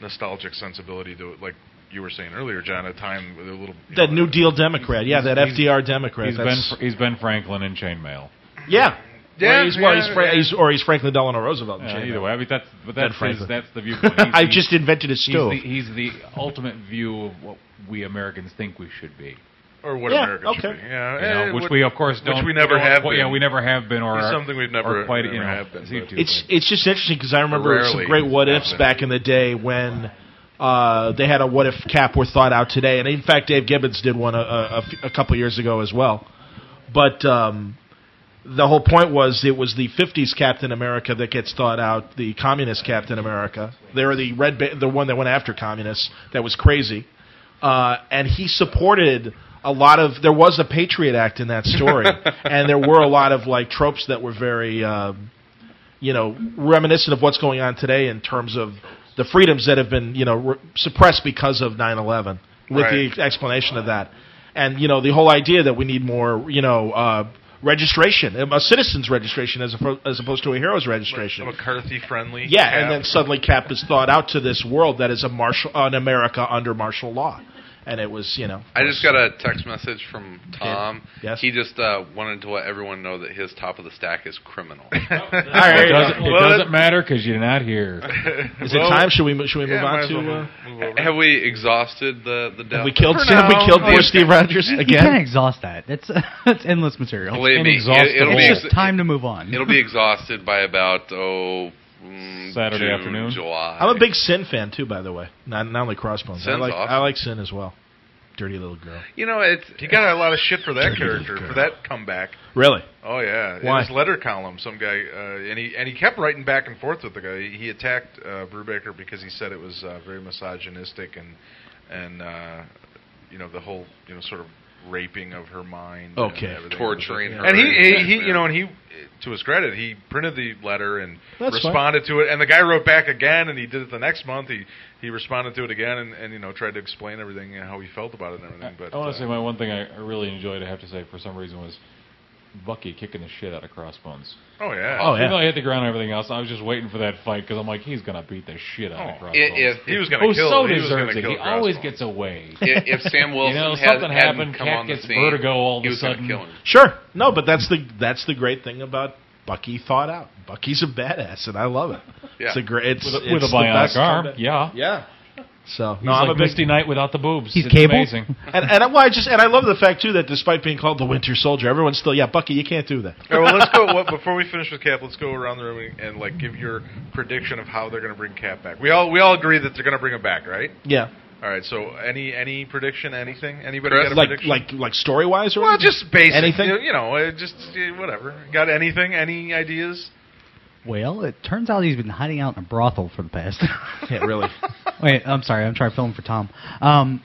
Speaker 3: nostalgic sensibility to, like you were saying earlier, John. A time with a little you
Speaker 1: That
Speaker 3: know,
Speaker 1: New Deal Democrat, yeah, that
Speaker 9: He's-
Speaker 1: FDR Democrat.
Speaker 9: He's Ben.
Speaker 1: that's-
Speaker 9: Fr- He's Ben Franklin in chainmail.
Speaker 1: yeah,
Speaker 3: Yeah,
Speaker 1: Or he's, well, he's,
Speaker 3: yeah,
Speaker 1: Fra-
Speaker 3: yeah.
Speaker 1: he's- or he's Franklin Delano Roosevelt. in
Speaker 9: Yeah,
Speaker 1: jail.
Speaker 9: either way, I mean that's but
Speaker 1: Ben
Speaker 9: that's his,
Speaker 1: Franklin.
Speaker 9: that's the viewpoint. He's
Speaker 1: I've
Speaker 9: the-
Speaker 1: just invented a
Speaker 9: he's
Speaker 1: stove.
Speaker 9: the- He's the, ultimate view of what we Americans think we should be.
Speaker 3: or what
Speaker 1: Yeah,
Speaker 3: America should
Speaker 1: okay.
Speaker 3: be. Yeah,
Speaker 9: you know,
Speaker 3: eh,
Speaker 9: which
Speaker 3: what-
Speaker 9: we of course don't.
Speaker 3: Which we never
Speaker 9: you know,
Speaker 3: have.
Speaker 9: well,
Speaker 3: been.
Speaker 9: Yeah, we never have been, or
Speaker 3: It's
Speaker 9: are-
Speaker 3: something we've never-
Speaker 9: are quite, you
Speaker 3: never
Speaker 9: know,
Speaker 3: have been,
Speaker 9: see
Speaker 3: but-
Speaker 9: too
Speaker 1: It's it's just interesting because I remember some
Speaker 3: Rarely
Speaker 1: great what ifs
Speaker 3: happen.
Speaker 1: back in the day when uh, they had a what if cap were thought out today, and in fact Dave Gibbons did one a, a, a f- a couple years ago as well. But um, the whole point was it was the '50s Captain America that gets thought out, the communist Captain America. They're the red, ba- the one that went after communists that was crazy, uh, and he supported. A lot of there was a Patriot Act in that story, and there were a lot of like tropes that were very um, you know, reminiscent of what's going on today in terms of the freedoms that have been you know re- suppressed because of 9/11, with
Speaker 3: Right.
Speaker 1: the explanation of that, and you know the whole idea that we need more you know uh, registration, a citizen's registration as oppo- as opposed to a hero's registration.
Speaker 3: McCarthy friendly.
Speaker 1: Yeah, and then suddenly Cap is thawed out to this world that is a martial, an America under martial law, and it was you know
Speaker 2: I just got a text message from Tom.
Speaker 1: Yes.
Speaker 2: He just uh, wanted to let everyone know that his top of the stack is criminal.
Speaker 9: It doesn't, it doesn't matter because you're not here.
Speaker 1: Is it time? Should we should we move
Speaker 2: Yeah, might
Speaker 1: on
Speaker 2: as
Speaker 1: to?
Speaker 2: well
Speaker 1: Uh,
Speaker 2: move over. Have we exhausted the the?
Speaker 1: Have
Speaker 2: depth?
Speaker 1: we killed-
Speaker 2: For
Speaker 1: have we
Speaker 2: now.
Speaker 1: killed
Speaker 2: Oh,
Speaker 1: poor
Speaker 2: yeah.
Speaker 1: Steve Rogers
Speaker 6: You
Speaker 1: again?
Speaker 6: can't exhaust that. That's that's endless material.
Speaker 2: Believe me, it, will
Speaker 6: Inexhaustible.
Speaker 2: be
Speaker 6: It's
Speaker 2: ex-
Speaker 6: just time to move on.
Speaker 2: It'll be exhausted by about oh mm,
Speaker 9: Saturday
Speaker 2: June,
Speaker 9: afternoon?
Speaker 2: July.
Speaker 1: I'm a big Sin fan too, by the way. Not not only Crossbones. I
Speaker 2: Sin's
Speaker 1: like
Speaker 2: awesome.
Speaker 1: I like Sin as well. Dirty little girl.
Speaker 3: You know, it's he got a lot of shit for that
Speaker 1: Dirty
Speaker 3: character
Speaker 1: girl.
Speaker 3: for that comeback.
Speaker 1: Really?
Speaker 3: Oh yeah,
Speaker 1: Why?
Speaker 3: in his letter column, some guy uh, and he and he kept writing back and forth with the guy. He, he attacked uh, Brubaker because he said it was uh, very misogynistic and and uh, you know the whole you know sort of raping of her mind,
Speaker 1: Okay.
Speaker 3: and everything.
Speaker 2: Torturing her.
Speaker 3: and he, he, he
Speaker 2: Yeah.
Speaker 3: you know, and he to his credit, he printed the letter and
Speaker 1: That's fine.
Speaker 3: responded to it, and the guy wrote back again, and he did it the next month. He he responded to it again, and, and you know tried to explain everything and how he felt about it and everything. But
Speaker 9: I want to
Speaker 3: uh,
Speaker 9: say my one thing I I really enjoyed. I have to say for some reason was Bucky kicking the shit out of Crossbones.
Speaker 3: Oh, yeah.
Speaker 1: Oh, yeah.
Speaker 9: Even though he hit the ground and everything else, I was just waiting for that fight because I'm like, he's gonna beat the shit out
Speaker 2: Oh,
Speaker 9: of Crossbones.
Speaker 2: if- if- He was gonna
Speaker 9: Who
Speaker 2: kill-
Speaker 9: so
Speaker 2: he was
Speaker 9: deserves
Speaker 2: gonna
Speaker 9: it.
Speaker 2: kill
Speaker 9: He always
Speaker 2: Crossbones.
Speaker 9: gets away.
Speaker 2: I- if Sam Wilson
Speaker 9: you know,
Speaker 2: had-
Speaker 9: something
Speaker 2: hadn't
Speaker 9: happened,
Speaker 2: come
Speaker 9: Cat
Speaker 2: on the
Speaker 9: gets
Speaker 2: scene,
Speaker 9: vertigo all
Speaker 2: he
Speaker 9: of a
Speaker 2: was gonna
Speaker 9: sudden.
Speaker 2: kill him.
Speaker 1: Sure. No, but that's the that's the great thing about Bucky thought out. Bucky's a badass, and I love it.
Speaker 9: Yeah.
Speaker 1: It's a great. It's
Speaker 9: With a-
Speaker 1: it's
Speaker 9: with a
Speaker 1: the
Speaker 9: bionic
Speaker 1: best
Speaker 9: arm,
Speaker 1: combat.
Speaker 9: yeah.
Speaker 1: Yeah. So
Speaker 9: He's
Speaker 1: no, I'm
Speaker 9: like
Speaker 1: a big
Speaker 9: Misty Knight without the boobs.
Speaker 1: He's
Speaker 9: it's
Speaker 1: Cable?
Speaker 9: amazing.
Speaker 1: and and I, well, I just and I love the fact too that despite being called the Winter Soldier, everyone's still yeah Bucky. You can't do that.
Speaker 3: All right, well, let's go. What, before we finish with Cap, let's go around the room and, and like give your prediction of how they're going to bring Cap back. We all we all agree that they're going to bring him back, right?
Speaker 1: Yeah.
Speaker 3: All right. So any any prediction? Anything? Anybody got a
Speaker 1: like
Speaker 3: prediction?
Speaker 1: like like story wise or
Speaker 3: well,
Speaker 1: anything?
Speaker 3: just basic.
Speaker 1: anything.
Speaker 3: You know, uh, just uh, whatever. Got anything? Any ideas?
Speaker 6: Well, it turns out he's been hiding out in a brothel for the past.
Speaker 1: yeah, really.
Speaker 6: Wait, I'm sorry. I'm trying to film for Tom. Um,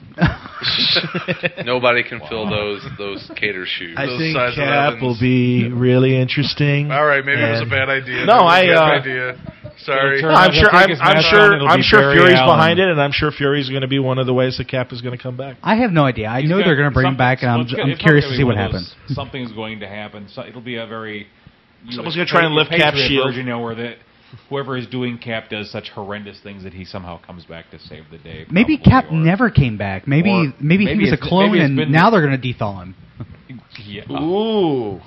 Speaker 2: Nobody can fill those those cater shoes.
Speaker 1: I
Speaker 2: those
Speaker 1: think
Speaker 2: size
Speaker 1: Cap
Speaker 2: 11s.
Speaker 1: will be really interesting.
Speaker 3: All right, maybe it was a
Speaker 1: and-
Speaker 3: bad
Speaker 1: No,
Speaker 3: idea. That was a
Speaker 1: I.
Speaker 3: bad
Speaker 1: uh,
Speaker 3: idea. Sorry.
Speaker 1: No, I'm sure. I'm, I'm sure.
Speaker 9: it'll
Speaker 1: I'm
Speaker 9: be
Speaker 1: sure
Speaker 9: Barry
Speaker 1: Fury's
Speaker 9: Allen.
Speaker 1: behind it, and I'm sure Fury's going to be one of the ways that Cap is going to come back.
Speaker 6: I have no idea. I know
Speaker 9: He's
Speaker 6: they're going
Speaker 9: got
Speaker 6: to bring him
Speaker 9: something-
Speaker 6: back, and I'm,
Speaker 9: something's
Speaker 6: I'm
Speaker 9: gonna-
Speaker 6: curious to
Speaker 9: it's not
Speaker 6: see what
Speaker 9: gonna be one of
Speaker 6: happens.
Speaker 9: those- Something's going to happen. So it'll be a very. you
Speaker 1: Someone's gonna
Speaker 9: would
Speaker 1: try
Speaker 9: say
Speaker 1: and lift Cap's
Speaker 9: Patriot
Speaker 1: shield.
Speaker 9: version, You know where that whoever is doing Cap does such horrendous things that he somehow comes back to save the day.
Speaker 6: Maybe Cap never came back. Maybe
Speaker 9: or
Speaker 6: maybe,
Speaker 9: maybe
Speaker 6: he was a
Speaker 9: it's-
Speaker 6: clone,
Speaker 9: maybe it's
Speaker 6: and
Speaker 9: been-
Speaker 6: now they're going to dethaw him.
Speaker 9: Yeah.
Speaker 1: Ooh.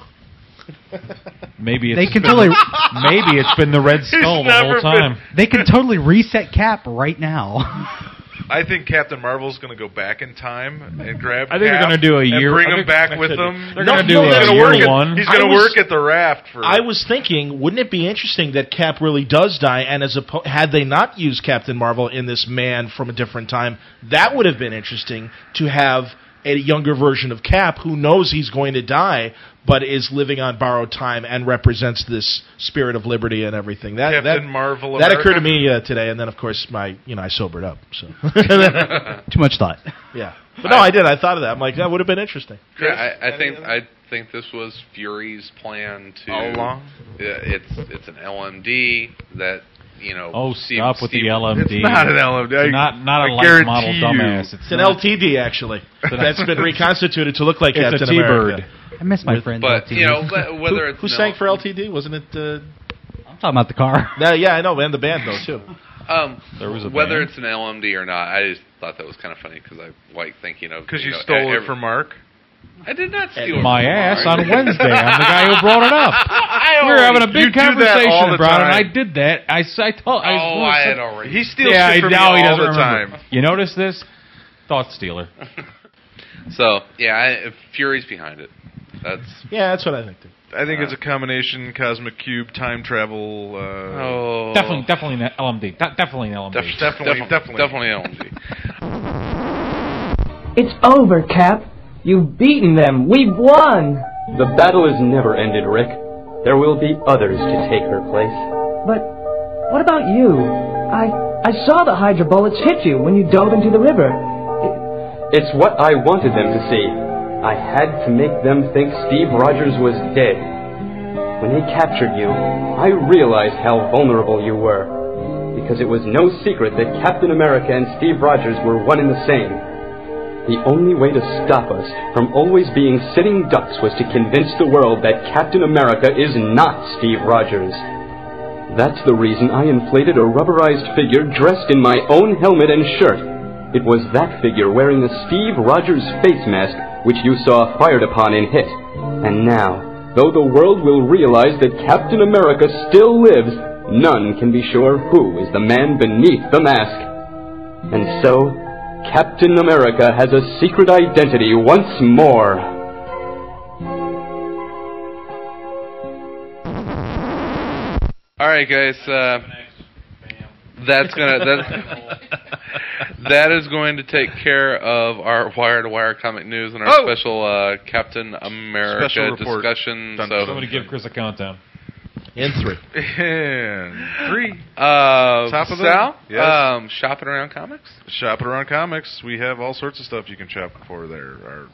Speaker 9: Maybe it's
Speaker 6: They can
Speaker 9: been-
Speaker 6: totally.
Speaker 9: maybe it's been the Red Skull the whole time.
Speaker 6: They can totally reset Cap right now.
Speaker 3: I think Captain Marvel's going to go back in time and grab.
Speaker 9: I think they're
Speaker 3: Cap
Speaker 9: gonna do a
Speaker 3: and
Speaker 9: year-
Speaker 3: bring
Speaker 9: I
Speaker 3: him
Speaker 9: think-
Speaker 3: back
Speaker 9: I
Speaker 3: with
Speaker 9: shouldn't.
Speaker 3: them.
Speaker 9: They're gonna
Speaker 3: No,
Speaker 9: do
Speaker 3: he's
Speaker 9: a
Speaker 3: gonna
Speaker 9: year
Speaker 3: work at-
Speaker 9: one.
Speaker 3: He's going
Speaker 1: I
Speaker 3: to
Speaker 1: was-
Speaker 3: work at the raft for.
Speaker 1: I was thinking, wouldn't it be interesting that Cap really does die, and as oppo- had they not used Captain Marvel in this man from a different time, that would have been interesting to have a younger version of Cap who knows he's going to die, but is living on borrowed time and represents this spirit of liberty and everything. That
Speaker 3: Captain
Speaker 1: that,
Speaker 3: Marvel
Speaker 1: that
Speaker 3: America.
Speaker 1: occurred to me uh, today, and then of course my you know I sobered up. So
Speaker 6: Too much thought.
Speaker 1: yeah, but no, I, did. I thought of that. I'm like that would have been interesting.
Speaker 2: Yeah, I, I think I think this was Fury's plan to.
Speaker 1: All along?
Speaker 2: Yeah, it's it's an LMD that you know.
Speaker 9: Oh,
Speaker 2: Steve-
Speaker 9: stop with
Speaker 2: Steve-
Speaker 9: the LMD. It's not not
Speaker 2: I
Speaker 9: a life model
Speaker 2: guarantee you.
Speaker 9: dumbass. It's,
Speaker 1: It's an
Speaker 9: not-
Speaker 1: LTD actually that's been reconstituted to look like
Speaker 9: It's a
Speaker 1: Captain
Speaker 9: T-bird.
Speaker 1: America.
Speaker 6: I miss my
Speaker 1: With-
Speaker 6: friend.
Speaker 2: But
Speaker 6: LTD.
Speaker 2: you know but whether
Speaker 1: who,
Speaker 2: it's
Speaker 1: who
Speaker 2: no.
Speaker 1: sang for LTD? Wasn't it? Uh,
Speaker 6: I'm talking about the car.
Speaker 1: no, yeah, I know, and the band though too.
Speaker 2: Um,
Speaker 1: There was a
Speaker 2: whether
Speaker 1: band.
Speaker 2: it's an LMD or not, I just thought that was kind of funny because I like thinking of
Speaker 3: 'Cause you
Speaker 2: know, e-
Speaker 3: stole it
Speaker 2: every-
Speaker 3: from Mark?
Speaker 2: I did not steal it
Speaker 9: my
Speaker 2: from
Speaker 9: ass
Speaker 2: Mark.
Speaker 9: on Wednesday. I'm the guy who brought it up. We were having a
Speaker 3: You
Speaker 9: big
Speaker 3: do that all
Speaker 9: conversation
Speaker 3: the
Speaker 9: about it, and I
Speaker 3: time.
Speaker 9: did that. I, s- I told. I,
Speaker 2: Oh, I had already.
Speaker 3: He steals
Speaker 9: yeah,
Speaker 3: shit
Speaker 9: I
Speaker 3: from
Speaker 9: know
Speaker 3: you
Speaker 9: he doesn't
Speaker 3: all the
Speaker 9: remember.
Speaker 3: time.
Speaker 9: You notice this? Thought stealer.
Speaker 2: So yeah, I, Fury's behind it. That's
Speaker 1: Yeah, that's what I think. Too.
Speaker 3: I think it's a combination cosmic cube time travel. Uh,
Speaker 2: Oh.
Speaker 9: Definitely, definitely an LMD. De- definitely an LMD.
Speaker 3: Def- definitely, definitely,
Speaker 2: definitely LMD.
Speaker 18: It's over, Cap. You've beaten them. We've won.
Speaker 26: The battle is never ended, Rick. There will be others to take her place.
Speaker 18: But what about you? I I saw the Hydra bullets hit you when you dove into the river.
Speaker 26: It's what I wanted them to see. I had to make them think Steve Rogers was dead. When they captured you, I realized how vulnerable you were. because it was no secret that Captain America and Steve Rogers were one and the same. The only way to stop us from always being sitting ducks was to convince the world that Captain America is not Steve Rogers. That's the reason I inflated a rubberized figure dressed in my own helmet and shirt. It was that figure wearing the Steve Rogers face mask which you saw fired upon in Hit. And now, though the world will realize that Captain America still lives, none can be sure who is the man beneath the mask. And so, Captain America has a secret identity once more.
Speaker 2: All right, guys. Uh, that's gonna that, that is going to take care of our wire to wire comic news and our
Speaker 9: Oh!
Speaker 2: special uh, Captain America
Speaker 9: Special report.
Speaker 2: discussion.
Speaker 9: Dun-
Speaker 2: so
Speaker 9: Somebody give Chris a countdown.
Speaker 1: In three.
Speaker 3: And three.
Speaker 2: Uh,
Speaker 3: Top of the
Speaker 2: Sal,
Speaker 3: Yes.
Speaker 2: um, shopping around comics.
Speaker 3: Shopping around comics. We have all sorts of stuff you can shop for there. Our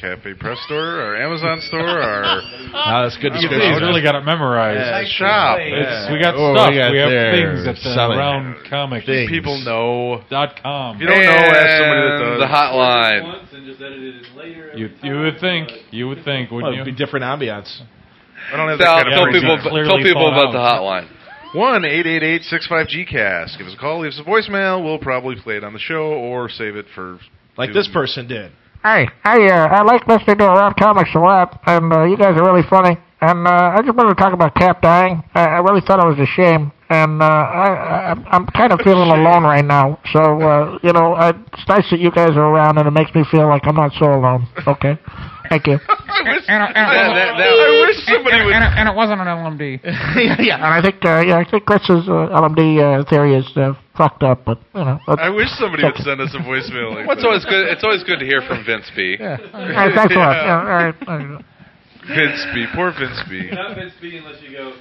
Speaker 3: Cafe Press store, our Amazon store, our.
Speaker 1: Oh, that's good
Speaker 3: You
Speaker 1: description.
Speaker 3: see, it's really got
Speaker 9: it memorized.
Speaker 3: Yeah, shop.
Speaker 9: It's- we got
Speaker 1: Oh,
Speaker 9: stuff.
Speaker 1: we
Speaker 9: We,
Speaker 1: got
Speaker 9: have
Speaker 1: there.
Speaker 9: things at the
Speaker 1: Selling.
Speaker 9: round comic.
Speaker 1: Things.
Speaker 3: People know.
Speaker 9: Dot com.
Speaker 3: If you don't know, ask somebody that
Speaker 9: And the
Speaker 3: does.
Speaker 9: hotline. You, you would think. You would think,
Speaker 1: Well,
Speaker 9: wouldn't
Speaker 1: it'd
Speaker 9: you?
Speaker 1: be different ambiance.
Speaker 3: I don't have
Speaker 9: Sal,
Speaker 3: that kind
Speaker 9: tell
Speaker 3: of
Speaker 9: people- tell people about
Speaker 3: the hotline. One eight eight eight six five GCast. Give us a call. Leave us a voicemail. We'll probably play it on the show or save it for
Speaker 1: Like this person did.
Speaker 5: Hey, I uh, I like listening to Around Comics a lot, and uh, you guys are really funny. And uh, I just wanted to talk about Cap dying. I, I really thought it was a shame, and uh, I, I I'm kind of feeling alone right now. So uh, you know, I, it's nice that you guys are around, and it makes me feel like I'm not so alone. Okay, thank you.
Speaker 9: And, and,
Speaker 3: I wish somebody
Speaker 9: and, and, and it wasn't an LMD.
Speaker 5: yeah, yeah, and I think uh, yeah, I think Chris's uh, LMD uh, theory is uh, fucked up, but you know. that's-
Speaker 3: I wish somebody
Speaker 5: that's-
Speaker 3: would send us a voicemail. Like
Speaker 2: Well, it's
Speaker 3: that.
Speaker 2: always good. It's always good to hear from Vince B.
Speaker 5: Yeah. All right, thanks a lot. Yeah, all right. all right.
Speaker 3: Vince B. Poor Vince B.
Speaker 7: Not Vince B unless you go.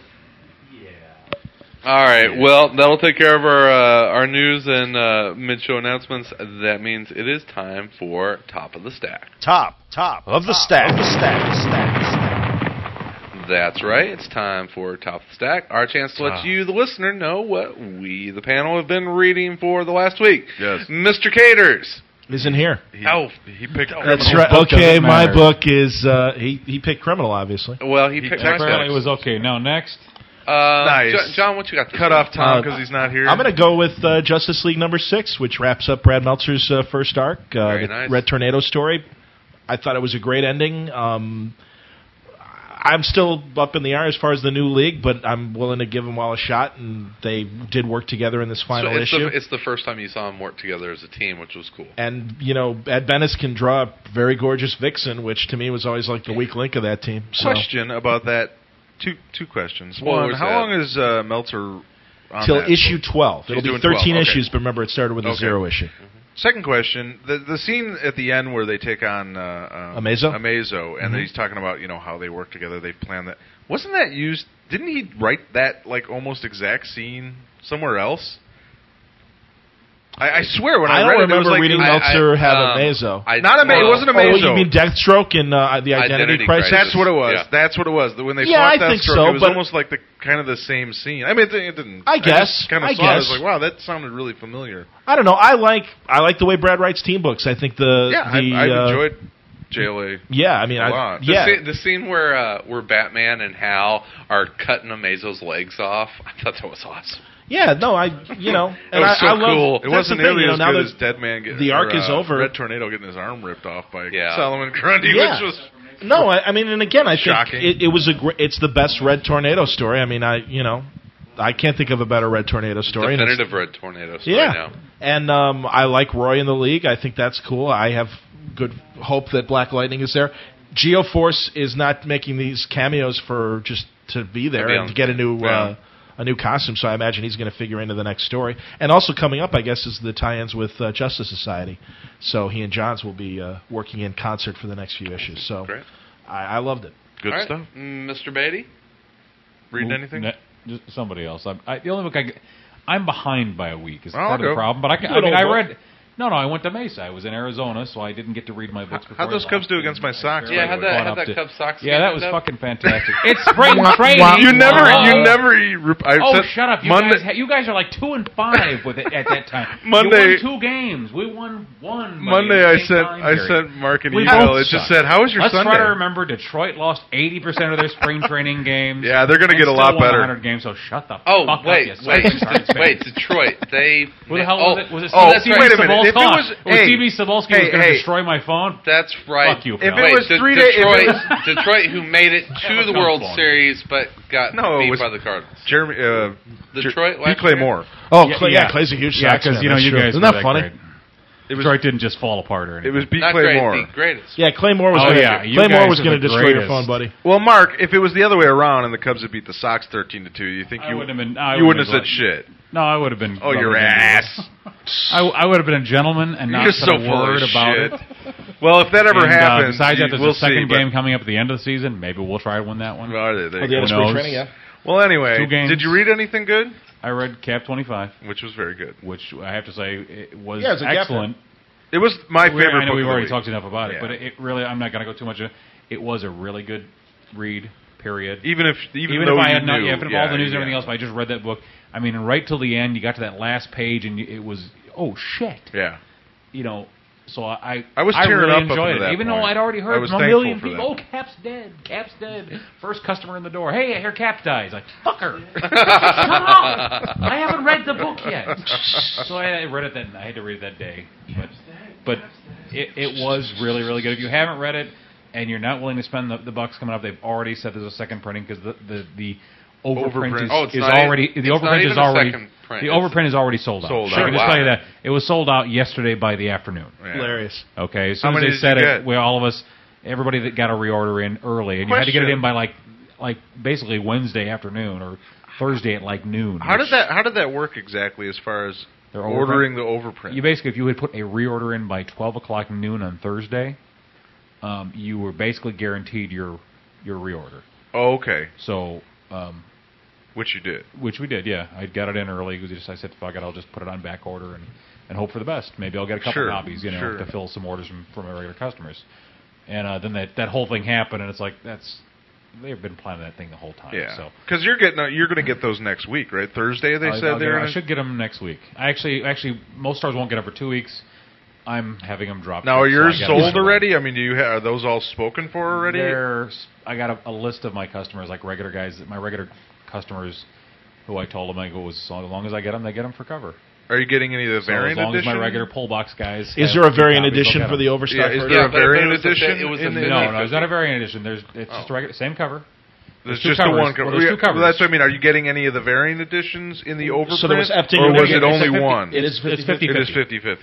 Speaker 2: All right. Well, that'll take care of our uh, our news and uh, mid show announcements. That means it is time for top of the stack.
Speaker 27: Top, top of the stack, stack, stack, stack.
Speaker 2: That's right. It's time for top of the stack. Our chance to
Speaker 3: Ah,
Speaker 2: let
Speaker 27: Top.
Speaker 2: you, the listener, know what we, the panel, have been reading for the last week.
Speaker 3: Yes.
Speaker 2: Mr. Caters.
Speaker 1: Isn't here.
Speaker 2: oh, he picked.
Speaker 1: That's right. Okay, my book is uh, he he picked criminal, obviously.
Speaker 2: Well, he, picked. my
Speaker 9: Apparently, it
Speaker 2: book.
Speaker 9: was okay. Now next. Uh,
Speaker 2: Uh,
Speaker 1: Nice.
Speaker 2: Jo- John, what you got? this
Speaker 3: Cut
Speaker 2: week?
Speaker 3: off Tom because he's not here.
Speaker 1: I'm going to go with uh, Justice League number six, which wraps up Brad Meltzer's uh, first arc, uh,
Speaker 2: Very
Speaker 1: the
Speaker 2: nice.
Speaker 1: Red Tornado story. I thought it was a great ending. Um, I'm still up in the air as far as the new league, but I'm willing to give them all a shot, and they did work together in this final
Speaker 2: so it's,
Speaker 1: issue.
Speaker 2: The, it's the first time you saw them work together as a team, which was cool.
Speaker 1: and you know, Ed Bennis can draw a very gorgeous Vixen, which to me was always like the weak link of that team. So.
Speaker 3: Question about that. Two two questions.
Speaker 1: What
Speaker 3: One,
Speaker 1: was
Speaker 3: how
Speaker 1: that?
Speaker 3: long is uh, Meltzer on
Speaker 1: till
Speaker 3: that?
Speaker 1: issue 12.
Speaker 3: She's
Speaker 1: It'll be
Speaker 3: doing
Speaker 1: 13
Speaker 3: 12, okay.
Speaker 1: issues, but remember it started with a
Speaker 3: Okay.
Speaker 1: zero issue.
Speaker 3: Second question: the the scene at the end where they take on uh, uh,
Speaker 1: Amazo?
Speaker 3: Amazo, and
Speaker 1: Mhm.
Speaker 3: he's talking about you know how they work together, they plan that. Wasn't that used? Didn't he write that like almost exact scene somewhere else? I, I swear when
Speaker 1: I
Speaker 3: I,
Speaker 1: don't
Speaker 3: read it, it was
Speaker 1: remember
Speaker 3: like,
Speaker 1: reading
Speaker 3: I- I-
Speaker 1: Meltzer have
Speaker 3: um,
Speaker 1: Amazo.
Speaker 3: I- Not Amazo. it wasn't
Speaker 1: Oh,
Speaker 3: Amazo.
Speaker 1: you mean Deathstroke in uh, the Identity, Crisis?
Speaker 3: That's what it was. That's what it was. When they
Speaker 1: Yeah,
Speaker 3: fought
Speaker 1: I think
Speaker 3: Deathstroke,
Speaker 1: so,
Speaker 3: it was
Speaker 1: but-
Speaker 3: almost like the kind of the same scene. I mean, it, it didn't.
Speaker 1: I guess.
Speaker 3: kind of
Speaker 1: I
Speaker 3: saw it. I was
Speaker 1: guess.
Speaker 3: like, wow, that sounded really familiar.
Speaker 1: I don't know. I like I like the way Brad writes team books. I think the
Speaker 3: Yeah,
Speaker 1: the,
Speaker 3: I, I've
Speaker 1: uh,
Speaker 3: enjoyed JLA.
Speaker 1: Yeah, I mean,
Speaker 3: a
Speaker 1: I-
Speaker 3: lot.
Speaker 2: The,
Speaker 1: yeah.
Speaker 2: scene, the scene where uh, where Batman and Hal are cutting Amazo's legs off, I thought that was awesome.
Speaker 1: Yeah, no, I you know,
Speaker 2: It
Speaker 1: and
Speaker 2: was so
Speaker 1: I, I love,
Speaker 2: cool. It
Speaker 1: that's
Speaker 3: It wasn't
Speaker 1: the thing,
Speaker 3: nearly
Speaker 1: you know,
Speaker 3: as
Speaker 1: now
Speaker 3: good
Speaker 1: that
Speaker 3: as Dead Man. Getting,
Speaker 1: the arc
Speaker 3: or,
Speaker 1: is
Speaker 3: uh,
Speaker 1: over.
Speaker 3: Red Tornado getting his arm ripped off by
Speaker 2: Yeah.
Speaker 3: Solomon Grundy,
Speaker 1: Yeah.
Speaker 3: which was
Speaker 1: No, I, I mean, and again, I
Speaker 3: Shocking.
Speaker 1: think it, it was a gr- it's the best Red Tornado story. I mean, I you know, I can't think of a better Red Tornado story. and it's-
Speaker 2: Definitive Red Tornado story
Speaker 1: yeah.
Speaker 2: now.
Speaker 1: And um, I like Roy in the league. I think that's cool. I have good hope that Black Lightning is there. Geoforce is not making these cameos for just to be
Speaker 2: To
Speaker 1: there
Speaker 2: be on-
Speaker 1: and to get a new
Speaker 2: yeah.
Speaker 1: uh, a new costume. So I imagine he's going to figure into the next story. And also coming up, I guess, is the tie-ins with uh, Justice Society. So he and Johns will be uh, working in concert for the next few issues. So I, I loved it.
Speaker 3: Good
Speaker 2: All right, Mr. Beatty?
Speaker 3: Reading
Speaker 9: Who-
Speaker 3: anything?
Speaker 9: ne- just somebody else. I'm, I, the only book I, g- I'm behind by a week is
Speaker 3: Oh,
Speaker 9: part of
Speaker 3: okay.
Speaker 9: the problem. But I, can,
Speaker 3: Good
Speaker 9: I mean,
Speaker 3: old
Speaker 9: I
Speaker 3: book.
Speaker 9: read No, no, I went to Mesa. I was in Arizona, so I didn't get to read my books before.
Speaker 3: How'd those Cubs do against my Sox?
Speaker 9: Yeah,
Speaker 3: by
Speaker 9: how'd
Speaker 3: the way?
Speaker 9: that, how'd that Cubs Sox Yeah, that was fucking fantastic. It's spring
Speaker 3: Wah, wah.
Speaker 9: training.
Speaker 3: You never, you
Speaker 9: Whoa.
Speaker 3: never. you- I
Speaker 9: oh,
Speaker 3: said
Speaker 9: shut up! You
Speaker 3: Monday,
Speaker 9: guys, ha- you guys are like two and five with it at that time. you
Speaker 3: Monday-
Speaker 9: won two games. We won one. but in the
Speaker 3: Monday, I
Speaker 9: same
Speaker 3: sent,
Speaker 9: time
Speaker 3: I
Speaker 9: period.
Speaker 3: sent Mark an
Speaker 9: We both
Speaker 3: email. It
Speaker 9: suck.
Speaker 3: just said, "How was your
Speaker 9: Let's
Speaker 3: Sunday?"
Speaker 9: try to remember. Detroit lost eighty percent of their spring training games.
Speaker 3: Yeah, they're gonna
Speaker 9: and
Speaker 3: get a
Speaker 9: still
Speaker 3: lot
Speaker 9: won
Speaker 3: better.
Speaker 9: 100 games. So shut the
Speaker 2: Oh
Speaker 9: fuck
Speaker 2: wait,
Speaker 9: up, you
Speaker 2: wait,
Speaker 9: sucking Sox fan.
Speaker 2: wait! Detroit. They.
Speaker 9: Who the hell
Speaker 2: oh,
Speaker 9: was it? Was it
Speaker 2: oh,
Speaker 9: Steve
Speaker 2: wait a
Speaker 9: Sabol's
Speaker 2: minute. If it
Speaker 9: fault?
Speaker 2: was,
Speaker 9: Was
Speaker 2: hey,
Speaker 9: Steve Sabolski
Speaker 2: hey,
Speaker 9: was going to
Speaker 2: hey.
Speaker 9: destroy my phone?
Speaker 2: That's right.
Speaker 9: Fuck you,
Speaker 2: If
Speaker 9: pal.
Speaker 2: it was
Speaker 9: Wait,
Speaker 2: three
Speaker 9: De-
Speaker 2: days, Detroit,
Speaker 9: Detroit-
Speaker 2: Detroit, who made it to the
Speaker 9: no
Speaker 2: World
Speaker 9: phone.
Speaker 2: Series but got
Speaker 3: No,
Speaker 2: beat
Speaker 3: it was
Speaker 2: by the Cardinals.
Speaker 3: Jeremy, uh,
Speaker 2: Detroit
Speaker 3: Jer-
Speaker 2: last
Speaker 3: Clay
Speaker 2: year?
Speaker 3: Moore.
Speaker 1: Oh, Clay, yeah. Clay's a huge
Speaker 9: Yeah,
Speaker 1: Sox fan.
Speaker 9: 'cause, you know,
Speaker 1: that's
Speaker 9: you
Speaker 1: true.
Speaker 9: guys
Speaker 1: Isn't
Speaker 9: were
Speaker 1: that
Speaker 9: that
Speaker 1: funny?
Speaker 9: great. Detroit didn't just fall apart or anything.
Speaker 3: It was beat
Speaker 9: Not
Speaker 3: Clay
Speaker 9: great,
Speaker 3: Moore.
Speaker 9: the
Speaker 2: greatest.
Speaker 1: Yeah, Clay Moore was.
Speaker 9: Oh,
Speaker 1: gonna,
Speaker 9: yeah, you
Speaker 1: Clay Moore was
Speaker 9: guys are
Speaker 1: going to
Speaker 9: the
Speaker 1: destroy your
Speaker 9: greatest.
Speaker 1: phone, buddy.
Speaker 3: Well, Mark, if it was the other way around and the Cubs had beat the Sox thirteen to two, you think
Speaker 9: I
Speaker 3: you
Speaker 9: wouldn't have been. I
Speaker 3: you wouldn't have said
Speaker 9: been
Speaker 3: shit.
Speaker 9: No, I would have been.
Speaker 3: Oh, your
Speaker 9: rubbing
Speaker 3: ass.
Speaker 9: I, I would have been a gentleman and not
Speaker 3: You're
Speaker 9: said
Speaker 3: so
Speaker 9: a
Speaker 3: full of
Speaker 9: word about
Speaker 3: shit.
Speaker 9: it.
Speaker 3: Well, if that ever
Speaker 9: And, uh,
Speaker 3: happens,
Speaker 9: besides
Speaker 3: you-
Speaker 9: that, there's
Speaker 3: we'll
Speaker 9: a second
Speaker 3: see, but-
Speaker 9: game coming up at the end of the season. Maybe we'll try to win that one.
Speaker 3: Well,
Speaker 1: Oh,
Speaker 3: there, there
Speaker 9: Who
Speaker 3: you go.
Speaker 9: knows?
Speaker 3: Well, anyway,
Speaker 9: Two games.
Speaker 3: did you read anything good?
Speaker 9: I read Cap 25,
Speaker 3: which was very good.
Speaker 9: Which I have to say it was
Speaker 3: Yeah, it was a gap
Speaker 9: excellent.
Speaker 3: It was my
Speaker 9: We-
Speaker 3: favorite
Speaker 9: I know
Speaker 3: book
Speaker 9: we've
Speaker 3: of the
Speaker 9: already
Speaker 3: week.
Speaker 9: talked enough about
Speaker 3: Yeah.
Speaker 9: it, but it really, I'm not going to go too much. into It It was a really good read. Period.
Speaker 3: Even if even,
Speaker 9: if
Speaker 3: though
Speaker 9: I
Speaker 3: you
Speaker 9: had not
Speaker 3: knew,
Speaker 9: yeah, if it
Speaker 3: yeah,
Speaker 9: all the news and
Speaker 3: yeah.
Speaker 9: everything else, but I just read that book. I mean, right till the end, you got to that last page, and you, it was oh shit.
Speaker 3: Yeah.
Speaker 9: You know, so I
Speaker 3: I was tearing
Speaker 9: really
Speaker 3: up up
Speaker 9: enjoyed
Speaker 3: until
Speaker 9: it,
Speaker 3: that
Speaker 9: even though
Speaker 3: point.
Speaker 9: I'd already
Speaker 3: I
Speaker 9: heard
Speaker 3: was
Speaker 9: from a
Speaker 3: thankful
Speaker 9: million
Speaker 3: for
Speaker 9: people.
Speaker 3: that.
Speaker 9: Oh, Cap's dead. Cap's dead. First customer in the door. Hey, I hear Cap dies. Like fucker. Shut up. I haven't read the book yet. So I, I read it then. I had to read it that day. But, but it, it was really really good. If you haven't read it and you're not willing to spend the, the bucks coming up, they've already said there's a second printing because the the the overprint,
Speaker 3: Overprint.
Speaker 9: is,
Speaker 3: Oh, it's
Speaker 9: is
Speaker 3: not e-
Speaker 9: already
Speaker 3: it's
Speaker 9: the
Speaker 3: not
Speaker 9: overprint
Speaker 3: even
Speaker 9: is
Speaker 3: a
Speaker 9: already
Speaker 3: second print.
Speaker 9: the
Speaker 3: It's-
Speaker 9: overprint is already sold out.
Speaker 3: Sold
Speaker 9: I
Speaker 3: out.
Speaker 9: can just tell you
Speaker 3: Wow.
Speaker 9: that it was sold out yesterday by the afternoon.
Speaker 1: Hilarious.
Speaker 9: Okay, as
Speaker 3: How
Speaker 9: soon as
Speaker 3: many
Speaker 9: they
Speaker 3: did
Speaker 9: said
Speaker 3: you
Speaker 9: it,
Speaker 3: get?
Speaker 9: we all of us, everybody that got a reorder in early, and you had to get it
Speaker 3: Question.
Speaker 9: in by like, like basically Wednesday afternoon or Thursday at like noon.
Speaker 3: How did that How did that work exactly as far as
Speaker 9: Their overprint?
Speaker 3: ordering the overprint?
Speaker 9: You basically, if you had put a reorder in by twelve o'clock noon on Thursday, um, you were basically guaranteed your your reorder.
Speaker 3: oh, okay,
Speaker 9: So, um,
Speaker 3: which you did.
Speaker 9: which we did, yeah. I got it in early because I said, "Fuck it, I'll just put it on back order and, and hope for the best. Maybe I'll get a couple
Speaker 3: Sure,
Speaker 9: copies, you know,
Speaker 3: sure.
Speaker 9: to fill some orders from, from my regular customers." And uh, then that that whole thing happened, and it's like that's they've been planning that thing the whole time.
Speaker 3: Yeah,
Speaker 9: So
Speaker 3: because you're getting you're going to get those next week, right? Thursday they
Speaker 9: I,
Speaker 3: said
Speaker 9: I'll get-
Speaker 3: they're.
Speaker 9: Uh, I
Speaker 3: gonna-
Speaker 9: should get them next week. I actually actually most stars won't get them for two weeks. I'm having them dropped.
Speaker 3: Now
Speaker 9: so
Speaker 3: are
Speaker 9: I
Speaker 3: yours
Speaker 9: gotta-
Speaker 3: sold already? I mean, do you ha- are those all spoken for already?
Speaker 9: There's, I got a, a list of my customers, like regular guys, my regular customers, who I told them I go, as long as I get them, they get them for cover.
Speaker 3: Are you getting any of the
Speaker 9: So as
Speaker 3: variant
Speaker 9: long as
Speaker 3: edition?
Speaker 9: my regular pull box guys.
Speaker 1: Is
Speaker 9: have
Speaker 1: there a
Speaker 9: two
Speaker 1: variant
Speaker 9: copies,
Speaker 1: edition
Speaker 9: they'll get
Speaker 1: for the
Speaker 9: them.
Speaker 1: overstock Yeah,
Speaker 3: is version? there a variant edition in the- Oh.
Speaker 9: no, no, it's not a variant edition. There's it's just a regular same cover.
Speaker 3: There's
Speaker 9: two
Speaker 3: just the
Speaker 9: covers.
Speaker 3: one cover.
Speaker 9: Well, there's two
Speaker 3: Yeah, well,
Speaker 9: covers.
Speaker 3: that's what I mean. Are you getting any of the variant editions in the overprint?
Speaker 1: So there was Epton,
Speaker 3: or
Speaker 1: you're
Speaker 3: was
Speaker 1: gonna
Speaker 3: it
Speaker 1: get- it's
Speaker 3: only
Speaker 1: a 50
Speaker 3: one?
Speaker 1: it is
Speaker 9: It's
Speaker 1: 50-50.
Speaker 9: 50
Speaker 3: It is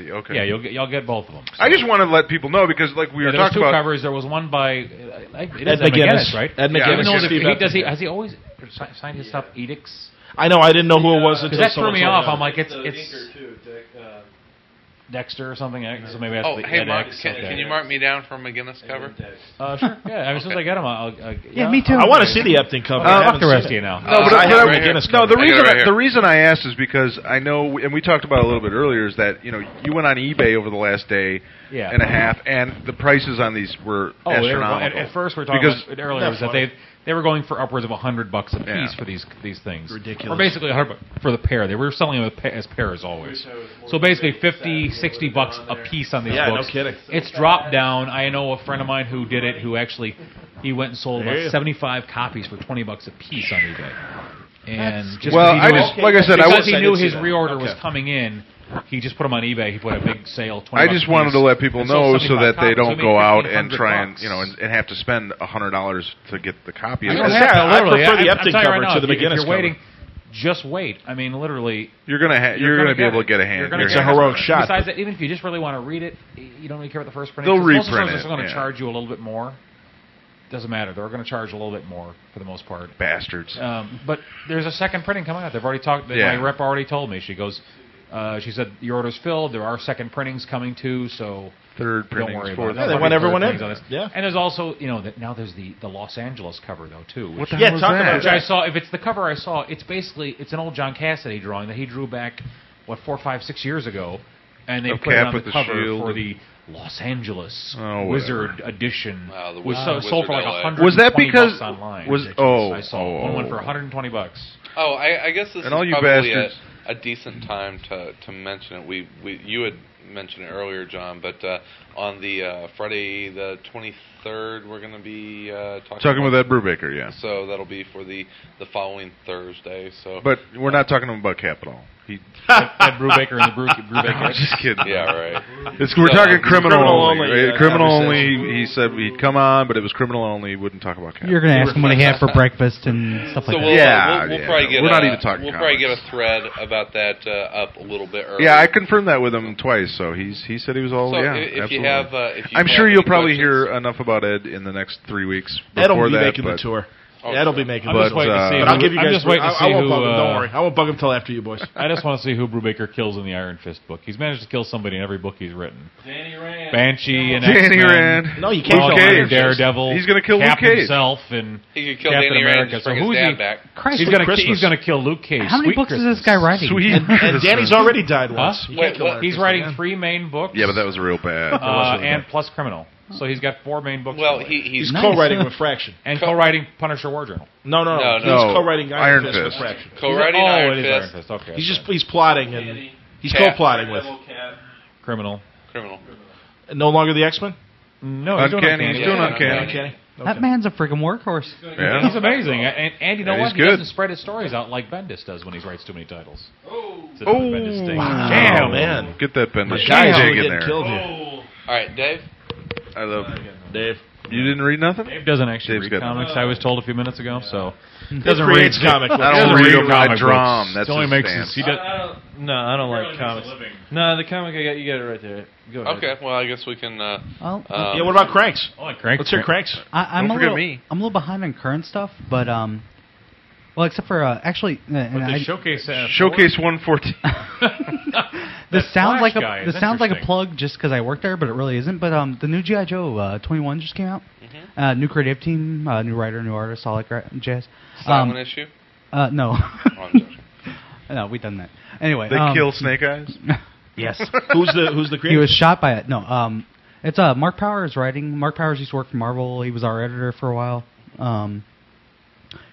Speaker 3: 50-50. Okay.
Speaker 9: Yeah, you'll get you'll get both of them.
Speaker 3: I just want to let people know because, like we
Speaker 9: Yeah,
Speaker 3: were
Speaker 9: there was
Speaker 3: talking
Speaker 9: two
Speaker 3: about,
Speaker 9: covers. There was one by uh, I- it
Speaker 1: Ed
Speaker 9: is Ed McGuinness,
Speaker 1: McGuinness.
Speaker 9: right?
Speaker 1: Ed
Speaker 9: Yeah,
Speaker 1: McGuinness
Speaker 9: even though
Speaker 1: and
Speaker 9: the-
Speaker 1: Steve
Speaker 9: he- does he
Speaker 1: Epstein.
Speaker 9: has he always si- signed his stuff edicts?
Speaker 1: I know. I didn't know who it was
Speaker 9: Because
Speaker 1: until
Speaker 9: that threw
Speaker 1: someone
Speaker 9: me
Speaker 1: told
Speaker 9: off.
Speaker 1: me.
Speaker 9: I'm like, it's it's Dexter or something. I- So maybe that's
Speaker 2: Oh,
Speaker 9: the
Speaker 2: hey, Mark,
Speaker 9: edX,
Speaker 2: can,
Speaker 9: okay.
Speaker 2: can you mark me down for a McGinnis cover?
Speaker 9: Uh, sure. Yeah, as soon as I get them, I'll. I'll yeah,
Speaker 1: me too. I wanna see Oh, the Epton cover. I
Speaker 9: Uh,
Speaker 1: haven't
Speaker 9: fuck the
Speaker 1: seen
Speaker 9: rest
Speaker 1: it.
Speaker 9: of you now.
Speaker 1: No, but Uh, I have it right here.
Speaker 3: no, the
Speaker 1: I got it
Speaker 3: reason
Speaker 1: right here.
Speaker 3: the reason I asked is because I know, and we talked about it a little bit earlier, is that you know you went on eBay over the last day
Speaker 9: Yeah.
Speaker 3: and a half, and the prices on these were
Speaker 9: Oh, they were,
Speaker 3: astronomical.
Speaker 9: at, at first we were talking
Speaker 3: because
Speaker 9: about it earlier was that they they were going for upwards of hundred bucks a piece for these these things,
Speaker 1: Ridiculous.
Speaker 9: or basically 100 bu- for the pair. They were selling them as pa- as pairs always. So basically 50, 60 bucks a piece on these
Speaker 1: Yeah, no
Speaker 9: books.
Speaker 1: kidding.
Speaker 9: It's dropped down. I know a friend of mine who did it who actually he went and sold
Speaker 1: There you go.
Speaker 9: about seventy five copies for twenty bucks a piece on eBay. And
Speaker 3: That's-
Speaker 9: just
Speaker 3: Well,
Speaker 9: because he
Speaker 3: I
Speaker 9: knew-
Speaker 3: just- like I said, I
Speaker 9: because
Speaker 3: was- I
Speaker 9: he knew
Speaker 3: did see
Speaker 9: his
Speaker 3: that.
Speaker 9: reorder was
Speaker 3: Okay.
Speaker 9: coming in. He just put them on eBay. He put a big sale. 20
Speaker 3: I
Speaker 9: bucks
Speaker 3: just
Speaker 9: a
Speaker 3: wanted
Speaker 9: piece,
Speaker 3: to let people
Speaker 9: and sold
Speaker 3: know so
Speaker 9: 75
Speaker 3: that they
Speaker 9: copies. So
Speaker 3: don't
Speaker 9: he
Speaker 3: go
Speaker 9: made
Speaker 3: out and
Speaker 9: 1,500
Speaker 3: try and
Speaker 9: bucks.
Speaker 3: you know and, and have to spend a hundred dollars to get the copy.
Speaker 9: I
Speaker 3: of
Speaker 9: don't
Speaker 3: it.
Speaker 9: have to.
Speaker 1: I
Speaker 9: literally,
Speaker 1: prefer the
Speaker 9: I'm-
Speaker 1: Epton
Speaker 9: I'm telling you
Speaker 1: cover
Speaker 9: right
Speaker 1: to
Speaker 9: now,
Speaker 1: the
Speaker 9: if you- if
Speaker 1: McGinnis
Speaker 9: you're
Speaker 1: cover.
Speaker 9: waiting, just wait. I mean, literally.
Speaker 3: You're gonna ha- you're gonna be
Speaker 9: get
Speaker 3: able
Speaker 9: it.
Speaker 3: to get a hand-
Speaker 9: You're gonna
Speaker 3: your
Speaker 9: get
Speaker 3: hands
Speaker 9: it.
Speaker 3: on it. Heroic shot.
Speaker 9: Besides that, even if you just really want to read it, y- you don't really care about the first print.
Speaker 3: They'll
Speaker 9: 'cause most
Speaker 3: reprint
Speaker 9: of
Speaker 3: it,
Speaker 9: They're going to
Speaker 3: yeah.
Speaker 9: charge you a little bit more. Doesn't matter. They're going to charge a little bit more for the most part.
Speaker 3: Bastards.
Speaker 9: Um, but there's a second printing coming out. They've already talked. My
Speaker 3: Yeah.
Speaker 9: rep already told me. She goes. Uh, she said your order's filled. There are second printings coming too. So
Speaker 3: Third
Speaker 9: don't
Speaker 3: printings,
Speaker 9: worry
Speaker 3: fourth
Speaker 9: about it.
Speaker 3: printings. Yeah, they want everyone in.
Speaker 9: Yeah. And there's also you know that now there's the the Los Angeles cover though too.
Speaker 3: What
Speaker 9: which-
Speaker 3: the Yeah, hell is talk that? about
Speaker 9: Which
Speaker 3: that.
Speaker 9: I saw. If it's the cover I saw, it's basically it's an old John Cassidy drawing that he drew back what four, five, six years ago. and they
Speaker 3: A
Speaker 9: put it
Speaker 3: cap
Speaker 9: on
Speaker 3: with
Speaker 9: the
Speaker 3: the
Speaker 9: cover
Speaker 3: shield
Speaker 9: for
Speaker 3: and-
Speaker 9: the Los Angeles
Speaker 3: Oh, whatever.
Speaker 9: Wizard Edition.
Speaker 3: Wow, the
Speaker 9: was
Speaker 3: Wizard-
Speaker 9: so, sold for like
Speaker 3: Wizard LA.
Speaker 9: 120
Speaker 3: Was that because-
Speaker 9: bucks online.
Speaker 3: was- oh,
Speaker 9: I saw
Speaker 3: oh,
Speaker 9: one went
Speaker 3: oh.
Speaker 9: for 120 bucks.
Speaker 2: Oh, I, I guess this
Speaker 3: And all
Speaker 2: is
Speaker 3: you
Speaker 2: probably a,
Speaker 3: bastards.
Speaker 2: a decent time to, to mention it. We, we you had mentioned it earlier, John, but uh, on the uh, Friday the twenty third, we're going to be uh, talking
Speaker 3: Talking
Speaker 2: about
Speaker 3: with Ed Brubaker, yeah.
Speaker 2: So that'll be for the the following Thursday. So,
Speaker 3: But we're not talking to him about capital. He,
Speaker 2: Ed- Ed
Speaker 9: Brubaker and the Bru- Brubaker.
Speaker 3: I'm just kidding.
Speaker 2: Yeah, right.
Speaker 3: It's, we're
Speaker 2: So,
Speaker 3: talking
Speaker 2: it's
Speaker 3: criminal,
Speaker 2: criminal only,
Speaker 3: only. right?
Speaker 2: uh,
Speaker 3: criminal
Speaker 2: conversation.
Speaker 3: only. He said he'd come on, but it was criminal only. He wouldn't talk about capital.
Speaker 6: You're going to ask him what he had for breakfast and stuff
Speaker 2: so
Speaker 6: like
Speaker 2: we'll, uh,
Speaker 6: that.
Speaker 3: Yeah,
Speaker 2: we'll, we'll
Speaker 3: yeah,
Speaker 2: probably
Speaker 3: no,
Speaker 2: get
Speaker 3: we're
Speaker 2: a,
Speaker 3: not even talking
Speaker 2: We'll probably get a thread about that uh, up a little bit earlier.
Speaker 3: Yeah, I confirmed that with him twice. So he's he said he was all
Speaker 2: So
Speaker 3: yeah.
Speaker 2: i- if you
Speaker 3: absolutely.
Speaker 2: have, uh, if you have
Speaker 3: I'm sure
Speaker 2: any
Speaker 3: you'll probably hear enough about Ed in the next three weeks.
Speaker 1: Ed will
Speaker 3: before
Speaker 1: be
Speaker 3: that,
Speaker 1: making the
Speaker 3: but-
Speaker 1: tour.
Speaker 3: uh,
Speaker 2: Oh,
Speaker 1: Ed'll
Speaker 2: sure.
Speaker 1: be making
Speaker 3: I'm
Speaker 1: the
Speaker 3: just
Speaker 1: tour.
Speaker 3: waiting to
Speaker 1: Uh,
Speaker 3: see
Speaker 1: But
Speaker 3: who-
Speaker 1: I'll give you
Speaker 9: I'm
Speaker 1: guys.
Speaker 9: just waiting to
Speaker 1: I-
Speaker 9: see
Speaker 1: I won't
Speaker 9: who,
Speaker 1: bug him. Don't
Speaker 9: uh,
Speaker 1: worry. I won't bug him until after you boys.
Speaker 9: I just want to see who Brubaker kills in the Iron Fist book. He's managed to kill somebody in every book he's written.
Speaker 7: Danny Rand.
Speaker 9: Banshee and X-Men,
Speaker 3: Danny Rand. No, you can't
Speaker 9: Hulk
Speaker 3: kill
Speaker 9: and
Speaker 3: Iron Fist.
Speaker 9: Daredevil.
Speaker 3: He's gonna kill
Speaker 9: Cap
Speaker 3: Luke Cage.
Speaker 9: himself and
Speaker 2: He could kill
Speaker 9: Captain
Speaker 2: Danny Rand,
Speaker 9: America.
Speaker 2: just
Speaker 9: so
Speaker 2: bring his
Speaker 9: who's
Speaker 2: dad
Speaker 9: he?
Speaker 2: back.
Speaker 9: Christ,
Speaker 1: Sweet
Speaker 9: he's gonna ki-
Speaker 1: Christmas.
Speaker 9: he's gonna kill Luke Cage.
Speaker 6: How many
Speaker 9: Sweet
Speaker 6: books
Speaker 9: Christmas.
Speaker 6: is this guy writing? Sweet
Speaker 1: And, and Danny's already died
Speaker 9: Huh?
Speaker 1: once. You can't
Speaker 9: Wait,
Speaker 1: kill
Speaker 9: what?
Speaker 1: Iron
Speaker 9: he's
Speaker 1: Fist
Speaker 9: writing
Speaker 1: again.
Speaker 9: three main books.
Speaker 3: Yeah, but that was real bad.
Speaker 9: Uh, and plus Criminal. So he's got four main books.
Speaker 2: Well,
Speaker 9: already.
Speaker 2: he, he's
Speaker 1: He's co-writing with Fraction.
Speaker 9: and co-writing Punisher War Journal.
Speaker 1: No, no,
Speaker 2: No,
Speaker 1: no.
Speaker 2: no.
Speaker 1: He's co-writing Iron,
Speaker 3: Iron
Speaker 1: Fist, with
Speaker 3: Fist.
Speaker 1: Fraction.
Speaker 2: co-writing
Speaker 9: oh,
Speaker 2: Iron,
Speaker 9: it is
Speaker 2: Fist,
Speaker 9: Iron Fist. Okay,
Speaker 1: He's
Speaker 9: okay.
Speaker 1: just he's plotting and he's
Speaker 2: Cap.
Speaker 1: co-plotting with
Speaker 9: Criminal.
Speaker 2: criminal.
Speaker 1: no longer the X Men.
Speaker 9: No, he's doing
Speaker 3: Uncanny.
Speaker 9: okay.
Speaker 3: He's doing
Speaker 2: Yeah,
Speaker 3: uncanny.
Speaker 1: Uncanny.
Speaker 6: That man's a freaking workhorse.
Speaker 3: Yeah.
Speaker 9: He's amazing, and, and you know
Speaker 3: And
Speaker 9: what?
Speaker 3: he's
Speaker 9: He
Speaker 3: good.
Speaker 9: doesn't spread his stories out like Bendis does when he writes too many titles. Oh, it's a
Speaker 3: Oh,
Speaker 9: Bendis thing.
Speaker 3: wow.
Speaker 1: Damn, man.
Speaker 3: Get that Ben
Speaker 1: My
Speaker 3: Lee
Speaker 1: guy's
Speaker 3: Jig
Speaker 1: really
Speaker 3: in
Speaker 1: getting
Speaker 3: there.
Speaker 8: Oh.
Speaker 1: killed
Speaker 2: Oh.
Speaker 1: here.
Speaker 2: All right, Dave.
Speaker 3: I love
Speaker 1: Dave.
Speaker 3: You didn't read nothing?
Speaker 9: Dave doesn't actually
Speaker 3: Dave's
Speaker 9: read
Speaker 3: got them.
Speaker 9: comics. I was told a few minutes ago, so
Speaker 1: Doesn't read comic books.
Speaker 3: I
Speaker 9: doesn't
Speaker 3: don't
Speaker 9: read
Speaker 3: read them, I
Speaker 9: comic
Speaker 3: draw
Speaker 9: books.
Speaker 3: them. That's
Speaker 9: it only
Speaker 3: his
Speaker 9: makes
Speaker 3: stance.
Speaker 9: He
Speaker 7: I,
Speaker 9: does,
Speaker 7: I don't,
Speaker 13: No, I don't
Speaker 7: Really
Speaker 13: like
Speaker 7: makes
Speaker 13: comics.
Speaker 7: a living.
Speaker 13: No, the comic I got, you got it right there. Go ahead.
Speaker 2: Okay, well, I guess we can. Uh,
Speaker 6: Well,
Speaker 2: um,
Speaker 1: Yeah, what about Cranks?
Speaker 9: oh, and Crank.
Speaker 1: Let's hear Cranks.
Speaker 6: I, I'm
Speaker 3: Don't
Speaker 6: a
Speaker 3: forget
Speaker 6: little,
Speaker 3: me.
Speaker 6: I'm a little behind on current stuff, but um, well, except for uh, actually, uh, and
Speaker 9: But the
Speaker 6: I,
Speaker 9: showcase. uh,
Speaker 3: Showcase 114.
Speaker 6: this
Speaker 9: that
Speaker 6: sounds
Speaker 9: Flash
Speaker 6: like
Speaker 9: guy
Speaker 6: a
Speaker 9: is
Speaker 6: this sounds like a
Speaker 9: interesting.
Speaker 6: plug just because I work there, but it really isn't. But um, the new GI Joe uh, 21 just came out.
Speaker 2: Mm-hmm.
Speaker 6: Uh, new creative team, uh, new writer, new artist, all that gra- jazz.
Speaker 2: Simon
Speaker 6: Um,
Speaker 2: issue.
Speaker 6: uh, no,
Speaker 2: Oh, I'm joking.
Speaker 6: no, we done that anyway.
Speaker 3: They
Speaker 6: um,
Speaker 3: kill Snake Eyes?
Speaker 6: Yes.
Speaker 1: Who's the Who's the
Speaker 6: he
Speaker 1: creator?
Speaker 6: was shot by it. No, um, it's uh Mark Powers writing. Mark Powers used to work for Marvel. He was our editor for a while. Um,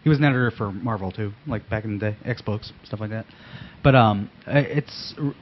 Speaker 6: he was an editor for Marvel too, like back in the day, X books stuff like that. But um, i- it's r-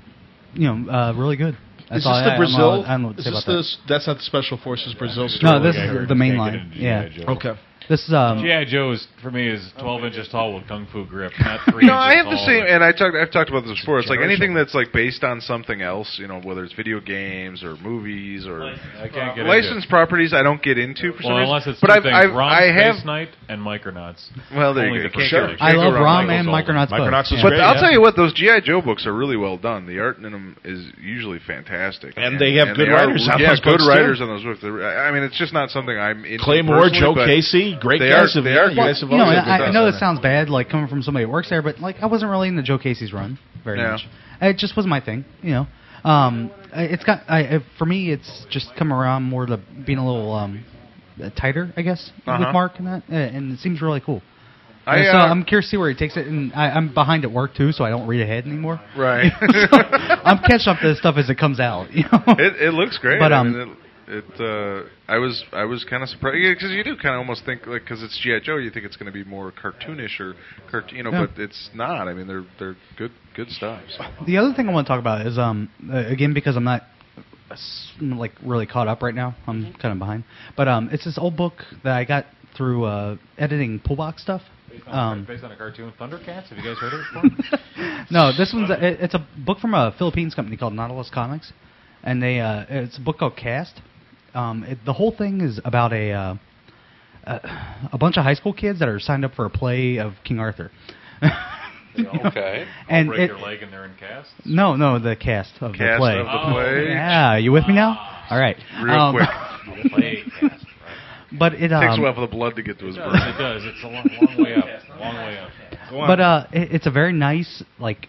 Speaker 6: you know uh, really good. That's
Speaker 1: is
Speaker 6: all
Speaker 1: this
Speaker 6: I-
Speaker 1: the
Speaker 6: I'm
Speaker 1: Brazil?
Speaker 6: all- I don't know what to
Speaker 1: is
Speaker 6: say
Speaker 1: this
Speaker 6: about
Speaker 1: the s- that's not the Special Forces Brazil
Speaker 6: that.
Speaker 1: story?
Speaker 6: No, this
Speaker 9: Can't
Speaker 6: is
Speaker 9: get
Speaker 6: the main
Speaker 9: into
Speaker 6: line.
Speaker 9: G.I.
Speaker 6: Yeah,
Speaker 9: Joe.
Speaker 1: Okay.
Speaker 6: this is um.
Speaker 9: GI Joe is for me is
Speaker 6: Oh,
Speaker 9: 12 inches tall with kung fu grip, not three.
Speaker 3: No, I
Speaker 9: inches
Speaker 3: have the
Speaker 9: tall
Speaker 3: same,
Speaker 9: with-
Speaker 3: and I talked. I've talked about this before. It's like
Speaker 9: generational.
Speaker 3: anything that's like based on something else, you know, whether it's video games or movies or
Speaker 9: I can't get
Speaker 3: licensed properties. I don't get into for
Speaker 9: Into. it. Well,
Speaker 3: some
Speaker 9: unless
Speaker 3: reason.
Speaker 9: it's
Speaker 3: But
Speaker 9: two
Speaker 3: I've,
Speaker 9: things,
Speaker 3: I've,
Speaker 9: Rom,
Speaker 3: I have.
Speaker 9: Space Knight, and Micronauts.
Speaker 3: Well, there
Speaker 9: Only
Speaker 3: you
Speaker 9: the
Speaker 3: go.
Speaker 9: can't
Speaker 3: Sure.
Speaker 9: get it.
Speaker 6: I love
Speaker 3: Jacob
Speaker 6: Rom
Speaker 3: Rom
Speaker 6: and
Speaker 9: Michael's
Speaker 6: Micronauts both.
Speaker 1: Micronauts is
Speaker 3: But
Speaker 1: great.
Speaker 3: I'll
Speaker 1: yeah.
Speaker 3: tell you what, those GI Joe books are really well done. The art in them is usually fantastic,
Speaker 1: And they have good
Speaker 3: are-
Speaker 1: writers on
Speaker 3: yeah,
Speaker 1: those
Speaker 3: good
Speaker 1: books, too.
Speaker 3: writers on those books. They're- I I mean, it's just not something I'm into
Speaker 1: Claymore,
Speaker 3: personally,
Speaker 1: Joe
Speaker 3: but
Speaker 1: Casey, great
Speaker 3: they
Speaker 1: guys.
Speaker 3: are-
Speaker 1: have-
Speaker 3: they are
Speaker 1: you
Speaker 3: good.
Speaker 1: guys have
Speaker 6: You know,
Speaker 1: always
Speaker 6: and
Speaker 1: been
Speaker 6: I, I
Speaker 1: good.
Speaker 6: know that sounds bad, like coming from somebody who works there, but like I wasn't really into Joe Casey's run very
Speaker 3: Yeah.
Speaker 6: much. It just was my thing, you know. Um, I- it's got I, I- for me, it's just come around more to being a little um, uh, tighter, I guess,
Speaker 3: Uh-huh.
Speaker 6: with Mark and that, uh, and it seems really cool.
Speaker 3: I,
Speaker 6: And so
Speaker 3: uh,
Speaker 6: I'm curious to see where he takes it, and I, I'm behind at work too, so I don't read ahead anymore.
Speaker 3: Right.
Speaker 6: So, I'm catching up to this stuff as it comes out. You know?
Speaker 3: it, it looks great.
Speaker 6: But,
Speaker 3: I
Speaker 6: um,
Speaker 3: mean, it, it uh, I was I was kind of surprised because you do kind of almost think like because it's GI Joe, you think it's going to be more cartoonish or cart, you know,
Speaker 6: Yeah.
Speaker 3: but it's not. I mean, they're they're good good stuff. So.
Speaker 6: The other thing I want to talk about is um uh, again because I'm not uh, s- like really caught up right now. I'm kind of behind. But um it's this old book that I got through uh editing Pullbox stuff.
Speaker 9: Based on,
Speaker 6: Um
Speaker 9: based on a cartoon, Thundercats. Have you guys heard of it before?
Speaker 6: no, this one's a, it- it's a book from a Philippines company called Nautilus Comics and they uh it's a book called Cast. Um it, the whole thing is about a uh a, a bunch of high school kids that are signed up for a play of King Arthur. You know?
Speaker 2: Okay.
Speaker 6: And
Speaker 9: break
Speaker 6: it-
Speaker 9: your leg and they're in Oh. casts.
Speaker 6: No, no, the cast of the
Speaker 3: Cast
Speaker 6: play.
Speaker 3: of the play.
Speaker 6: Yeah, you with me now? All right.
Speaker 3: Real
Speaker 6: Um,
Speaker 3: quick,
Speaker 9: Play cast.
Speaker 6: But it um,
Speaker 3: takes a while for the blood to get to his brain.
Speaker 9: It does. It's a long, long way up. Long way up.
Speaker 6: But uh, it, it's a very nice like.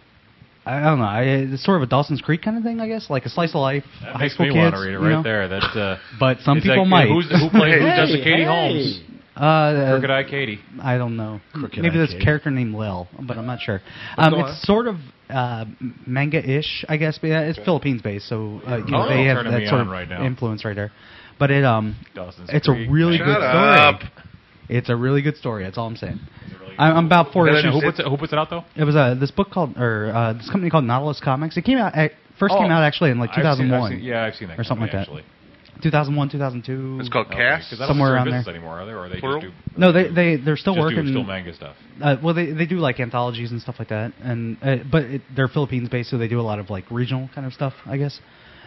Speaker 6: I don't know. I, it's sort of a Dawson's Creek kind of thing, I guess, like a slice of life.
Speaker 9: That
Speaker 6: high
Speaker 9: makes
Speaker 6: school
Speaker 9: me
Speaker 6: kids,
Speaker 9: want to read it
Speaker 6: you
Speaker 9: right
Speaker 6: know?
Speaker 9: there. That. Uh,
Speaker 6: But some
Speaker 9: it's
Speaker 6: people might.
Speaker 9: like, Who's, who plays? who does the
Speaker 1: Hey,
Speaker 9: Katie
Speaker 1: hey.
Speaker 9: Holmes?
Speaker 6: Uh,
Speaker 9: Crooked Eye Katie.
Speaker 6: I don't know.
Speaker 9: Crooked
Speaker 6: Maybe
Speaker 9: Eye
Speaker 6: this
Speaker 9: Katie.
Speaker 6: character named Lil, but I'm not sure.
Speaker 9: But
Speaker 6: Um,
Speaker 9: go on.
Speaker 6: it's sort of uh, manga-ish, I guess. But yeah, it's Philippines based, so uh, you know,
Speaker 9: Oh,
Speaker 6: they have
Speaker 9: turning me
Speaker 6: that sort
Speaker 9: on
Speaker 6: of
Speaker 9: right now.
Speaker 6: influence right there. But it um,
Speaker 9: Dawson's
Speaker 6: it's
Speaker 9: Creek.
Speaker 6: a really
Speaker 9: Shut
Speaker 6: good
Speaker 9: up.
Speaker 6: story. It's a really good story. That's all I'm saying. I'm, I'm about four
Speaker 9: Who
Speaker 6: issues.
Speaker 9: puts it, who puts it out though?
Speaker 6: It was uh, this book called, or uh, this company called Nautilus Comics. It came out at, first
Speaker 9: Oh,
Speaker 6: came out actually in like
Speaker 9: I've seen- I've
Speaker 6: 2001.
Speaker 9: seen- yeah, I've seen that
Speaker 6: or something like
Speaker 9: company,
Speaker 6: that. 2001, 2002.
Speaker 9: It's called Okay, Cass? 'cause I don't
Speaker 6: somewhere around
Speaker 9: think they're
Speaker 6: there.
Speaker 9: in business anymore, are they? Or they Plural? just do-
Speaker 6: no, they they they're still
Speaker 9: Just do
Speaker 6: working.
Speaker 9: still manga stuff.
Speaker 6: Uh, well, they they do like anthologies and stuff like that, and uh, but it, they're Philippines based, so they do a lot of like regional kind of stuff, I guess.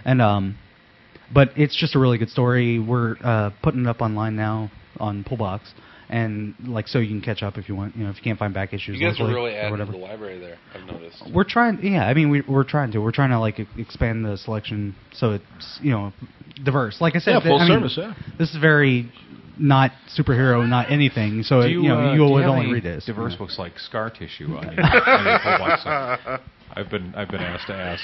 Speaker 6: And um, but it's just a really good story. We're uh, putting it up online now on Pullbox, and like so you can catch up if you want. You know, if you can't find back issues,
Speaker 8: You guys are
Speaker 6: locally
Speaker 8: really
Speaker 6: or
Speaker 8: adding to
Speaker 6: whatever.
Speaker 8: the library there. I've noticed.
Speaker 6: We're trying, yeah. I mean, we, we're trying to. We're trying to like e- expand the selection so it's you know diverse. Like I said,
Speaker 1: Yeah, full
Speaker 6: I mean,
Speaker 1: service, yeah.
Speaker 6: This is very not superhero, not anything. So
Speaker 9: Do
Speaker 6: it- you, know,
Speaker 9: uh,
Speaker 6: you
Speaker 9: do
Speaker 6: would
Speaker 9: have
Speaker 6: only
Speaker 9: any
Speaker 6: read this.
Speaker 9: Diverse books like scar tissue. On your, on your whole box set? I've been I've been asked to ask.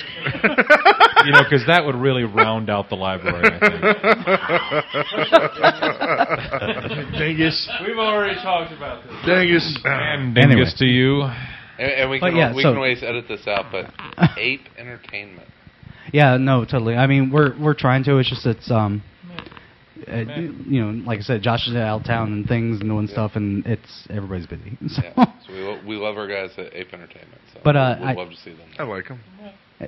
Speaker 9: you know, because that would really round out the library. I think.
Speaker 1: Dingus.
Speaker 7: We've already talked about this.
Speaker 9: Dingus. And
Speaker 7: Anyway.
Speaker 9: dingus to you.
Speaker 8: And, and we
Speaker 6: But
Speaker 8: can
Speaker 6: yeah,
Speaker 8: we
Speaker 6: so-
Speaker 8: can always edit this out, but ape entertainment.
Speaker 6: Yeah, no, totally. I mean, we're we're trying to. It's just it's um, uh, you know, like I said, Josh is out of town and things and doing stuff, and it's everybody's busy. So.
Speaker 8: Yeah. So we, lo- we love our guys at Ape Entertainment. So
Speaker 6: But, uh,
Speaker 8: we'd
Speaker 6: I-
Speaker 8: love to see them. Oh,
Speaker 3: I like them.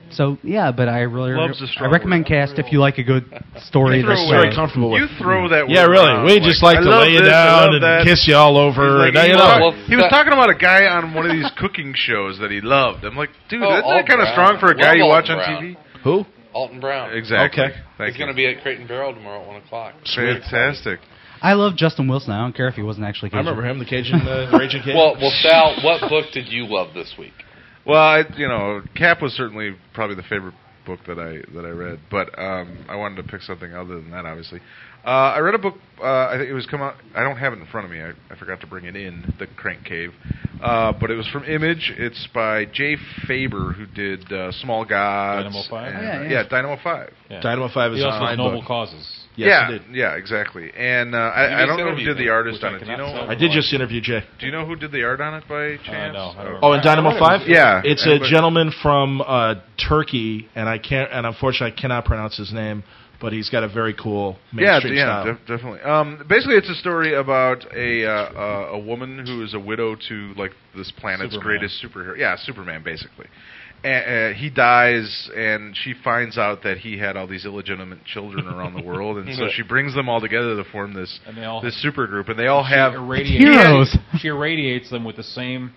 Speaker 6: So yeah, but I really
Speaker 3: Love's a strong
Speaker 6: I recommend Cast if you like a good story
Speaker 3: You throw
Speaker 6: that's
Speaker 3: away-
Speaker 6: very
Speaker 3: comfortable with. you throw that
Speaker 1: Yeah,
Speaker 3: word
Speaker 1: really.
Speaker 3: around,
Speaker 1: We just
Speaker 3: like,
Speaker 1: like to
Speaker 3: I love
Speaker 1: lay you
Speaker 3: this, I
Speaker 1: down
Speaker 3: love
Speaker 1: and
Speaker 3: that.
Speaker 1: kiss you all over. and,
Speaker 3: He's like,
Speaker 1: you
Speaker 3: he,
Speaker 1: know,
Speaker 3: was talk- he was talking about a guy on one of these cooking shows that he loved. I'm like, dude,
Speaker 8: Oh,
Speaker 3: that's
Speaker 8: Alt
Speaker 3: not kind
Speaker 8: Brown.
Speaker 3: of strong for a
Speaker 8: Love
Speaker 3: guy you
Speaker 8: Alt
Speaker 3: watch on
Speaker 8: Brown.
Speaker 3: TV.
Speaker 1: Who?
Speaker 8: Alton Brown.
Speaker 3: Exactly. Okay.
Speaker 8: He's
Speaker 3: Thank you.
Speaker 8: going to be at Crate and Barrel tomorrow at one o'clock.
Speaker 3: Fantastic.
Speaker 6: I love Justin Wilson. I don't care if he wasn't actually.
Speaker 8: I
Speaker 6: Cajun.
Speaker 8: remember him,
Speaker 1: the Cajun, uh, the Raging
Speaker 8: Well, well, Sal, what book did you love this week?
Speaker 3: Well, I, you know, Cap was certainly probably the favorite book that I that I read, but um, I wanted to pick something other than that. Obviously, uh, I read a book. Uh, I think it was come out. I don't have it in front of me. I, I forgot to bring it in the Crank Cave, uh, but it was from Image. It's by Jay Faber, who did uh, Small Gods.
Speaker 9: Dynamo Five?
Speaker 3: and-
Speaker 9: Oh, Yeah, yeah.
Speaker 3: yeah, Dynamo Five.
Speaker 9: Yeah.
Speaker 1: Dynamo Five is
Speaker 9: He
Speaker 1: a
Speaker 9: also does
Speaker 1: fine
Speaker 9: Noble
Speaker 1: book.
Speaker 9: Causes.
Speaker 1: Yes,
Speaker 3: yeah,
Speaker 1: he did.
Speaker 3: yeah, exactly. And uh,
Speaker 9: You
Speaker 3: I, I
Speaker 9: just
Speaker 3: don't know who
Speaker 9: interviewed
Speaker 3: did the
Speaker 9: me,
Speaker 3: artist
Speaker 9: which I
Speaker 3: on it. Do you
Speaker 9: cannot
Speaker 3: know?
Speaker 9: sell.
Speaker 1: I did just interview Jay.
Speaker 3: Do you know who did the art on it by chance?
Speaker 9: no, I don't
Speaker 1: Oh, and Dynamo Five.
Speaker 3: Yeah,
Speaker 1: it's
Speaker 3: I-
Speaker 1: a
Speaker 3: but-
Speaker 1: gentleman from uh, Turkey, and I can't, and unfortunately, I cannot pronounce his name, but he's got a very cool mainstream
Speaker 3: yeah,
Speaker 1: style.
Speaker 3: Yeah, def- definitely. Um, basically, it's a story about a uh, uh, a woman who is a widow to like this planet's
Speaker 9: Superman.
Speaker 3: greatest superhero. Yeah, Superman, basically. And, uh, he dies, and she finds out that he had all these illegitimate children around the world, and so
Speaker 9: Yeah.
Speaker 3: she brings them all together to form this
Speaker 9: And they all-
Speaker 3: this supergroup, and they all have
Speaker 9: she irradiates, She irradiates them with the same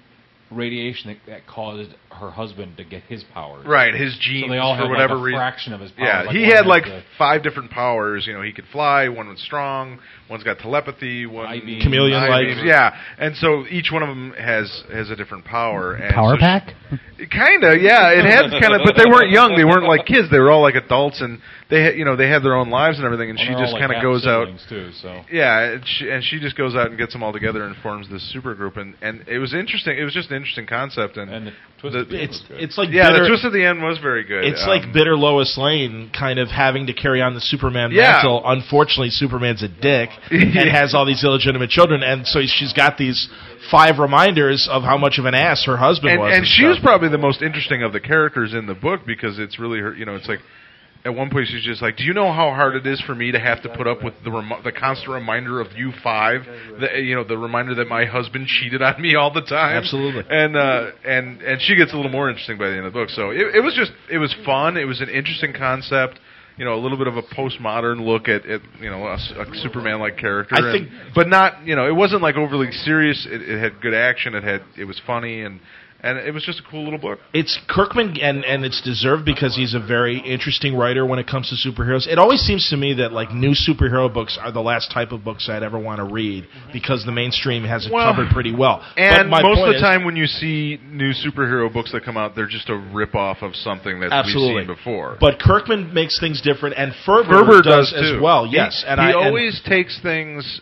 Speaker 9: radiation that, that caused her husband to get his powers.
Speaker 3: Right, his genes
Speaker 9: So they all
Speaker 3: for
Speaker 9: have
Speaker 3: whatever
Speaker 9: like a
Speaker 3: reason.
Speaker 9: fraction of his powers.
Speaker 3: Yeah,
Speaker 9: like
Speaker 3: he
Speaker 9: one
Speaker 3: had like
Speaker 9: the-
Speaker 3: five different powers. You know, he could fly. One was strong. One's got telepathy. One
Speaker 9: Eye-beam.
Speaker 1: Chameleon-like.
Speaker 3: eye-beam, Yeah, and so each one of them has has a different power. And
Speaker 6: Power
Speaker 3: so
Speaker 6: pack.
Speaker 3: she- kinda, yeah. It had kind of, but they weren't young. They weren't like kids. They were all like adults, and they had, you know they had their own lives and everything. And
Speaker 9: well,
Speaker 3: she
Speaker 9: they're
Speaker 3: just
Speaker 9: all,
Speaker 3: kind
Speaker 9: like,
Speaker 3: of goes out.
Speaker 9: half-siblings, Too, so.
Speaker 3: Yeah, and she, and she just goes out and gets them all together and forms this supergroup, and and it was interesting. It was just an interesting concept, and, the
Speaker 9: twist
Speaker 1: at the end It's- was good. it's like
Speaker 3: yeah,
Speaker 1: bitter-
Speaker 3: the twist at the end was very good.
Speaker 1: It's
Speaker 3: Um,
Speaker 1: like bitter Lois Lane kind of having to carry on the Superman
Speaker 3: Yeah.
Speaker 1: mantle. Unfortunately, Superman's a dick and has all these illegitimate children, and so she's got these five reminders of how much of an ass her husband
Speaker 3: and,
Speaker 1: was.
Speaker 3: and she
Speaker 1: stuff.
Speaker 3: was probably the most interesting of the characters in the book because it's really her. You know, it's like at one point she's just like, "Do you know how hard it is for me to have to put up with the rem- the constant reminder of you five? The, you know, the reminder that my husband cheated on me all the time."
Speaker 1: Absolutely.
Speaker 3: And uh, and and she gets a little more interesting by the end of the book. So it, it was just it was fun. It was an interesting concept. You know, a little bit of a postmodern look at, at you know a, s- a Superman-like character.
Speaker 1: I
Speaker 3: and-
Speaker 1: think-
Speaker 3: but not you know it wasn't like overly serious. It, it had good action. It had it was funny and and it was just a cool little book.
Speaker 1: it's Kirkman, and and it's deserved because he's a very interesting writer when it comes to superheroes. It always seems to me that like new superhero books are the last type of books I'd ever want to read because the mainstream has it
Speaker 3: Mm-hmm. Well,
Speaker 1: covered pretty well.
Speaker 3: And
Speaker 1: but my
Speaker 3: most
Speaker 1: point
Speaker 3: of the
Speaker 1: is-
Speaker 3: time, when you see new superhero books that come out, they're just a rip off of something that
Speaker 1: Absolutely.
Speaker 3: we've seen before.
Speaker 1: But Kirkman makes things different, and Ferber,
Speaker 3: Gerber
Speaker 1: does,
Speaker 3: does,
Speaker 1: as
Speaker 3: too.
Speaker 1: well.
Speaker 3: He-
Speaker 1: Yes, and
Speaker 3: he
Speaker 1: I, and-
Speaker 3: always takes things.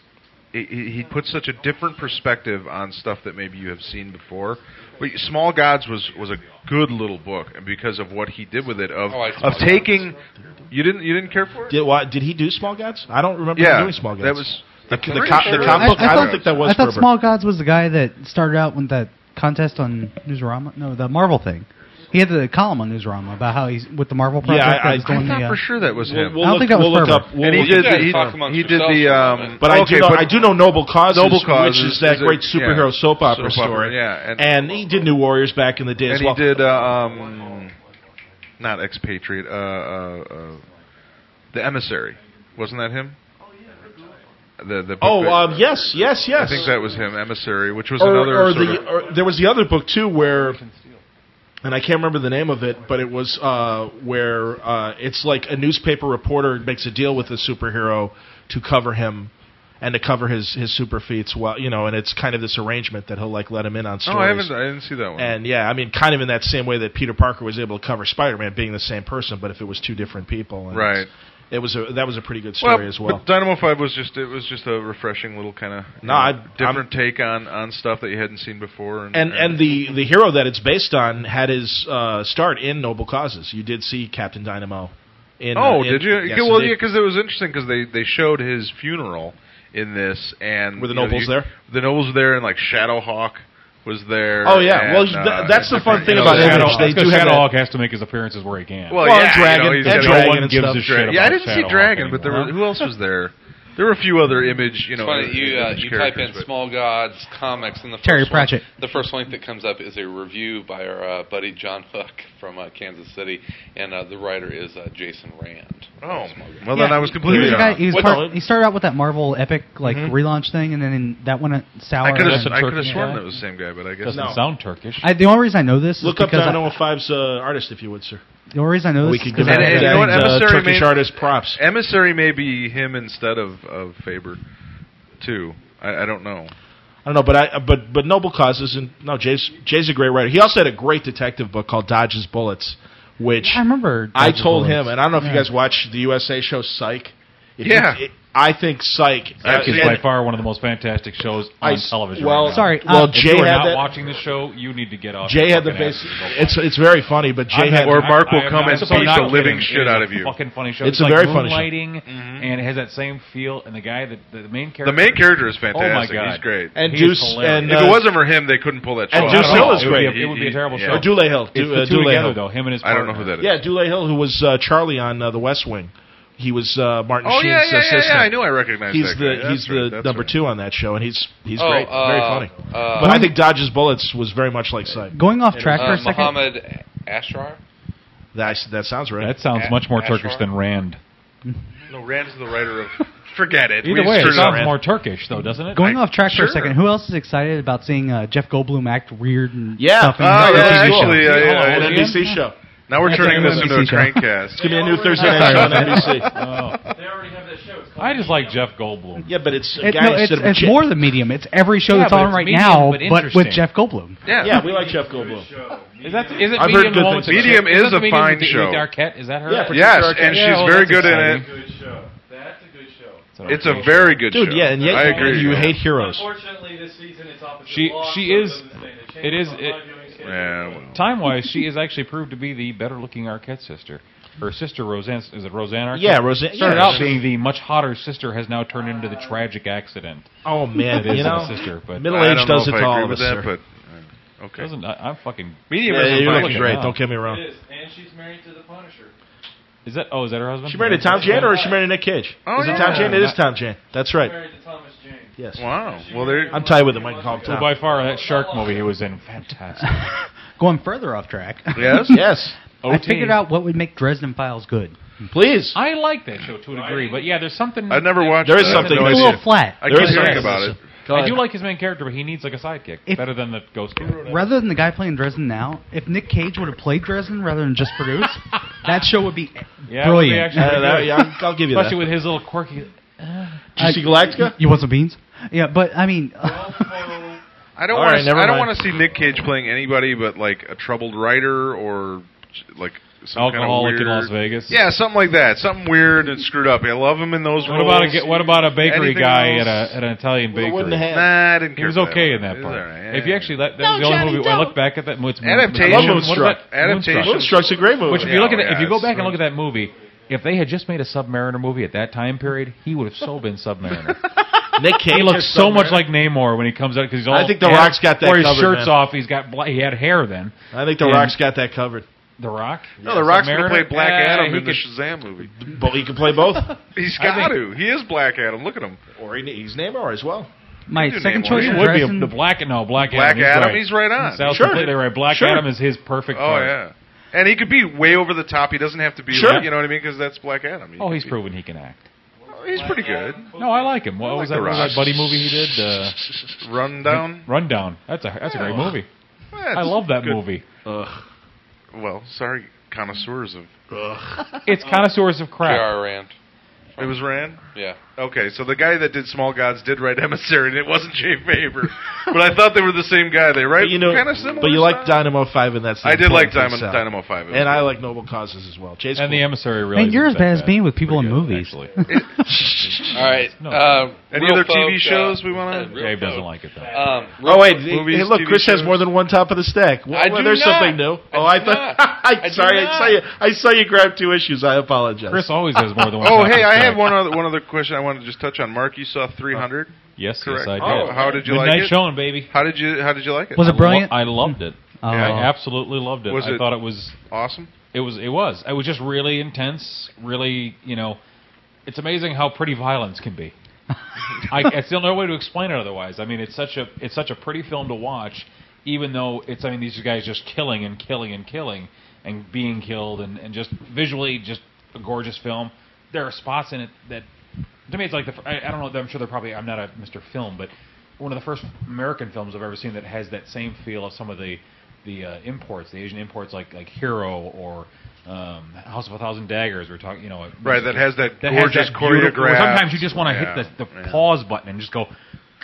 Speaker 3: He, he he puts such a different perspective on stuff that maybe you have seen before. But Small Gods was was a good little book, and because of what he did with it, of
Speaker 1: I like Small
Speaker 3: of
Speaker 1: Gods.
Speaker 3: taking, you didn't you didn't care for it.
Speaker 1: Did, why, did he do Small Gods? I don't remember him
Speaker 3: yeah,
Speaker 1: doing Small Gods.
Speaker 3: That was
Speaker 1: The, the, co- the comic book. I, don't think that was.
Speaker 6: I thought
Speaker 1: Gerber.
Speaker 6: Small Gods was the guy that started out with that contest on Newsarama. No, the Marvel thing. He had the column on Newsarama about how he's with the Marvel project.
Speaker 3: I-
Speaker 6: that was
Speaker 3: I-
Speaker 6: doing
Speaker 3: I'm not
Speaker 6: the, uh,
Speaker 3: for sure that was We'll- him. we'll
Speaker 6: I don't
Speaker 3: look-
Speaker 6: think that was
Speaker 3: we'll look
Speaker 6: Gerber.
Speaker 3: up- we'll And he look did- up- he- he did the, um,
Speaker 1: but I do
Speaker 3: okay,
Speaker 1: know,
Speaker 3: but-
Speaker 1: I do know Noble Causes,
Speaker 3: Noble Causes
Speaker 1: which is that
Speaker 3: is a-
Speaker 1: great
Speaker 3: yeah,
Speaker 1: superhero soap opera
Speaker 3: soap opera,
Speaker 1: story.
Speaker 3: yeah, and-
Speaker 1: he did New Warriors back in the day as
Speaker 3: and
Speaker 1: well.
Speaker 3: he did uh, um, not expatriate, uh, uh, uh, the emissary. Wasn't that him? The the book
Speaker 1: Oh,
Speaker 3: that-
Speaker 1: um, yes, yes, yes.
Speaker 3: I think that was him, emissary, which was
Speaker 1: or,
Speaker 3: another.
Speaker 1: or
Speaker 3: sort
Speaker 1: the,
Speaker 3: of-
Speaker 1: or there was the other book too where and I can't remember the name of it, but it was uh, where uh, it's like a newspaper reporter makes a deal with a superhero to cover him and to cover his his super feats. Well, you know, and it's kind of this arrangement that he'll like let him in on
Speaker 3: no,
Speaker 1: stories.
Speaker 3: Oh, I haven't. I didn't see that one.
Speaker 1: And yeah, I mean, kind of in that same way that Peter Parker was able to cover Spider-Man, being the same person, but if it was two different people, and
Speaker 3: Right.
Speaker 1: It was a that was a pretty good story as well.
Speaker 3: But Dynamo Five was just it was just a refreshing little kind of
Speaker 1: No, I-
Speaker 3: different take on on stuff that you hadn't seen before. And
Speaker 1: And and the the hero that it's based on had his uh, start in noble causes. You did see Captain Dynamo. In, uh,
Speaker 3: oh,
Speaker 1: in-
Speaker 3: did you?
Speaker 1: Yes,
Speaker 3: Yeah, well,
Speaker 1: indeed.
Speaker 3: yeah, because it was interesting because they they showed his funeral in this, and
Speaker 1: Were the
Speaker 3: you know,
Speaker 1: nobles
Speaker 3: you-
Speaker 1: there?
Speaker 3: The nobles were there, and like Shadowhawk was there.
Speaker 1: Oh, yeah.
Speaker 3: and,
Speaker 1: Well, th-
Speaker 3: uh,
Speaker 1: that's the fun
Speaker 3: different-
Speaker 1: thing
Speaker 3: you know,
Speaker 1: about
Speaker 3: the
Speaker 1: Image.
Speaker 3: Shadow-
Speaker 1: They
Speaker 9: That's 'cause
Speaker 1: do have
Speaker 9: Shadowhawk
Speaker 1: that-
Speaker 9: has to make his appearances where he can.
Speaker 3: Well,
Speaker 1: Well,
Speaker 3: yeah,
Speaker 1: Dragon-
Speaker 3: you know, he's
Speaker 1: and
Speaker 3: got a-
Speaker 1: Dragon
Speaker 3: no one
Speaker 1: and
Speaker 3: gives
Speaker 1: stuff.
Speaker 3: a shit.
Speaker 1: Dragon.
Speaker 3: Yeah, I didn't see
Speaker 9: Shadowhawk
Speaker 3: Dragon, but there
Speaker 9: anymore.
Speaker 3: were, who else was there? There were a few other image, you know.
Speaker 8: It's funny, you, uh,
Speaker 3: image
Speaker 8: you type in
Speaker 3: characters, but-
Speaker 8: Small Gods comics, and the
Speaker 6: Terry
Speaker 8: first
Speaker 6: Pratchett.
Speaker 8: Link, the first link that comes up is a review by our uh, buddy John Hook from uh, Kansas City, and uh, the writer is uh, Jason Rand.
Speaker 3: Oh,
Speaker 6: Yeah, he was the guy- he, was part- he started out with that Marvel epic like
Speaker 3: Mhm.
Speaker 6: relaunch thing, and then in that one at sour.
Speaker 3: I could
Speaker 6: and-
Speaker 3: have I could have sworn that was the same guy, but I guess
Speaker 1: Doesn't No.
Speaker 9: sound Turkish.
Speaker 6: I, the only reason I know this
Speaker 1: Look
Speaker 6: is
Speaker 1: up
Speaker 6: because I-
Speaker 1: Dynamo 5's uh, artist if you would, sir.
Speaker 6: the only reason I know
Speaker 1: We
Speaker 6: this
Speaker 1: could
Speaker 6: is because
Speaker 1: give
Speaker 6: I-
Speaker 1: it-
Speaker 3: And you know what?
Speaker 1: And, uh,
Speaker 3: Emissary
Speaker 1: Turkish
Speaker 3: may,
Speaker 1: artist props.
Speaker 3: Emissary may be him instead of, of Faber, too. I, I don't know.
Speaker 1: I don't know, but I but but Noble Causes and no Jay's Jay's a great writer. He also had a great detective book called Dodges Bullets, which
Speaker 6: I remember.
Speaker 1: I
Speaker 6: Dodger
Speaker 1: told
Speaker 6: Bullets.
Speaker 1: him, and I don't know if
Speaker 6: Yeah.
Speaker 1: you guys watch the USA show Psych. If you-
Speaker 6: Yeah.
Speaker 1: it- I think Psych. uh,
Speaker 9: That is
Speaker 1: and-
Speaker 9: by far one of the most fantastic shows on
Speaker 1: I s-
Speaker 9: television.
Speaker 1: well,
Speaker 9: right now.
Speaker 1: sorry,
Speaker 6: uh,
Speaker 1: well,
Speaker 9: if
Speaker 1: Jay
Speaker 9: you are
Speaker 1: had
Speaker 9: not
Speaker 1: that-
Speaker 9: watching the show, you need to get off.
Speaker 1: Jay
Speaker 9: your
Speaker 1: had the
Speaker 9: fucking
Speaker 1: base.
Speaker 9: ass.
Speaker 1: It's it's very funny, but Jay
Speaker 9: I'm
Speaker 1: had
Speaker 9: not-
Speaker 1: or
Speaker 9: I-
Speaker 1: Mark
Speaker 9: I
Speaker 1: will
Speaker 9: am
Speaker 1: come
Speaker 9: not-
Speaker 1: and
Speaker 9: I'm
Speaker 1: beat
Speaker 9: not
Speaker 1: the living
Speaker 9: kidding.
Speaker 1: shit
Speaker 9: It is
Speaker 1: out
Speaker 9: a
Speaker 1: of you.
Speaker 9: Fucking funny show.
Speaker 1: It's a
Speaker 9: like
Speaker 1: very funny show. Mm-hmm.
Speaker 9: Moonlighting, and it has that same feel. And the guy that the main character.
Speaker 3: The main character is
Speaker 9: Oh my
Speaker 3: fantastic.
Speaker 9: god,
Speaker 3: He's great.
Speaker 1: And
Speaker 9: He
Speaker 1: Deuce-
Speaker 9: is hilarious.
Speaker 1: and,
Speaker 3: if
Speaker 1: uh,
Speaker 3: it wasn't for him, they couldn't pull that show.
Speaker 1: and
Speaker 3: off.
Speaker 1: Deuce
Speaker 3: Not at
Speaker 1: Hill
Speaker 3: all.
Speaker 1: is
Speaker 9: It would be a-
Speaker 1: great.
Speaker 9: it would be a terrible
Speaker 1: Or
Speaker 9: show.
Speaker 1: Dule Hill.
Speaker 9: It's
Speaker 1: Du-
Speaker 9: the
Speaker 1: uh,
Speaker 9: two
Speaker 1: Dule
Speaker 9: together,
Speaker 1: Hill.
Speaker 9: though, him and his
Speaker 3: I don't know who that is.
Speaker 1: Yeah, Dule Hill, who was uh, Charlie on uh, the West Wing. He was uh, Martin
Speaker 3: Oh,
Speaker 1: Sheen's
Speaker 3: yeah, yeah, yeah,
Speaker 1: assistant.
Speaker 3: yeah, I knew I recognized
Speaker 1: he's
Speaker 3: that
Speaker 1: the
Speaker 3: guy. That's
Speaker 1: he's
Speaker 3: right,
Speaker 1: the
Speaker 3: that's
Speaker 1: number
Speaker 3: right.
Speaker 1: two on that show, and he's he's
Speaker 8: Oh,
Speaker 1: great, very
Speaker 8: uh,
Speaker 1: funny.
Speaker 8: uh,
Speaker 1: but I think Dodges Bullets was very much like Psych.
Speaker 6: Going off track
Speaker 8: uh,
Speaker 6: for a second.
Speaker 8: Muhammad Ashrar.
Speaker 1: That that sounds right.
Speaker 9: That sounds much more Turkish
Speaker 8: Ashrar?
Speaker 9: than Rand.
Speaker 3: No, Rand is the writer of. Forget it.
Speaker 9: Either
Speaker 3: We
Speaker 9: way, it
Speaker 3: screwed up.
Speaker 9: sounds more Turkish, though, doesn't it?
Speaker 6: Going off track
Speaker 9: sure.
Speaker 6: for a second, who else is excited about seeing uh, Jeff Goldblum act weird and
Speaker 1: Yeah.
Speaker 6: stuff? in
Speaker 1: Oh,
Speaker 6: the
Speaker 1: yeah,
Speaker 6: TV show?
Speaker 1: actually,
Speaker 3: yeah, yeah,
Speaker 1: an
Speaker 3: yeah.
Speaker 1: NBC show.
Speaker 3: Now we're
Speaker 1: That's
Speaker 3: turning
Speaker 1: an
Speaker 3: this into a
Speaker 1: NBC show.
Speaker 3: crankcast.
Speaker 1: It's gonna be a new Thursday night show on NBC.
Speaker 9: I just like Jeff Goldblum.
Speaker 1: Yeah, but it's a
Speaker 6: It-
Speaker 1: guy
Speaker 6: no,
Speaker 1: instead
Speaker 6: it's,
Speaker 1: of
Speaker 6: it's
Speaker 1: Jay-
Speaker 6: more the medium. It's every show
Speaker 9: Yeah,
Speaker 6: that's
Speaker 9: but
Speaker 6: on
Speaker 9: it's
Speaker 6: right
Speaker 9: medium,
Speaker 6: now, but,
Speaker 9: but
Speaker 6: with
Speaker 9: interesting.
Speaker 6: Jeff Goldblum.
Speaker 1: Yeah, yeah, we like Jeff Goldblum.
Speaker 9: Is that is it
Speaker 1: I've heard
Speaker 9: medium?
Speaker 1: good
Speaker 9: the one
Speaker 1: things.
Speaker 9: with the
Speaker 1: Medium
Speaker 9: chick?
Speaker 1: is
Speaker 9: that the
Speaker 1: a
Speaker 9: medium
Speaker 1: fine
Speaker 9: with
Speaker 1: show.
Speaker 9: With Arquette, is that her?
Speaker 1: Yeah, Patricia
Speaker 3: Yes, and she's very good in
Speaker 9: exciting.
Speaker 3: it.
Speaker 7: Good show. That's a good show.
Speaker 3: It's a very good
Speaker 1: Dude,
Speaker 3: show.
Speaker 1: yeah, and yet
Speaker 3: I agree.
Speaker 1: you hate heroes.
Speaker 7: Unfortunately, this season it's opposite.
Speaker 9: She
Speaker 7: law,
Speaker 9: she
Speaker 7: so it
Speaker 9: is
Speaker 7: doesn't say that. Change
Speaker 9: it is
Speaker 7: my
Speaker 9: it,
Speaker 7: viewing schedule.
Speaker 9: time wise she is actually proved to be the better looking Arquette sister. Her sister Roseanne is it Roseanne Arquette?
Speaker 1: Yeah, Roseanne-
Speaker 9: started
Speaker 1: yeah.
Speaker 9: out being the much hotter sister has now turned into the tragic accident.
Speaker 1: Oh man,
Speaker 9: It is
Speaker 1: you know,
Speaker 9: the sister, but
Speaker 1: middle
Speaker 3: I
Speaker 1: age
Speaker 3: don't know
Speaker 1: does it
Speaker 3: if I
Speaker 1: to all
Speaker 3: agree
Speaker 1: of us.
Speaker 3: with that,
Speaker 1: sir.
Speaker 3: but okay.
Speaker 9: doesn't I, I'm fucking
Speaker 3: Medium
Speaker 1: Yeah,
Speaker 3: is
Speaker 1: you're
Speaker 3: fine.
Speaker 1: looking great. Don't get me
Speaker 7: It
Speaker 1: wrong.
Speaker 7: is, and she's married to the Punisher.
Speaker 9: Is that oh is that her husband?
Speaker 1: She married a Tom Jane or is she married a Nick Cage?
Speaker 7: Oh,
Speaker 1: is it
Speaker 7: yeah.
Speaker 1: Tom Jane? It is Tom Jane. That's right.
Speaker 7: Married to Thomas
Speaker 1: Oh,
Speaker 7: Jane.
Speaker 1: Yes.
Speaker 3: Wow. Well, there.
Speaker 1: I'm tied with him. I can call him
Speaker 9: Well,
Speaker 1: Tom.
Speaker 9: by far that shark movie he was in fantastic.
Speaker 6: Going further off track.
Speaker 3: Yes?
Speaker 1: Yes.
Speaker 6: I figured out what would make Dresden Files good.
Speaker 1: Please.
Speaker 9: I like that show to a degree, but yeah, there's something
Speaker 3: I've never watched.
Speaker 1: There is
Speaker 3: that.
Speaker 1: something
Speaker 3: I have
Speaker 6: It's a
Speaker 3: no idea.
Speaker 6: little flat.
Speaker 3: I
Speaker 1: There
Speaker 3: keep
Speaker 1: is
Speaker 3: hearing
Speaker 1: something.
Speaker 3: about it.
Speaker 1: Go
Speaker 9: I
Speaker 1: ahead.
Speaker 9: do like his main character, but he needs like a sidekick
Speaker 6: If-
Speaker 9: better than the ghost. Kid.
Speaker 6: Rather than the guy playing Dresden now, if Nick Cage would have played Dresden rather than just produced, that show would be
Speaker 9: Yeah,
Speaker 6: brilliant.
Speaker 9: it would be actually
Speaker 1: Uh,
Speaker 9: pretty
Speaker 1: that-
Speaker 9: good.
Speaker 1: yeah, I'll- I'll give you that.
Speaker 9: Especially with his little quirky. uh,
Speaker 1: Did you see Galactica?
Speaker 6: You want some beans? Yeah, but I mean,
Speaker 3: I don't
Speaker 1: All
Speaker 3: want
Speaker 1: right,
Speaker 3: to.
Speaker 1: never
Speaker 3: I don't
Speaker 1: mind.
Speaker 3: want to see Nick Cage playing anybody but like a troubled writer or like some
Speaker 9: Alcoholic
Speaker 3: kind
Speaker 9: in
Speaker 3: of weird,
Speaker 9: Las Vegas.
Speaker 3: Yeah, something like that. Something weird and screwed up. I love him in those
Speaker 9: What
Speaker 3: roles.
Speaker 9: about a ge- what about a bakery
Speaker 3: Anything
Speaker 9: guy at
Speaker 3: else?
Speaker 9: a at an Italian
Speaker 1: Well, it wouldn't
Speaker 9: bakery?
Speaker 1: have-
Speaker 3: Nah, I didn't
Speaker 9: He
Speaker 3: care.
Speaker 9: was
Speaker 3: for that
Speaker 9: okay in
Speaker 3: one.
Speaker 9: that
Speaker 3: It was
Speaker 9: part.
Speaker 3: all right,
Speaker 9: If
Speaker 3: yeah.
Speaker 9: you actually that, that was the only movie where I look back at that. It's Moon-
Speaker 3: Adaptation.
Speaker 9: I love
Speaker 1: Moonstruck.
Speaker 9: Moonstruck.
Speaker 3: Adaptation.
Speaker 9: Moonstruck.
Speaker 1: Moonstruck's a great movie.
Speaker 9: Which if
Speaker 3: Yeah,
Speaker 9: you look at
Speaker 3: oh,
Speaker 9: that, if you
Speaker 3: yeah,
Speaker 9: go
Speaker 3: it's
Speaker 9: back and look at that movie, if they had just made a Submariner movie at that time period, he would have so been Submariner.
Speaker 1: Nick Cage is
Speaker 9: he looks so
Speaker 1: somewhere.
Speaker 9: much like Namor when he comes out because he's all.
Speaker 1: I think The
Speaker 9: he had-
Speaker 1: Rock's got that
Speaker 9: Or his
Speaker 1: covered,
Speaker 9: shirt's
Speaker 1: man.
Speaker 9: off. He's got bla- he had hair then.
Speaker 1: I think The
Speaker 9: And-
Speaker 1: Rock's got that covered.
Speaker 9: The Rock?
Speaker 3: No, The Rock's going to play
Speaker 9: Submariner?
Speaker 3: Black
Speaker 9: Uh,
Speaker 3: Adam
Speaker 9: he
Speaker 3: in the
Speaker 9: could-
Speaker 3: Shazam movie.
Speaker 1: But he can play both.
Speaker 3: He's
Speaker 1: I
Speaker 3: got
Speaker 1: think-
Speaker 3: to. He is Black Adam. Look at him.
Speaker 1: Or he, he's Namor as well.
Speaker 6: My
Speaker 3: Dude,
Speaker 6: second
Speaker 3: Namor.
Speaker 6: choice
Speaker 3: He
Speaker 6: of
Speaker 3: would be a-
Speaker 6: dressing-
Speaker 9: The Black no Black Adam.
Speaker 3: Black
Speaker 9: he's
Speaker 3: Adam,
Speaker 9: right.
Speaker 3: he's right on.
Speaker 9: Sal's
Speaker 3: Sure.
Speaker 9: completely right. Black
Speaker 3: Sure.
Speaker 9: Adam is his perfect.
Speaker 3: Oh
Speaker 9: part.
Speaker 3: yeah, and he could be way over the top. He doesn't have to be.
Speaker 9: Sure.
Speaker 3: Like, you know what I mean? Because that's Black Adam. He
Speaker 9: Oh,
Speaker 3: could
Speaker 9: he's
Speaker 3: be-
Speaker 9: proven he can act.
Speaker 3: He's pretty good.
Speaker 9: No, I like him. What
Speaker 3: I
Speaker 9: was that,
Speaker 3: like The
Speaker 9: what was
Speaker 3: Rock.
Speaker 9: that buddy movie he did? Uh,
Speaker 3: Rundown.
Speaker 9: Rundown. That's a that's a great
Speaker 3: Yeah.
Speaker 9: movie.
Speaker 3: Yeah,
Speaker 9: I
Speaker 3: it's
Speaker 9: love that
Speaker 3: good.
Speaker 9: movie.
Speaker 3: Well, sorry, connoisseurs of.
Speaker 9: It's connoisseurs of crap.
Speaker 8: J.R. Rand.
Speaker 3: It was Rand.
Speaker 8: Yeah.
Speaker 3: Okay, so the guy that did Small Gods did write Emissary, and it wasn't Jay Faber. but I thought they were the same guy. They
Speaker 1: But
Speaker 3: write
Speaker 1: you know,
Speaker 3: kind of similar.
Speaker 1: but you like
Speaker 3: stuff.
Speaker 1: Dynamo Five, and that's the
Speaker 3: I did like
Speaker 1: important thing,
Speaker 3: Dynamo-
Speaker 1: Sal.
Speaker 3: Dynamo 5. It was
Speaker 1: and I like Noble Causes as well. Chase
Speaker 9: And the emissary really.
Speaker 6: Man, you're as
Speaker 9: isn't
Speaker 6: bad
Speaker 9: that
Speaker 6: as me with people in movies.
Speaker 8: All right. Uh,
Speaker 3: Any
Speaker 8: Real
Speaker 3: other
Speaker 8: Folk,
Speaker 3: TV
Speaker 8: uh,
Speaker 3: shows we want
Speaker 8: uh,
Speaker 3: to?
Speaker 8: Real
Speaker 9: Dave doesn't
Speaker 8: Folk.
Speaker 9: like it though.
Speaker 8: Um,
Speaker 1: Oh wait!
Speaker 8: Real
Speaker 1: hey,
Speaker 8: Folk.
Speaker 1: hey, look, Chris has more than one top of the stack. Well,
Speaker 8: I do
Speaker 1: well, there's
Speaker 8: not.
Speaker 1: something new.
Speaker 8: I do
Speaker 1: oh, I thought.
Speaker 8: not. I
Speaker 1: I
Speaker 8: do
Speaker 1: sorry,
Speaker 8: not.
Speaker 1: I saw you. I saw you grab two issues. I apologize.
Speaker 9: Chris always has more than one.
Speaker 3: Oh,
Speaker 9: topic
Speaker 3: hey, I
Speaker 9: today.
Speaker 3: have one other one other question. I wanted to just touch on. Mark, you saw 300.
Speaker 9: Yes,
Speaker 3: correct.
Speaker 9: yes, I
Speaker 3: Oh,
Speaker 9: did.
Speaker 3: how did you
Speaker 9: Midnight
Speaker 3: like it?
Speaker 9: showing, baby.
Speaker 3: How did you How did you like it?
Speaker 6: Was it brilliant?
Speaker 9: I loved it.
Speaker 6: Oh.
Speaker 9: I absolutely loved it.
Speaker 3: Was
Speaker 9: I
Speaker 3: it-
Speaker 9: thought it was
Speaker 3: awesome?
Speaker 9: It was. It was. It was just really intense. Really, you know, it's amazing how pretty violence can be. I, it's the only way to explain it otherwise. I mean, it's such a it's such a pretty film to watch, even though it's I mean these guys just killing and killing and killing and being killed and and just visually just a gorgeous film. There are spots in it that to me it's like the fir- I, I don't know. I'm sure they're probably I'm not a Mr. Film, but one of the first American films I've ever seen that has that same feel of some of the the uh, imports, the Asian imports like like Hero or um, House of a Thousand Daggers. We're talking, you know,
Speaker 3: Right, that has that
Speaker 9: has
Speaker 3: gorgeous
Speaker 9: that beautiful- where
Speaker 3: choreographed-
Speaker 9: Sometimes you just want to
Speaker 3: Yeah,
Speaker 9: hit the, the
Speaker 3: yeah.
Speaker 9: pause button and just go,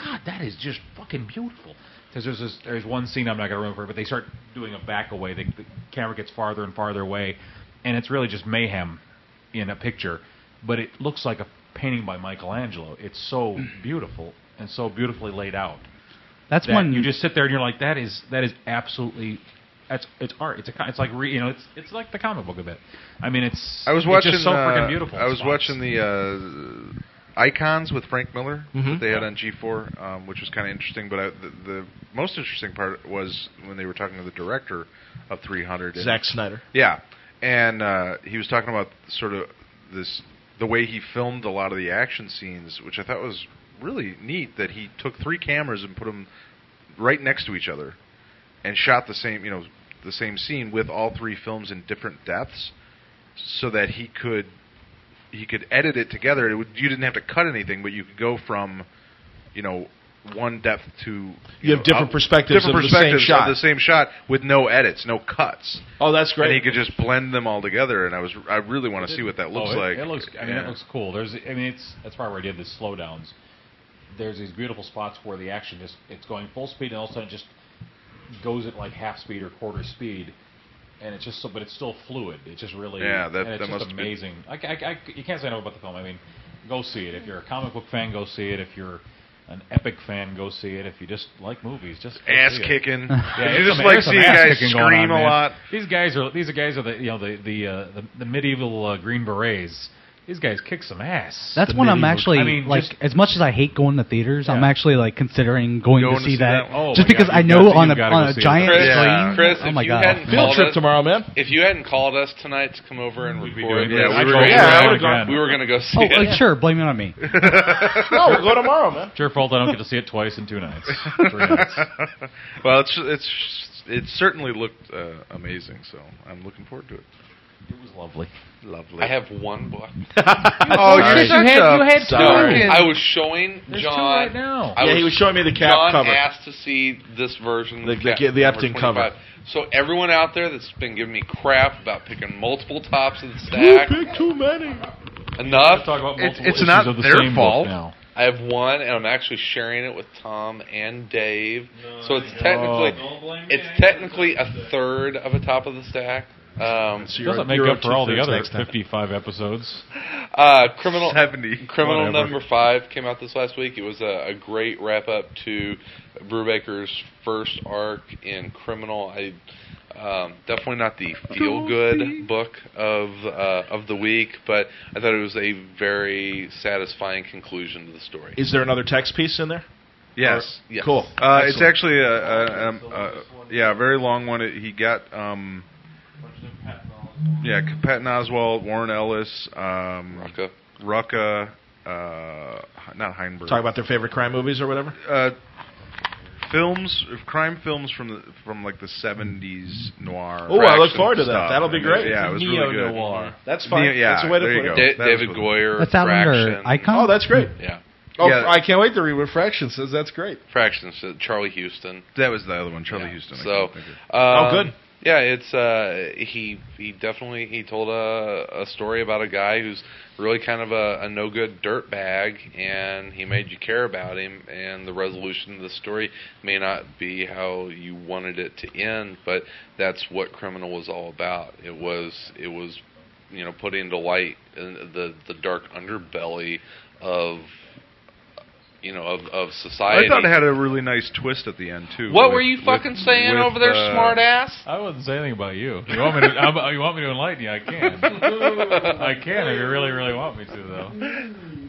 Speaker 9: God, that is just fucking beautiful. Because there's this, there's one scene I'm not going to remember, but they start doing a back away. The, the camera gets farther and farther away, and it's really just mayhem in a picture. But it looks like a painting by Michelangelo. It's so beautiful and so beautifully laid out.
Speaker 6: That's
Speaker 9: that
Speaker 6: one
Speaker 9: you just sit there and you're like, that is that is absolutely that's it's art. It's a co- it's like re, you know it's it's like the comic book a bit. I mean, it's
Speaker 3: I was
Speaker 9: it's
Speaker 3: watching.
Speaker 9: just so freaking
Speaker 3: uh,
Speaker 9: beautiful.
Speaker 3: I was
Speaker 9: spots.
Speaker 3: watching the uh, Icons with Frank Miller
Speaker 1: Mm-hmm.
Speaker 6: Mm-hmm.
Speaker 9: Mhm.
Speaker 3: that they had on G4, um, which was kind of interesting. But I, the, the most interesting part was when they were talking to the director of 300, and-
Speaker 1: Zack Snyder.
Speaker 3: Yeah, and uh, he was talking about sort of this the way he filmed a lot of the action scenes, which I thought was really neat. That he took three cameras and put them right next to each other and shot the same, you know, the same scene with all three films in different depths, so that he could he could edit it together. It would, you didn't have to cut anything, but you could go from, you know. One depth to you,
Speaker 1: You have
Speaker 3: know,
Speaker 1: different
Speaker 3: up-
Speaker 1: perspectives
Speaker 3: different
Speaker 1: of the same
Speaker 3: perspectives
Speaker 1: shot.
Speaker 3: of the same shot with no edits, no cuts.
Speaker 1: Oh, that's great.
Speaker 3: And he could just blend them all together, and I was I really want to see what that
Speaker 9: Oh,
Speaker 3: looks
Speaker 9: it-
Speaker 3: like.
Speaker 9: It looks. I mean,
Speaker 3: Yeah.
Speaker 9: it looks cool. There's. I mean, it's that's probably where I did the slowdowns. There's these beautiful spots where the action just it's going full speed and all of a sudden it just goes at like half speed or quarter speed, and it's just so. But it's still fluid. It's just really.
Speaker 3: Yeah, that-
Speaker 9: and it's
Speaker 3: that
Speaker 9: just
Speaker 3: must be-
Speaker 9: amazing. I, ca- I, ca- I ca- you can't say enough about the film. I mean, go see it if you're a comic book fan. Go see it if you're. An epic fan, go see it. If you just like movies, just go
Speaker 3: Ass
Speaker 9: see it.
Speaker 3: kicking.
Speaker 9: Yeah,
Speaker 3: You
Speaker 9: it's
Speaker 3: just
Speaker 9: ama-
Speaker 3: like
Speaker 9: there's some
Speaker 3: seeing
Speaker 9: ass
Speaker 3: guys
Speaker 9: kicking going on,
Speaker 3: scream a
Speaker 9: man.
Speaker 3: lot.
Speaker 9: These guys are these guys are the you know the the uh, the, the medieval uh, green berets. These guys kick some ass.
Speaker 6: That's
Speaker 9: The
Speaker 6: one I'm
Speaker 9: medieval-
Speaker 6: actually
Speaker 9: I mean,
Speaker 6: like.
Speaker 9: just-
Speaker 6: As much as I hate going to theaters, I'm actually like considering going,
Speaker 9: Going
Speaker 6: to, see that,
Speaker 9: one. Oh
Speaker 6: just
Speaker 9: my God,
Speaker 6: because I
Speaker 9: you've
Speaker 6: know
Speaker 9: got to-
Speaker 6: on a
Speaker 9: you've got to
Speaker 6: on
Speaker 9: go
Speaker 6: a
Speaker 9: see it.
Speaker 6: giant
Speaker 9: Chris,
Speaker 6: screen.
Speaker 9: yeah.
Speaker 8: Chris,
Speaker 6: oh
Speaker 8: if
Speaker 6: my
Speaker 8: you
Speaker 6: god!
Speaker 8: hadn't called us-
Speaker 1: man.
Speaker 8: If you hadn't called us tonight to come over and record,
Speaker 9: doing
Speaker 8: we
Speaker 9: this. I'd
Speaker 8: were gonna-
Speaker 9: go over there
Speaker 8: yeah,
Speaker 9: again.
Speaker 8: we were going to go see
Speaker 6: Oh,
Speaker 8: it.
Speaker 6: like, sure, blame it on me.
Speaker 1: no,
Speaker 9: Oh,
Speaker 1: we'll go tomorrow, man.
Speaker 9: It's your fault I don't get to see it twice in two nights. Three nights.
Speaker 3: well, it's it's it certainly looked uh, amazing. So I'm looking forward to it.
Speaker 9: It was lovely.
Speaker 3: Lovely.
Speaker 8: I have one book.
Speaker 3: Oh, you're
Speaker 8: Sorry.
Speaker 3: such You had- a- you had
Speaker 8: Sorry.
Speaker 3: two.
Speaker 8: I was showing
Speaker 9: There's two
Speaker 8: John.
Speaker 9: right now.
Speaker 8: I
Speaker 1: Yeah, he was showing me the cap
Speaker 8: John
Speaker 1: cover.
Speaker 8: asked to see this version,
Speaker 1: The-
Speaker 8: of
Speaker 1: the-
Speaker 8: cap
Speaker 1: the
Speaker 8: number
Speaker 1: Epton cover.
Speaker 8: 25. So everyone out there that's been giving me crap about picking multiple tops of the stack,
Speaker 1: too many.
Speaker 8: enough.
Speaker 9: Talk about
Speaker 3: It's-
Speaker 9: multiple
Speaker 3: it's
Speaker 9: issues
Speaker 3: not
Speaker 9: of the
Speaker 3: their
Speaker 9: same book
Speaker 3: fault.
Speaker 9: now.
Speaker 8: I have one, and I'm actually sharing it with Tom and Dave. so it's technically
Speaker 7: Don't blame me.
Speaker 8: it's technically a third of a top of the stack. Um,
Speaker 1: So
Speaker 9: It
Speaker 1: you're-
Speaker 9: doesn't make
Speaker 1: you're
Speaker 9: up for all the
Speaker 1: two-thirds
Speaker 9: other
Speaker 1: next time.
Speaker 9: 55 episodes.
Speaker 8: uh, criminal
Speaker 3: 70.
Speaker 8: Criminal
Speaker 3: Whatever.
Speaker 8: number five came out this last week. It was a, a great wrap up to Brubaker's first arc in Criminal. I
Speaker 2: Um, definitely not the feel good book of uh, of the week, but I thought it was a very satisfying conclusion to the story.
Speaker 1: Is there another text piece in there?
Speaker 3: Yes.
Speaker 1: Or- yes. Cool.
Speaker 3: Uh, it's
Speaker 1: Excellent.
Speaker 3: actually a, a, um, a- yeah, a very long one. It- he got um, yeah, Patton Oswalt, Warren Ellis, um, Rucka, uh, not Heinberg.
Speaker 1: Talk about their favorite crime movies or whatever.
Speaker 3: uh, films, crime films from the, from like the seventies noir.
Speaker 1: Oh, I look
Speaker 3: action
Speaker 1: forward to that.
Speaker 3: stuff.
Speaker 1: That'll be great.
Speaker 3: Yeah, it was really good.
Speaker 1: Neo-noir. That's fine.
Speaker 3: Neo- yeah,
Speaker 1: That's a way to
Speaker 3: there
Speaker 1: put
Speaker 3: you
Speaker 1: it.
Speaker 3: go.
Speaker 1: Da-
Speaker 3: That was
Speaker 1: David
Speaker 3: cool.
Speaker 2: Goyer,
Speaker 6: That's out under Icon.
Speaker 1: Oh, that's great.
Speaker 2: Yeah.
Speaker 1: Oh,
Speaker 3: Yeah.
Speaker 1: I can't wait to read what Fraction says. That's great.
Speaker 2: Fractions, uh, Charlie Houston.
Speaker 3: That was the other one, Charlie Houston. I
Speaker 2: So,
Speaker 3: can't think of it.
Speaker 2: um,
Speaker 1: Oh, good.
Speaker 2: Yeah, it's uh, he he definitely he told a a story about a guy who's really kind of a, a no good dirt bag, and he made you care about him. And the resolution of the story may not be how you wanted it to end, but that's what Criminal was all about. It was it was you know putting to light uh, the the dark underbelly of you know of of society.
Speaker 3: I thought it had a really nice twist at the end too.
Speaker 2: What
Speaker 3: with-
Speaker 2: were you
Speaker 3: with-
Speaker 2: fucking saying
Speaker 3: with,
Speaker 2: over there,
Speaker 3: uh,
Speaker 2: smart ass?
Speaker 9: I wouldn't say anything about you. You want me to? I'm- you want me to enlighten you? I can. I can if you really, really want me to, though.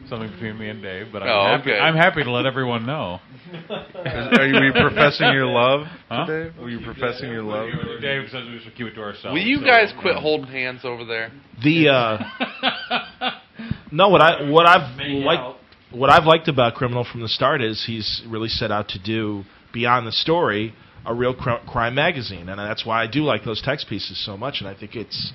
Speaker 9: Something between me and Dave, but I'm,
Speaker 2: Oh,
Speaker 9: happy,
Speaker 2: okay.
Speaker 9: I'm happy to let everyone know.
Speaker 3: Are you, were you professing your love
Speaker 9: Huh?
Speaker 3: today? Were you professing your love?
Speaker 9: Dave says we should keep it to ourselves.
Speaker 2: Will you
Speaker 9: so-
Speaker 2: guys quit holding hands over there?
Speaker 1: The uh, no, what I what I've
Speaker 2: Made
Speaker 1: liked
Speaker 2: out.
Speaker 1: what I've liked about Criminal from the start is he's really set out to do beyond the story a real cr- crime magazine, and that's why I do like those text pieces so much, and I think it's.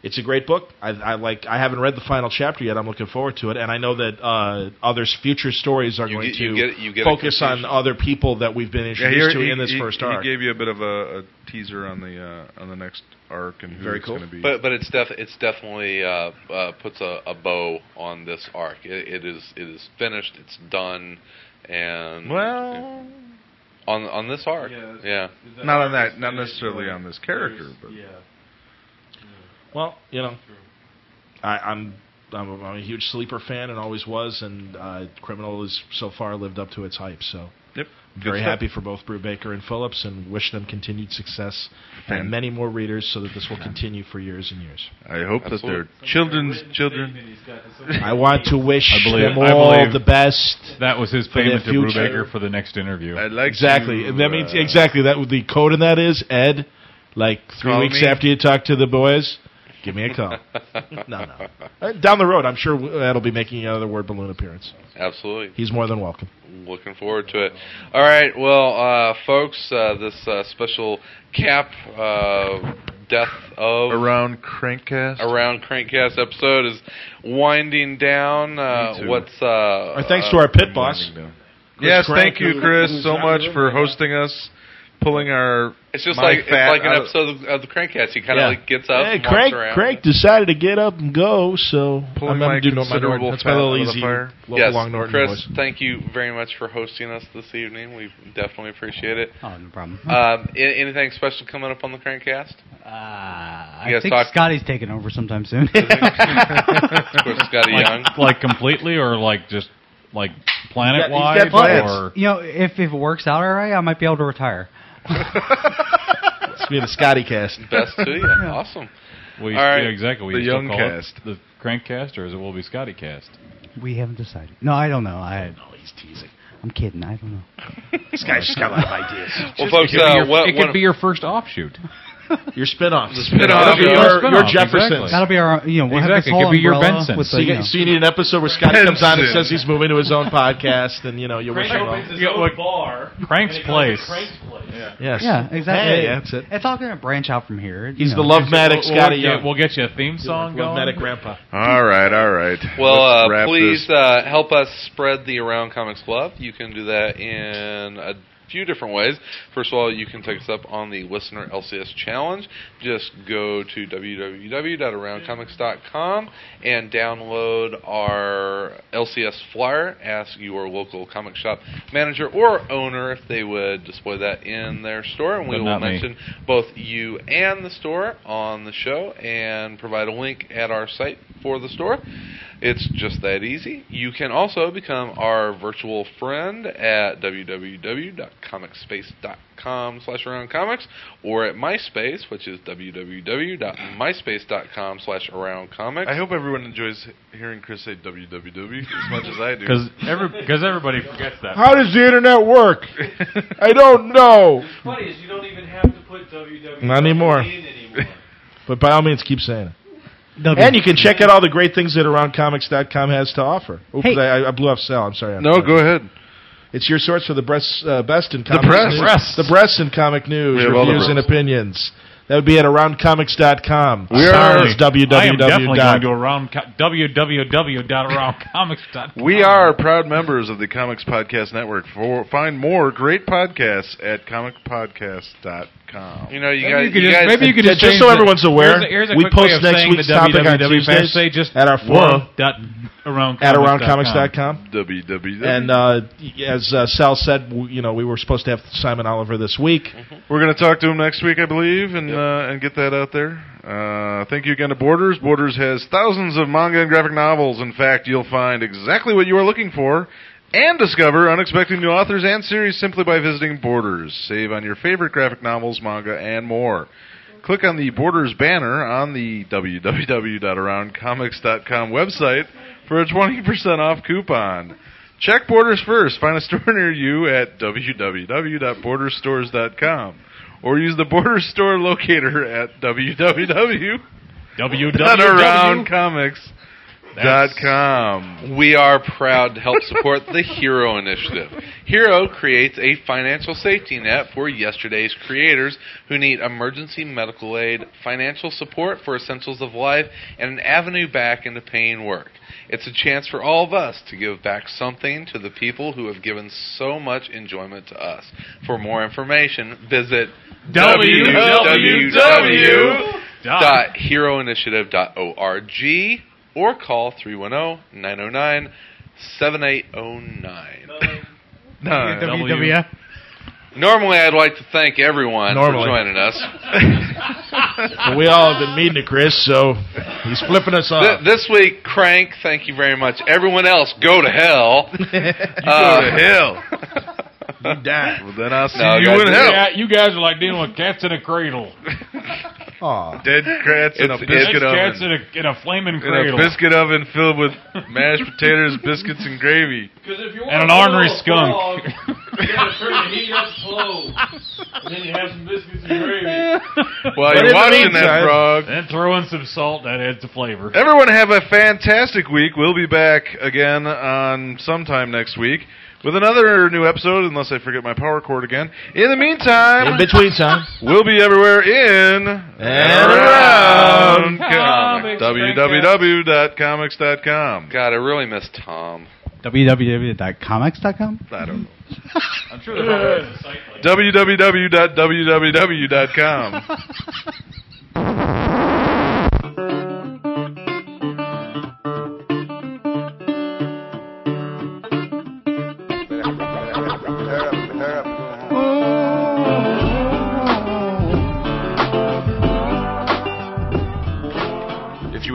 Speaker 1: It's a great book. I, I like. I haven't read the final chapter yet. I'm looking forward to it, and I know that uh, others' future stories are going
Speaker 2: get-
Speaker 1: to
Speaker 2: you get- you get a
Speaker 1: focus on other people that we've been
Speaker 3: Yeah,
Speaker 1: introduced
Speaker 3: he,
Speaker 1: to
Speaker 3: he-
Speaker 1: in this
Speaker 3: he-
Speaker 1: first
Speaker 3: he
Speaker 1: arc.
Speaker 3: gave you a bit of a, a teaser on the uh, on the next arc and who
Speaker 1: Very
Speaker 3: it's
Speaker 1: cool.
Speaker 3: going to be.
Speaker 2: But but it's def it's definitely uh, uh, puts a, a bow on this arc. It, it is it is finished. It's done, and
Speaker 3: well,
Speaker 2: on on this arc,
Speaker 3: Yeah,
Speaker 2: yeah,
Speaker 3: that's- not on that, not necessarily on this character, but
Speaker 1: Well, you know, I, I'm, I'm a, I'm a huge sleeper fan and always was, and uh, Criminal has so far lived up to its hype. So,
Speaker 3: Yep.
Speaker 1: I'm very
Speaker 3: Good stuff.
Speaker 1: happy for both Brubaker and Phillips, and wish them continued success
Speaker 3: Fan-
Speaker 1: and many more readers, so that this will continue for years and years.
Speaker 3: I hope that
Speaker 1: Absolutely.
Speaker 3: their children's children.
Speaker 1: I want to wish
Speaker 9: I believe-
Speaker 1: them
Speaker 9: I
Speaker 1: all
Speaker 9: believe
Speaker 1: the best.
Speaker 9: That was his
Speaker 1: for their
Speaker 9: payment to
Speaker 1: future.
Speaker 9: Brubaker for the next interview.
Speaker 3: I'd like
Speaker 1: Exactly.
Speaker 3: to,
Speaker 1: And that means
Speaker 3: uh,
Speaker 1: exactly that. would- The code in that is Ed. Like three
Speaker 3: Call
Speaker 1: weeks
Speaker 3: me.
Speaker 1: after you talk to the boys, give me a call. no, no. Uh, Down the road, I'm sure w- that'll be making another word balloon appearance.
Speaker 2: absolutely.
Speaker 1: He's more than welcome.
Speaker 2: Looking forward to it. All right, well, uh, folks, uh, this uh, special cap uh, death of
Speaker 3: around Crankcast.
Speaker 2: around Crankcast episode is winding down.
Speaker 3: Me
Speaker 2: Uh,
Speaker 3: too.
Speaker 2: what's uh, our
Speaker 1: thanks to our pit boss. Chris
Speaker 3: yes,
Speaker 1: Crank,
Speaker 3: thank you,
Speaker 1: who-
Speaker 3: Chris,
Speaker 1: who's
Speaker 3: so
Speaker 1: not
Speaker 3: much
Speaker 1: here.
Speaker 3: for hosting us, pulling our.
Speaker 2: It's just
Speaker 3: my
Speaker 2: like it's
Speaker 3: fat
Speaker 2: like an
Speaker 3: out-
Speaker 2: episode of, of the Crankcast. He kind of
Speaker 1: Yeah.
Speaker 2: like gets up,
Speaker 1: Hey,
Speaker 2: and walks
Speaker 1: Crank,
Speaker 2: around.
Speaker 1: Crank decided to get up and go, so
Speaker 3: Pulling
Speaker 1: I'm gonna
Speaker 3: my
Speaker 1: do Norton by
Speaker 3: considerable
Speaker 1: Norton. That's my
Speaker 3: fat
Speaker 1: little
Speaker 3: out of the
Speaker 1: easy
Speaker 3: fire.
Speaker 1: local
Speaker 2: yes,
Speaker 1: long Norton
Speaker 2: Chris,
Speaker 1: voice.
Speaker 2: thank you very much for hosting us this evening. We definitely appreciate it.
Speaker 6: Oh, no problem.
Speaker 2: Um, a- anything special coming up on the Crankcast? You
Speaker 6: Uh, I
Speaker 2: guys
Speaker 6: think
Speaker 2: talk-
Speaker 6: Scotty's taking over sometime soon.
Speaker 2: Of course, Scotty Young.
Speaker 9: like, like completely, or like just like planet
Speaker 6: Well,
Speaker 9: wide,
Speaker 6: it's-
Speaker 9: or
Speaker 6: you know, if, if it works out all right, I might be able to retire.
Speaker 1: It's me, the Scotty cast.
Speaker 2: Best to you. Awesome.
Speaker 9: we
Speaker 2: All right.
Speaker 9: yeah, exactly we
Speaker 3: The
Speaker 9: still
Speaker 3: Young
Speaker 9: call it
Speaker 3: Cast.
Speaker 9: the Crankcast, or is it will be Scotty Cast?
Speaker 6: We haven't decided. No, I don't know. I
Speaker 1: No, he's teasing.
Speaker 6: I'm kidding. I don't know.
Speaker 1: This guy's just got a lot of ideas.
Speaker 2: Well, folks,
Speaker 9: it could, be,
Speaker 2: uh,
Speaker 9: your,
Speaker 2: what,
Speaker 9: it could
Speaker 2: what,
Speaker 9: be your first offshoot.
Speaker 1: Your spin-off. The
Speaker 2: spin-off.
Speaker 1: Your,
Speaker 9: Your
Speaker 1: your,
Speaker 9: spin-off,
Speaker 1: Jefferson.
Speaker 9: exactly.
Speaker 6: That'll be our. You know, we'll have this
Speaker 9: Exactly. It could
Speaker 6: whole
Speaker 9: be your
Speaker 6: umbrella
Speaker 9: Benson.
Speaker 6: With the,
Speaker 1: So you,
Speaker 6: you
Speaker 1: get-
Speaker 6: know-
Speaker 1: so you need an episode where Scotty comes on and says he's moving to his own podcast, and you know you wish
Speaker 28: Crank
Speaker 1: him well.
Speaker 28: opens his
Speaker 9: Yeah,
Speaker 28: own
Speaker 9: look,
Speaker 28: bar.
Speaker 9: Crank's
Speaker 28: and it goes to
Speaker 9: Place.
Speaker 28: Crank's place. Yeah.
Speaker 1: Yes.
Speaker 6: Yeah, exactly.
Speaker 1: Hey, that's it.
Speaker 6: It's all going to branch out from here. you
Speaker 1: He's
Speaker 6: know.
Speaker 1: the love matic
Speaker 9: We'll-
Speaker 1: Scotty
Speaker 9: we'll, get,
Speaker 1: Young.
Speaker 9: we'll get you a theme song
Speaker 1: love
Speaker 9: going.
Speaker 1: matic grandpa.
Speaker 3: All right, all right. Let's
Speaker 2: Well, uh,
Speaker 3: wrap
Speaker 2: please
Speaker 3: this.
Speaker 2: uh, help us spread the Around Comics love. You can do that in a few different ways. First of all, you can take us up on the Listener LCS Challenge. Just go to www.aroundcomics.com and download our LCS flyer. Ask your local comic shop manager or owner if they would display that in their store, and we
Speaker 9: But
Speaker 2: will
Speaker 9: not me.
Speaker 2: mention both you and the store on the show and provide a link at our site for the store. It's just that easy. You can also become our virtual friend at www.comicspace.com slash around comics or at MySpace, which is www.myspace.com slash around comics.
Speaker 3: I hope everyone enjoys hearing Chris say www as much as I do.
Speaker 9: 'Cause every- 'cause everybody forgets that.
Speaker 29: How does the internet work? I don't know.
Speaker 13: Funny is you don't even have to put WWE
Speaker 1: Not anymore.
Speaker 13: in anymore.
Speaker 1: But by all means, keep saying it.
Speaker 6: W-
Speaker 1: And you can check out all the great things that AroundComics.com has to offer. Oops,
Speaker 6: Hey.
Speaker 1: I, I blew off Sal. I'm sorry. I'm
Speaker 3: No,
Speaker 1: sorry.
Speaker 3: go ahead.
Speaker 1: It's your source for the breast, uh, best in comic
Speaker 3: breast.
Speaker 1: news.
Speaker 3: Breast.
Speaker 1: The breast in comic news,
Speaker 3: We have all the
Speaker 1: reviews, and opinions. That would be at AroundComics.com.
Speaker 9: We are-
Speaker 1: Sorry, it's
Speaker 9: I am definitely going to
Speaker 1: www.
Speaker 9: around co- www.aroundcomics.com.
Speaker 3: We are proud members of the Comics Podcast Network. For find more great podcasts at comicpodcast.com.
Speaker 2: You know, you guys,
Speaker 1: Maybe you could
Speaker 2: you
Speaker 1: just-
Speaker 2: guys
Speaker 1: maybe you could just change the-
Speaker 9: Here's a, here's a
Speaker 1: we
Speaker 9: quick
Speaker 1: post
Speaker 9: way of
Speaker 1: next
Speaker 9: saying
Speaker 1: week's E
Speaker 9: the
Speaker 1: topic on
Speaker 9: www page.
Speaker 1: Tuesdays
Speaker 9: Say just
Speaker 1: at our forum.
Speaker 9: around
Speaker 1: At aroundcomics.com.
Speaker 3: www.
Speaker 1: And uh, y- as uh, Sal said, w- you know we were supposed to have Simon Oliver this week.
Speaker 3: Mm-hmm. We're going to talk to him next week, I believe, and uh, and get that out there. Uh, thank you again to Borders. Borders has thousands of manga and graphic novels. In fact, you'll find exactly what you are looking for and discover unexpected new authors and series simply by visiting Borders. Save on your favorite graphic novels, manga, and more. Click on the Borders banner on the www.aroundcomics.com website for a 20% off coupon. Check Borders first. Find a store near you at www.borderstores.com or use the Border Store locator at www.aroundcomics.com.
Speaker 2: Dot com. um, We are proud to help support the Hero Initiative. Hero creates a financial safety net for yesterday's creators who need emergency medical aid, financial support for essentials of life, and an avenue back into paying work. It's a chance for all of us to give back something to the people who have given so much enjoyment to us. For more information, visit www.heroinitiative.org or call 310-909-7809.
Speaker 3: Nine.
Speaker 1: E.
Speaker 3: WWF.
Speaker 2: Normally, I'd like to thank everyone
Speaker 1: Normally.
Speaker 2: for joining us.
Speaker 1: But we all have been meeting to Chris, so he's flipping us off.
Speaker 2: Th- this week, Crank, thank you very much. Everyone else, go to hell.
Speaker 3: go to hell.
Speaker 2: you
Speaker 1: die.
Speaker 3: Well, then I'll see
Speaker 2: No,
Speaker 3: you
Speaker 2: guys,
Speaker 3: in
Speaker 2: we
Speaker 3: hell.
Speaker 9: Yeah, you guys are like dealing with cats in a cradle.
Speaker 1: Aw.
Speaker 3: Dead crats in a
Speaker 9: It's-
Speaker 3: biscuit
Speaker 9: it's
Speaker 3: oven.
Speaker 9: cats in a- in a flaming
Speaker 3: In a
Speaker 9: cradle.
Speaker 3: biscuit oven filled with mashed potatoes, biscuits, and gravy.
Speaker 13: 'Cause if you
Speaker 9: And an
Speaker 13: want to
Speaker 9: ornery
Speaker 13: boil a
Speaker 9: skunk.
Speaker 13: frog,
Speaker 3: E.
Speaker 13: you gotta turn the heat up slow, and then you have some biscuits and gravy.
Speaker 3: While you're watching that frog.
Speaker 9: And throw in some salt, that adds the flavor.
Speaker 3: Everyone have a fantastic week. We'll be back again on sometime next week with another new episode, unless I forget my power cord again. In the meantime,
Speaker 1: In between time,
Speaker 3: we'll be everywhere in and around comics. www.comics.com.
Speaker 2: God, I really miss Tom.
Speaker 6: www.comics.com?
Speaker 3: I don't know.
Speaker 2: I'm
Speaker 9: sure
Speaker 3: www.www.com.
Speaker 30: If you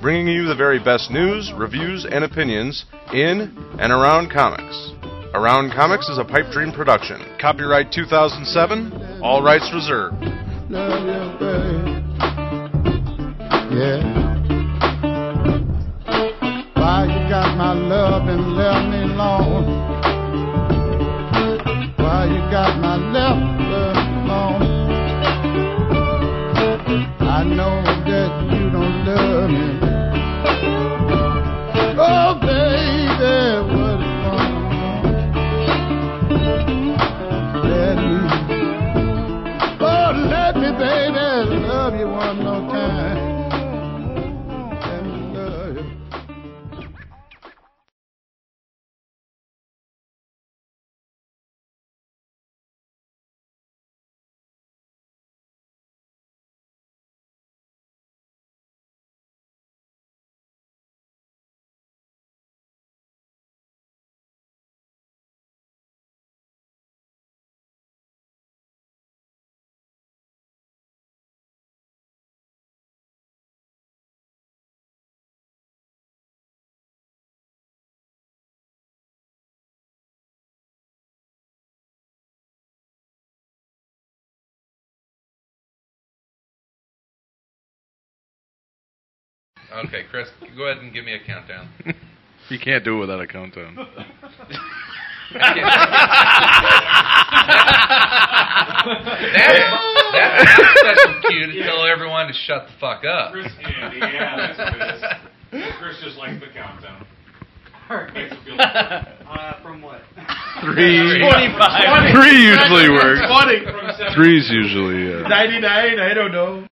Speaker 30: bringing you the very best news, reviews, and opinions in and around comics. Around Comics is a pipe dream production. Copyright 2007, all rights reserved.
Speaker 10: Yeah. Why you got my love and left me alone? Why you got my left love alone? I know that you don't love me. Oh, baby, what is wrong? Let me, oh, let me, baby, love you one more time. And love you.
Speaker 2: Okay, Chris, go ahead and give me a countdown.
Speaker 3: You can't do it without a countdown.
Speaker 2: That's, that's my special cue to tell everyone to shut the fuck up.
Speaker 9: Chris Andy, yeah, that's what it is. Chris just likes the countdown. Makes it feel
Speaker 31: Uh, from what?
Speaker 3: Three.
Speaker 31: 25.
Speaker 3: Three usually works.
Speaker 1: Twenty.
Speaker 3: Three's usually. Uh,
Speaker 1: 99, I don't know.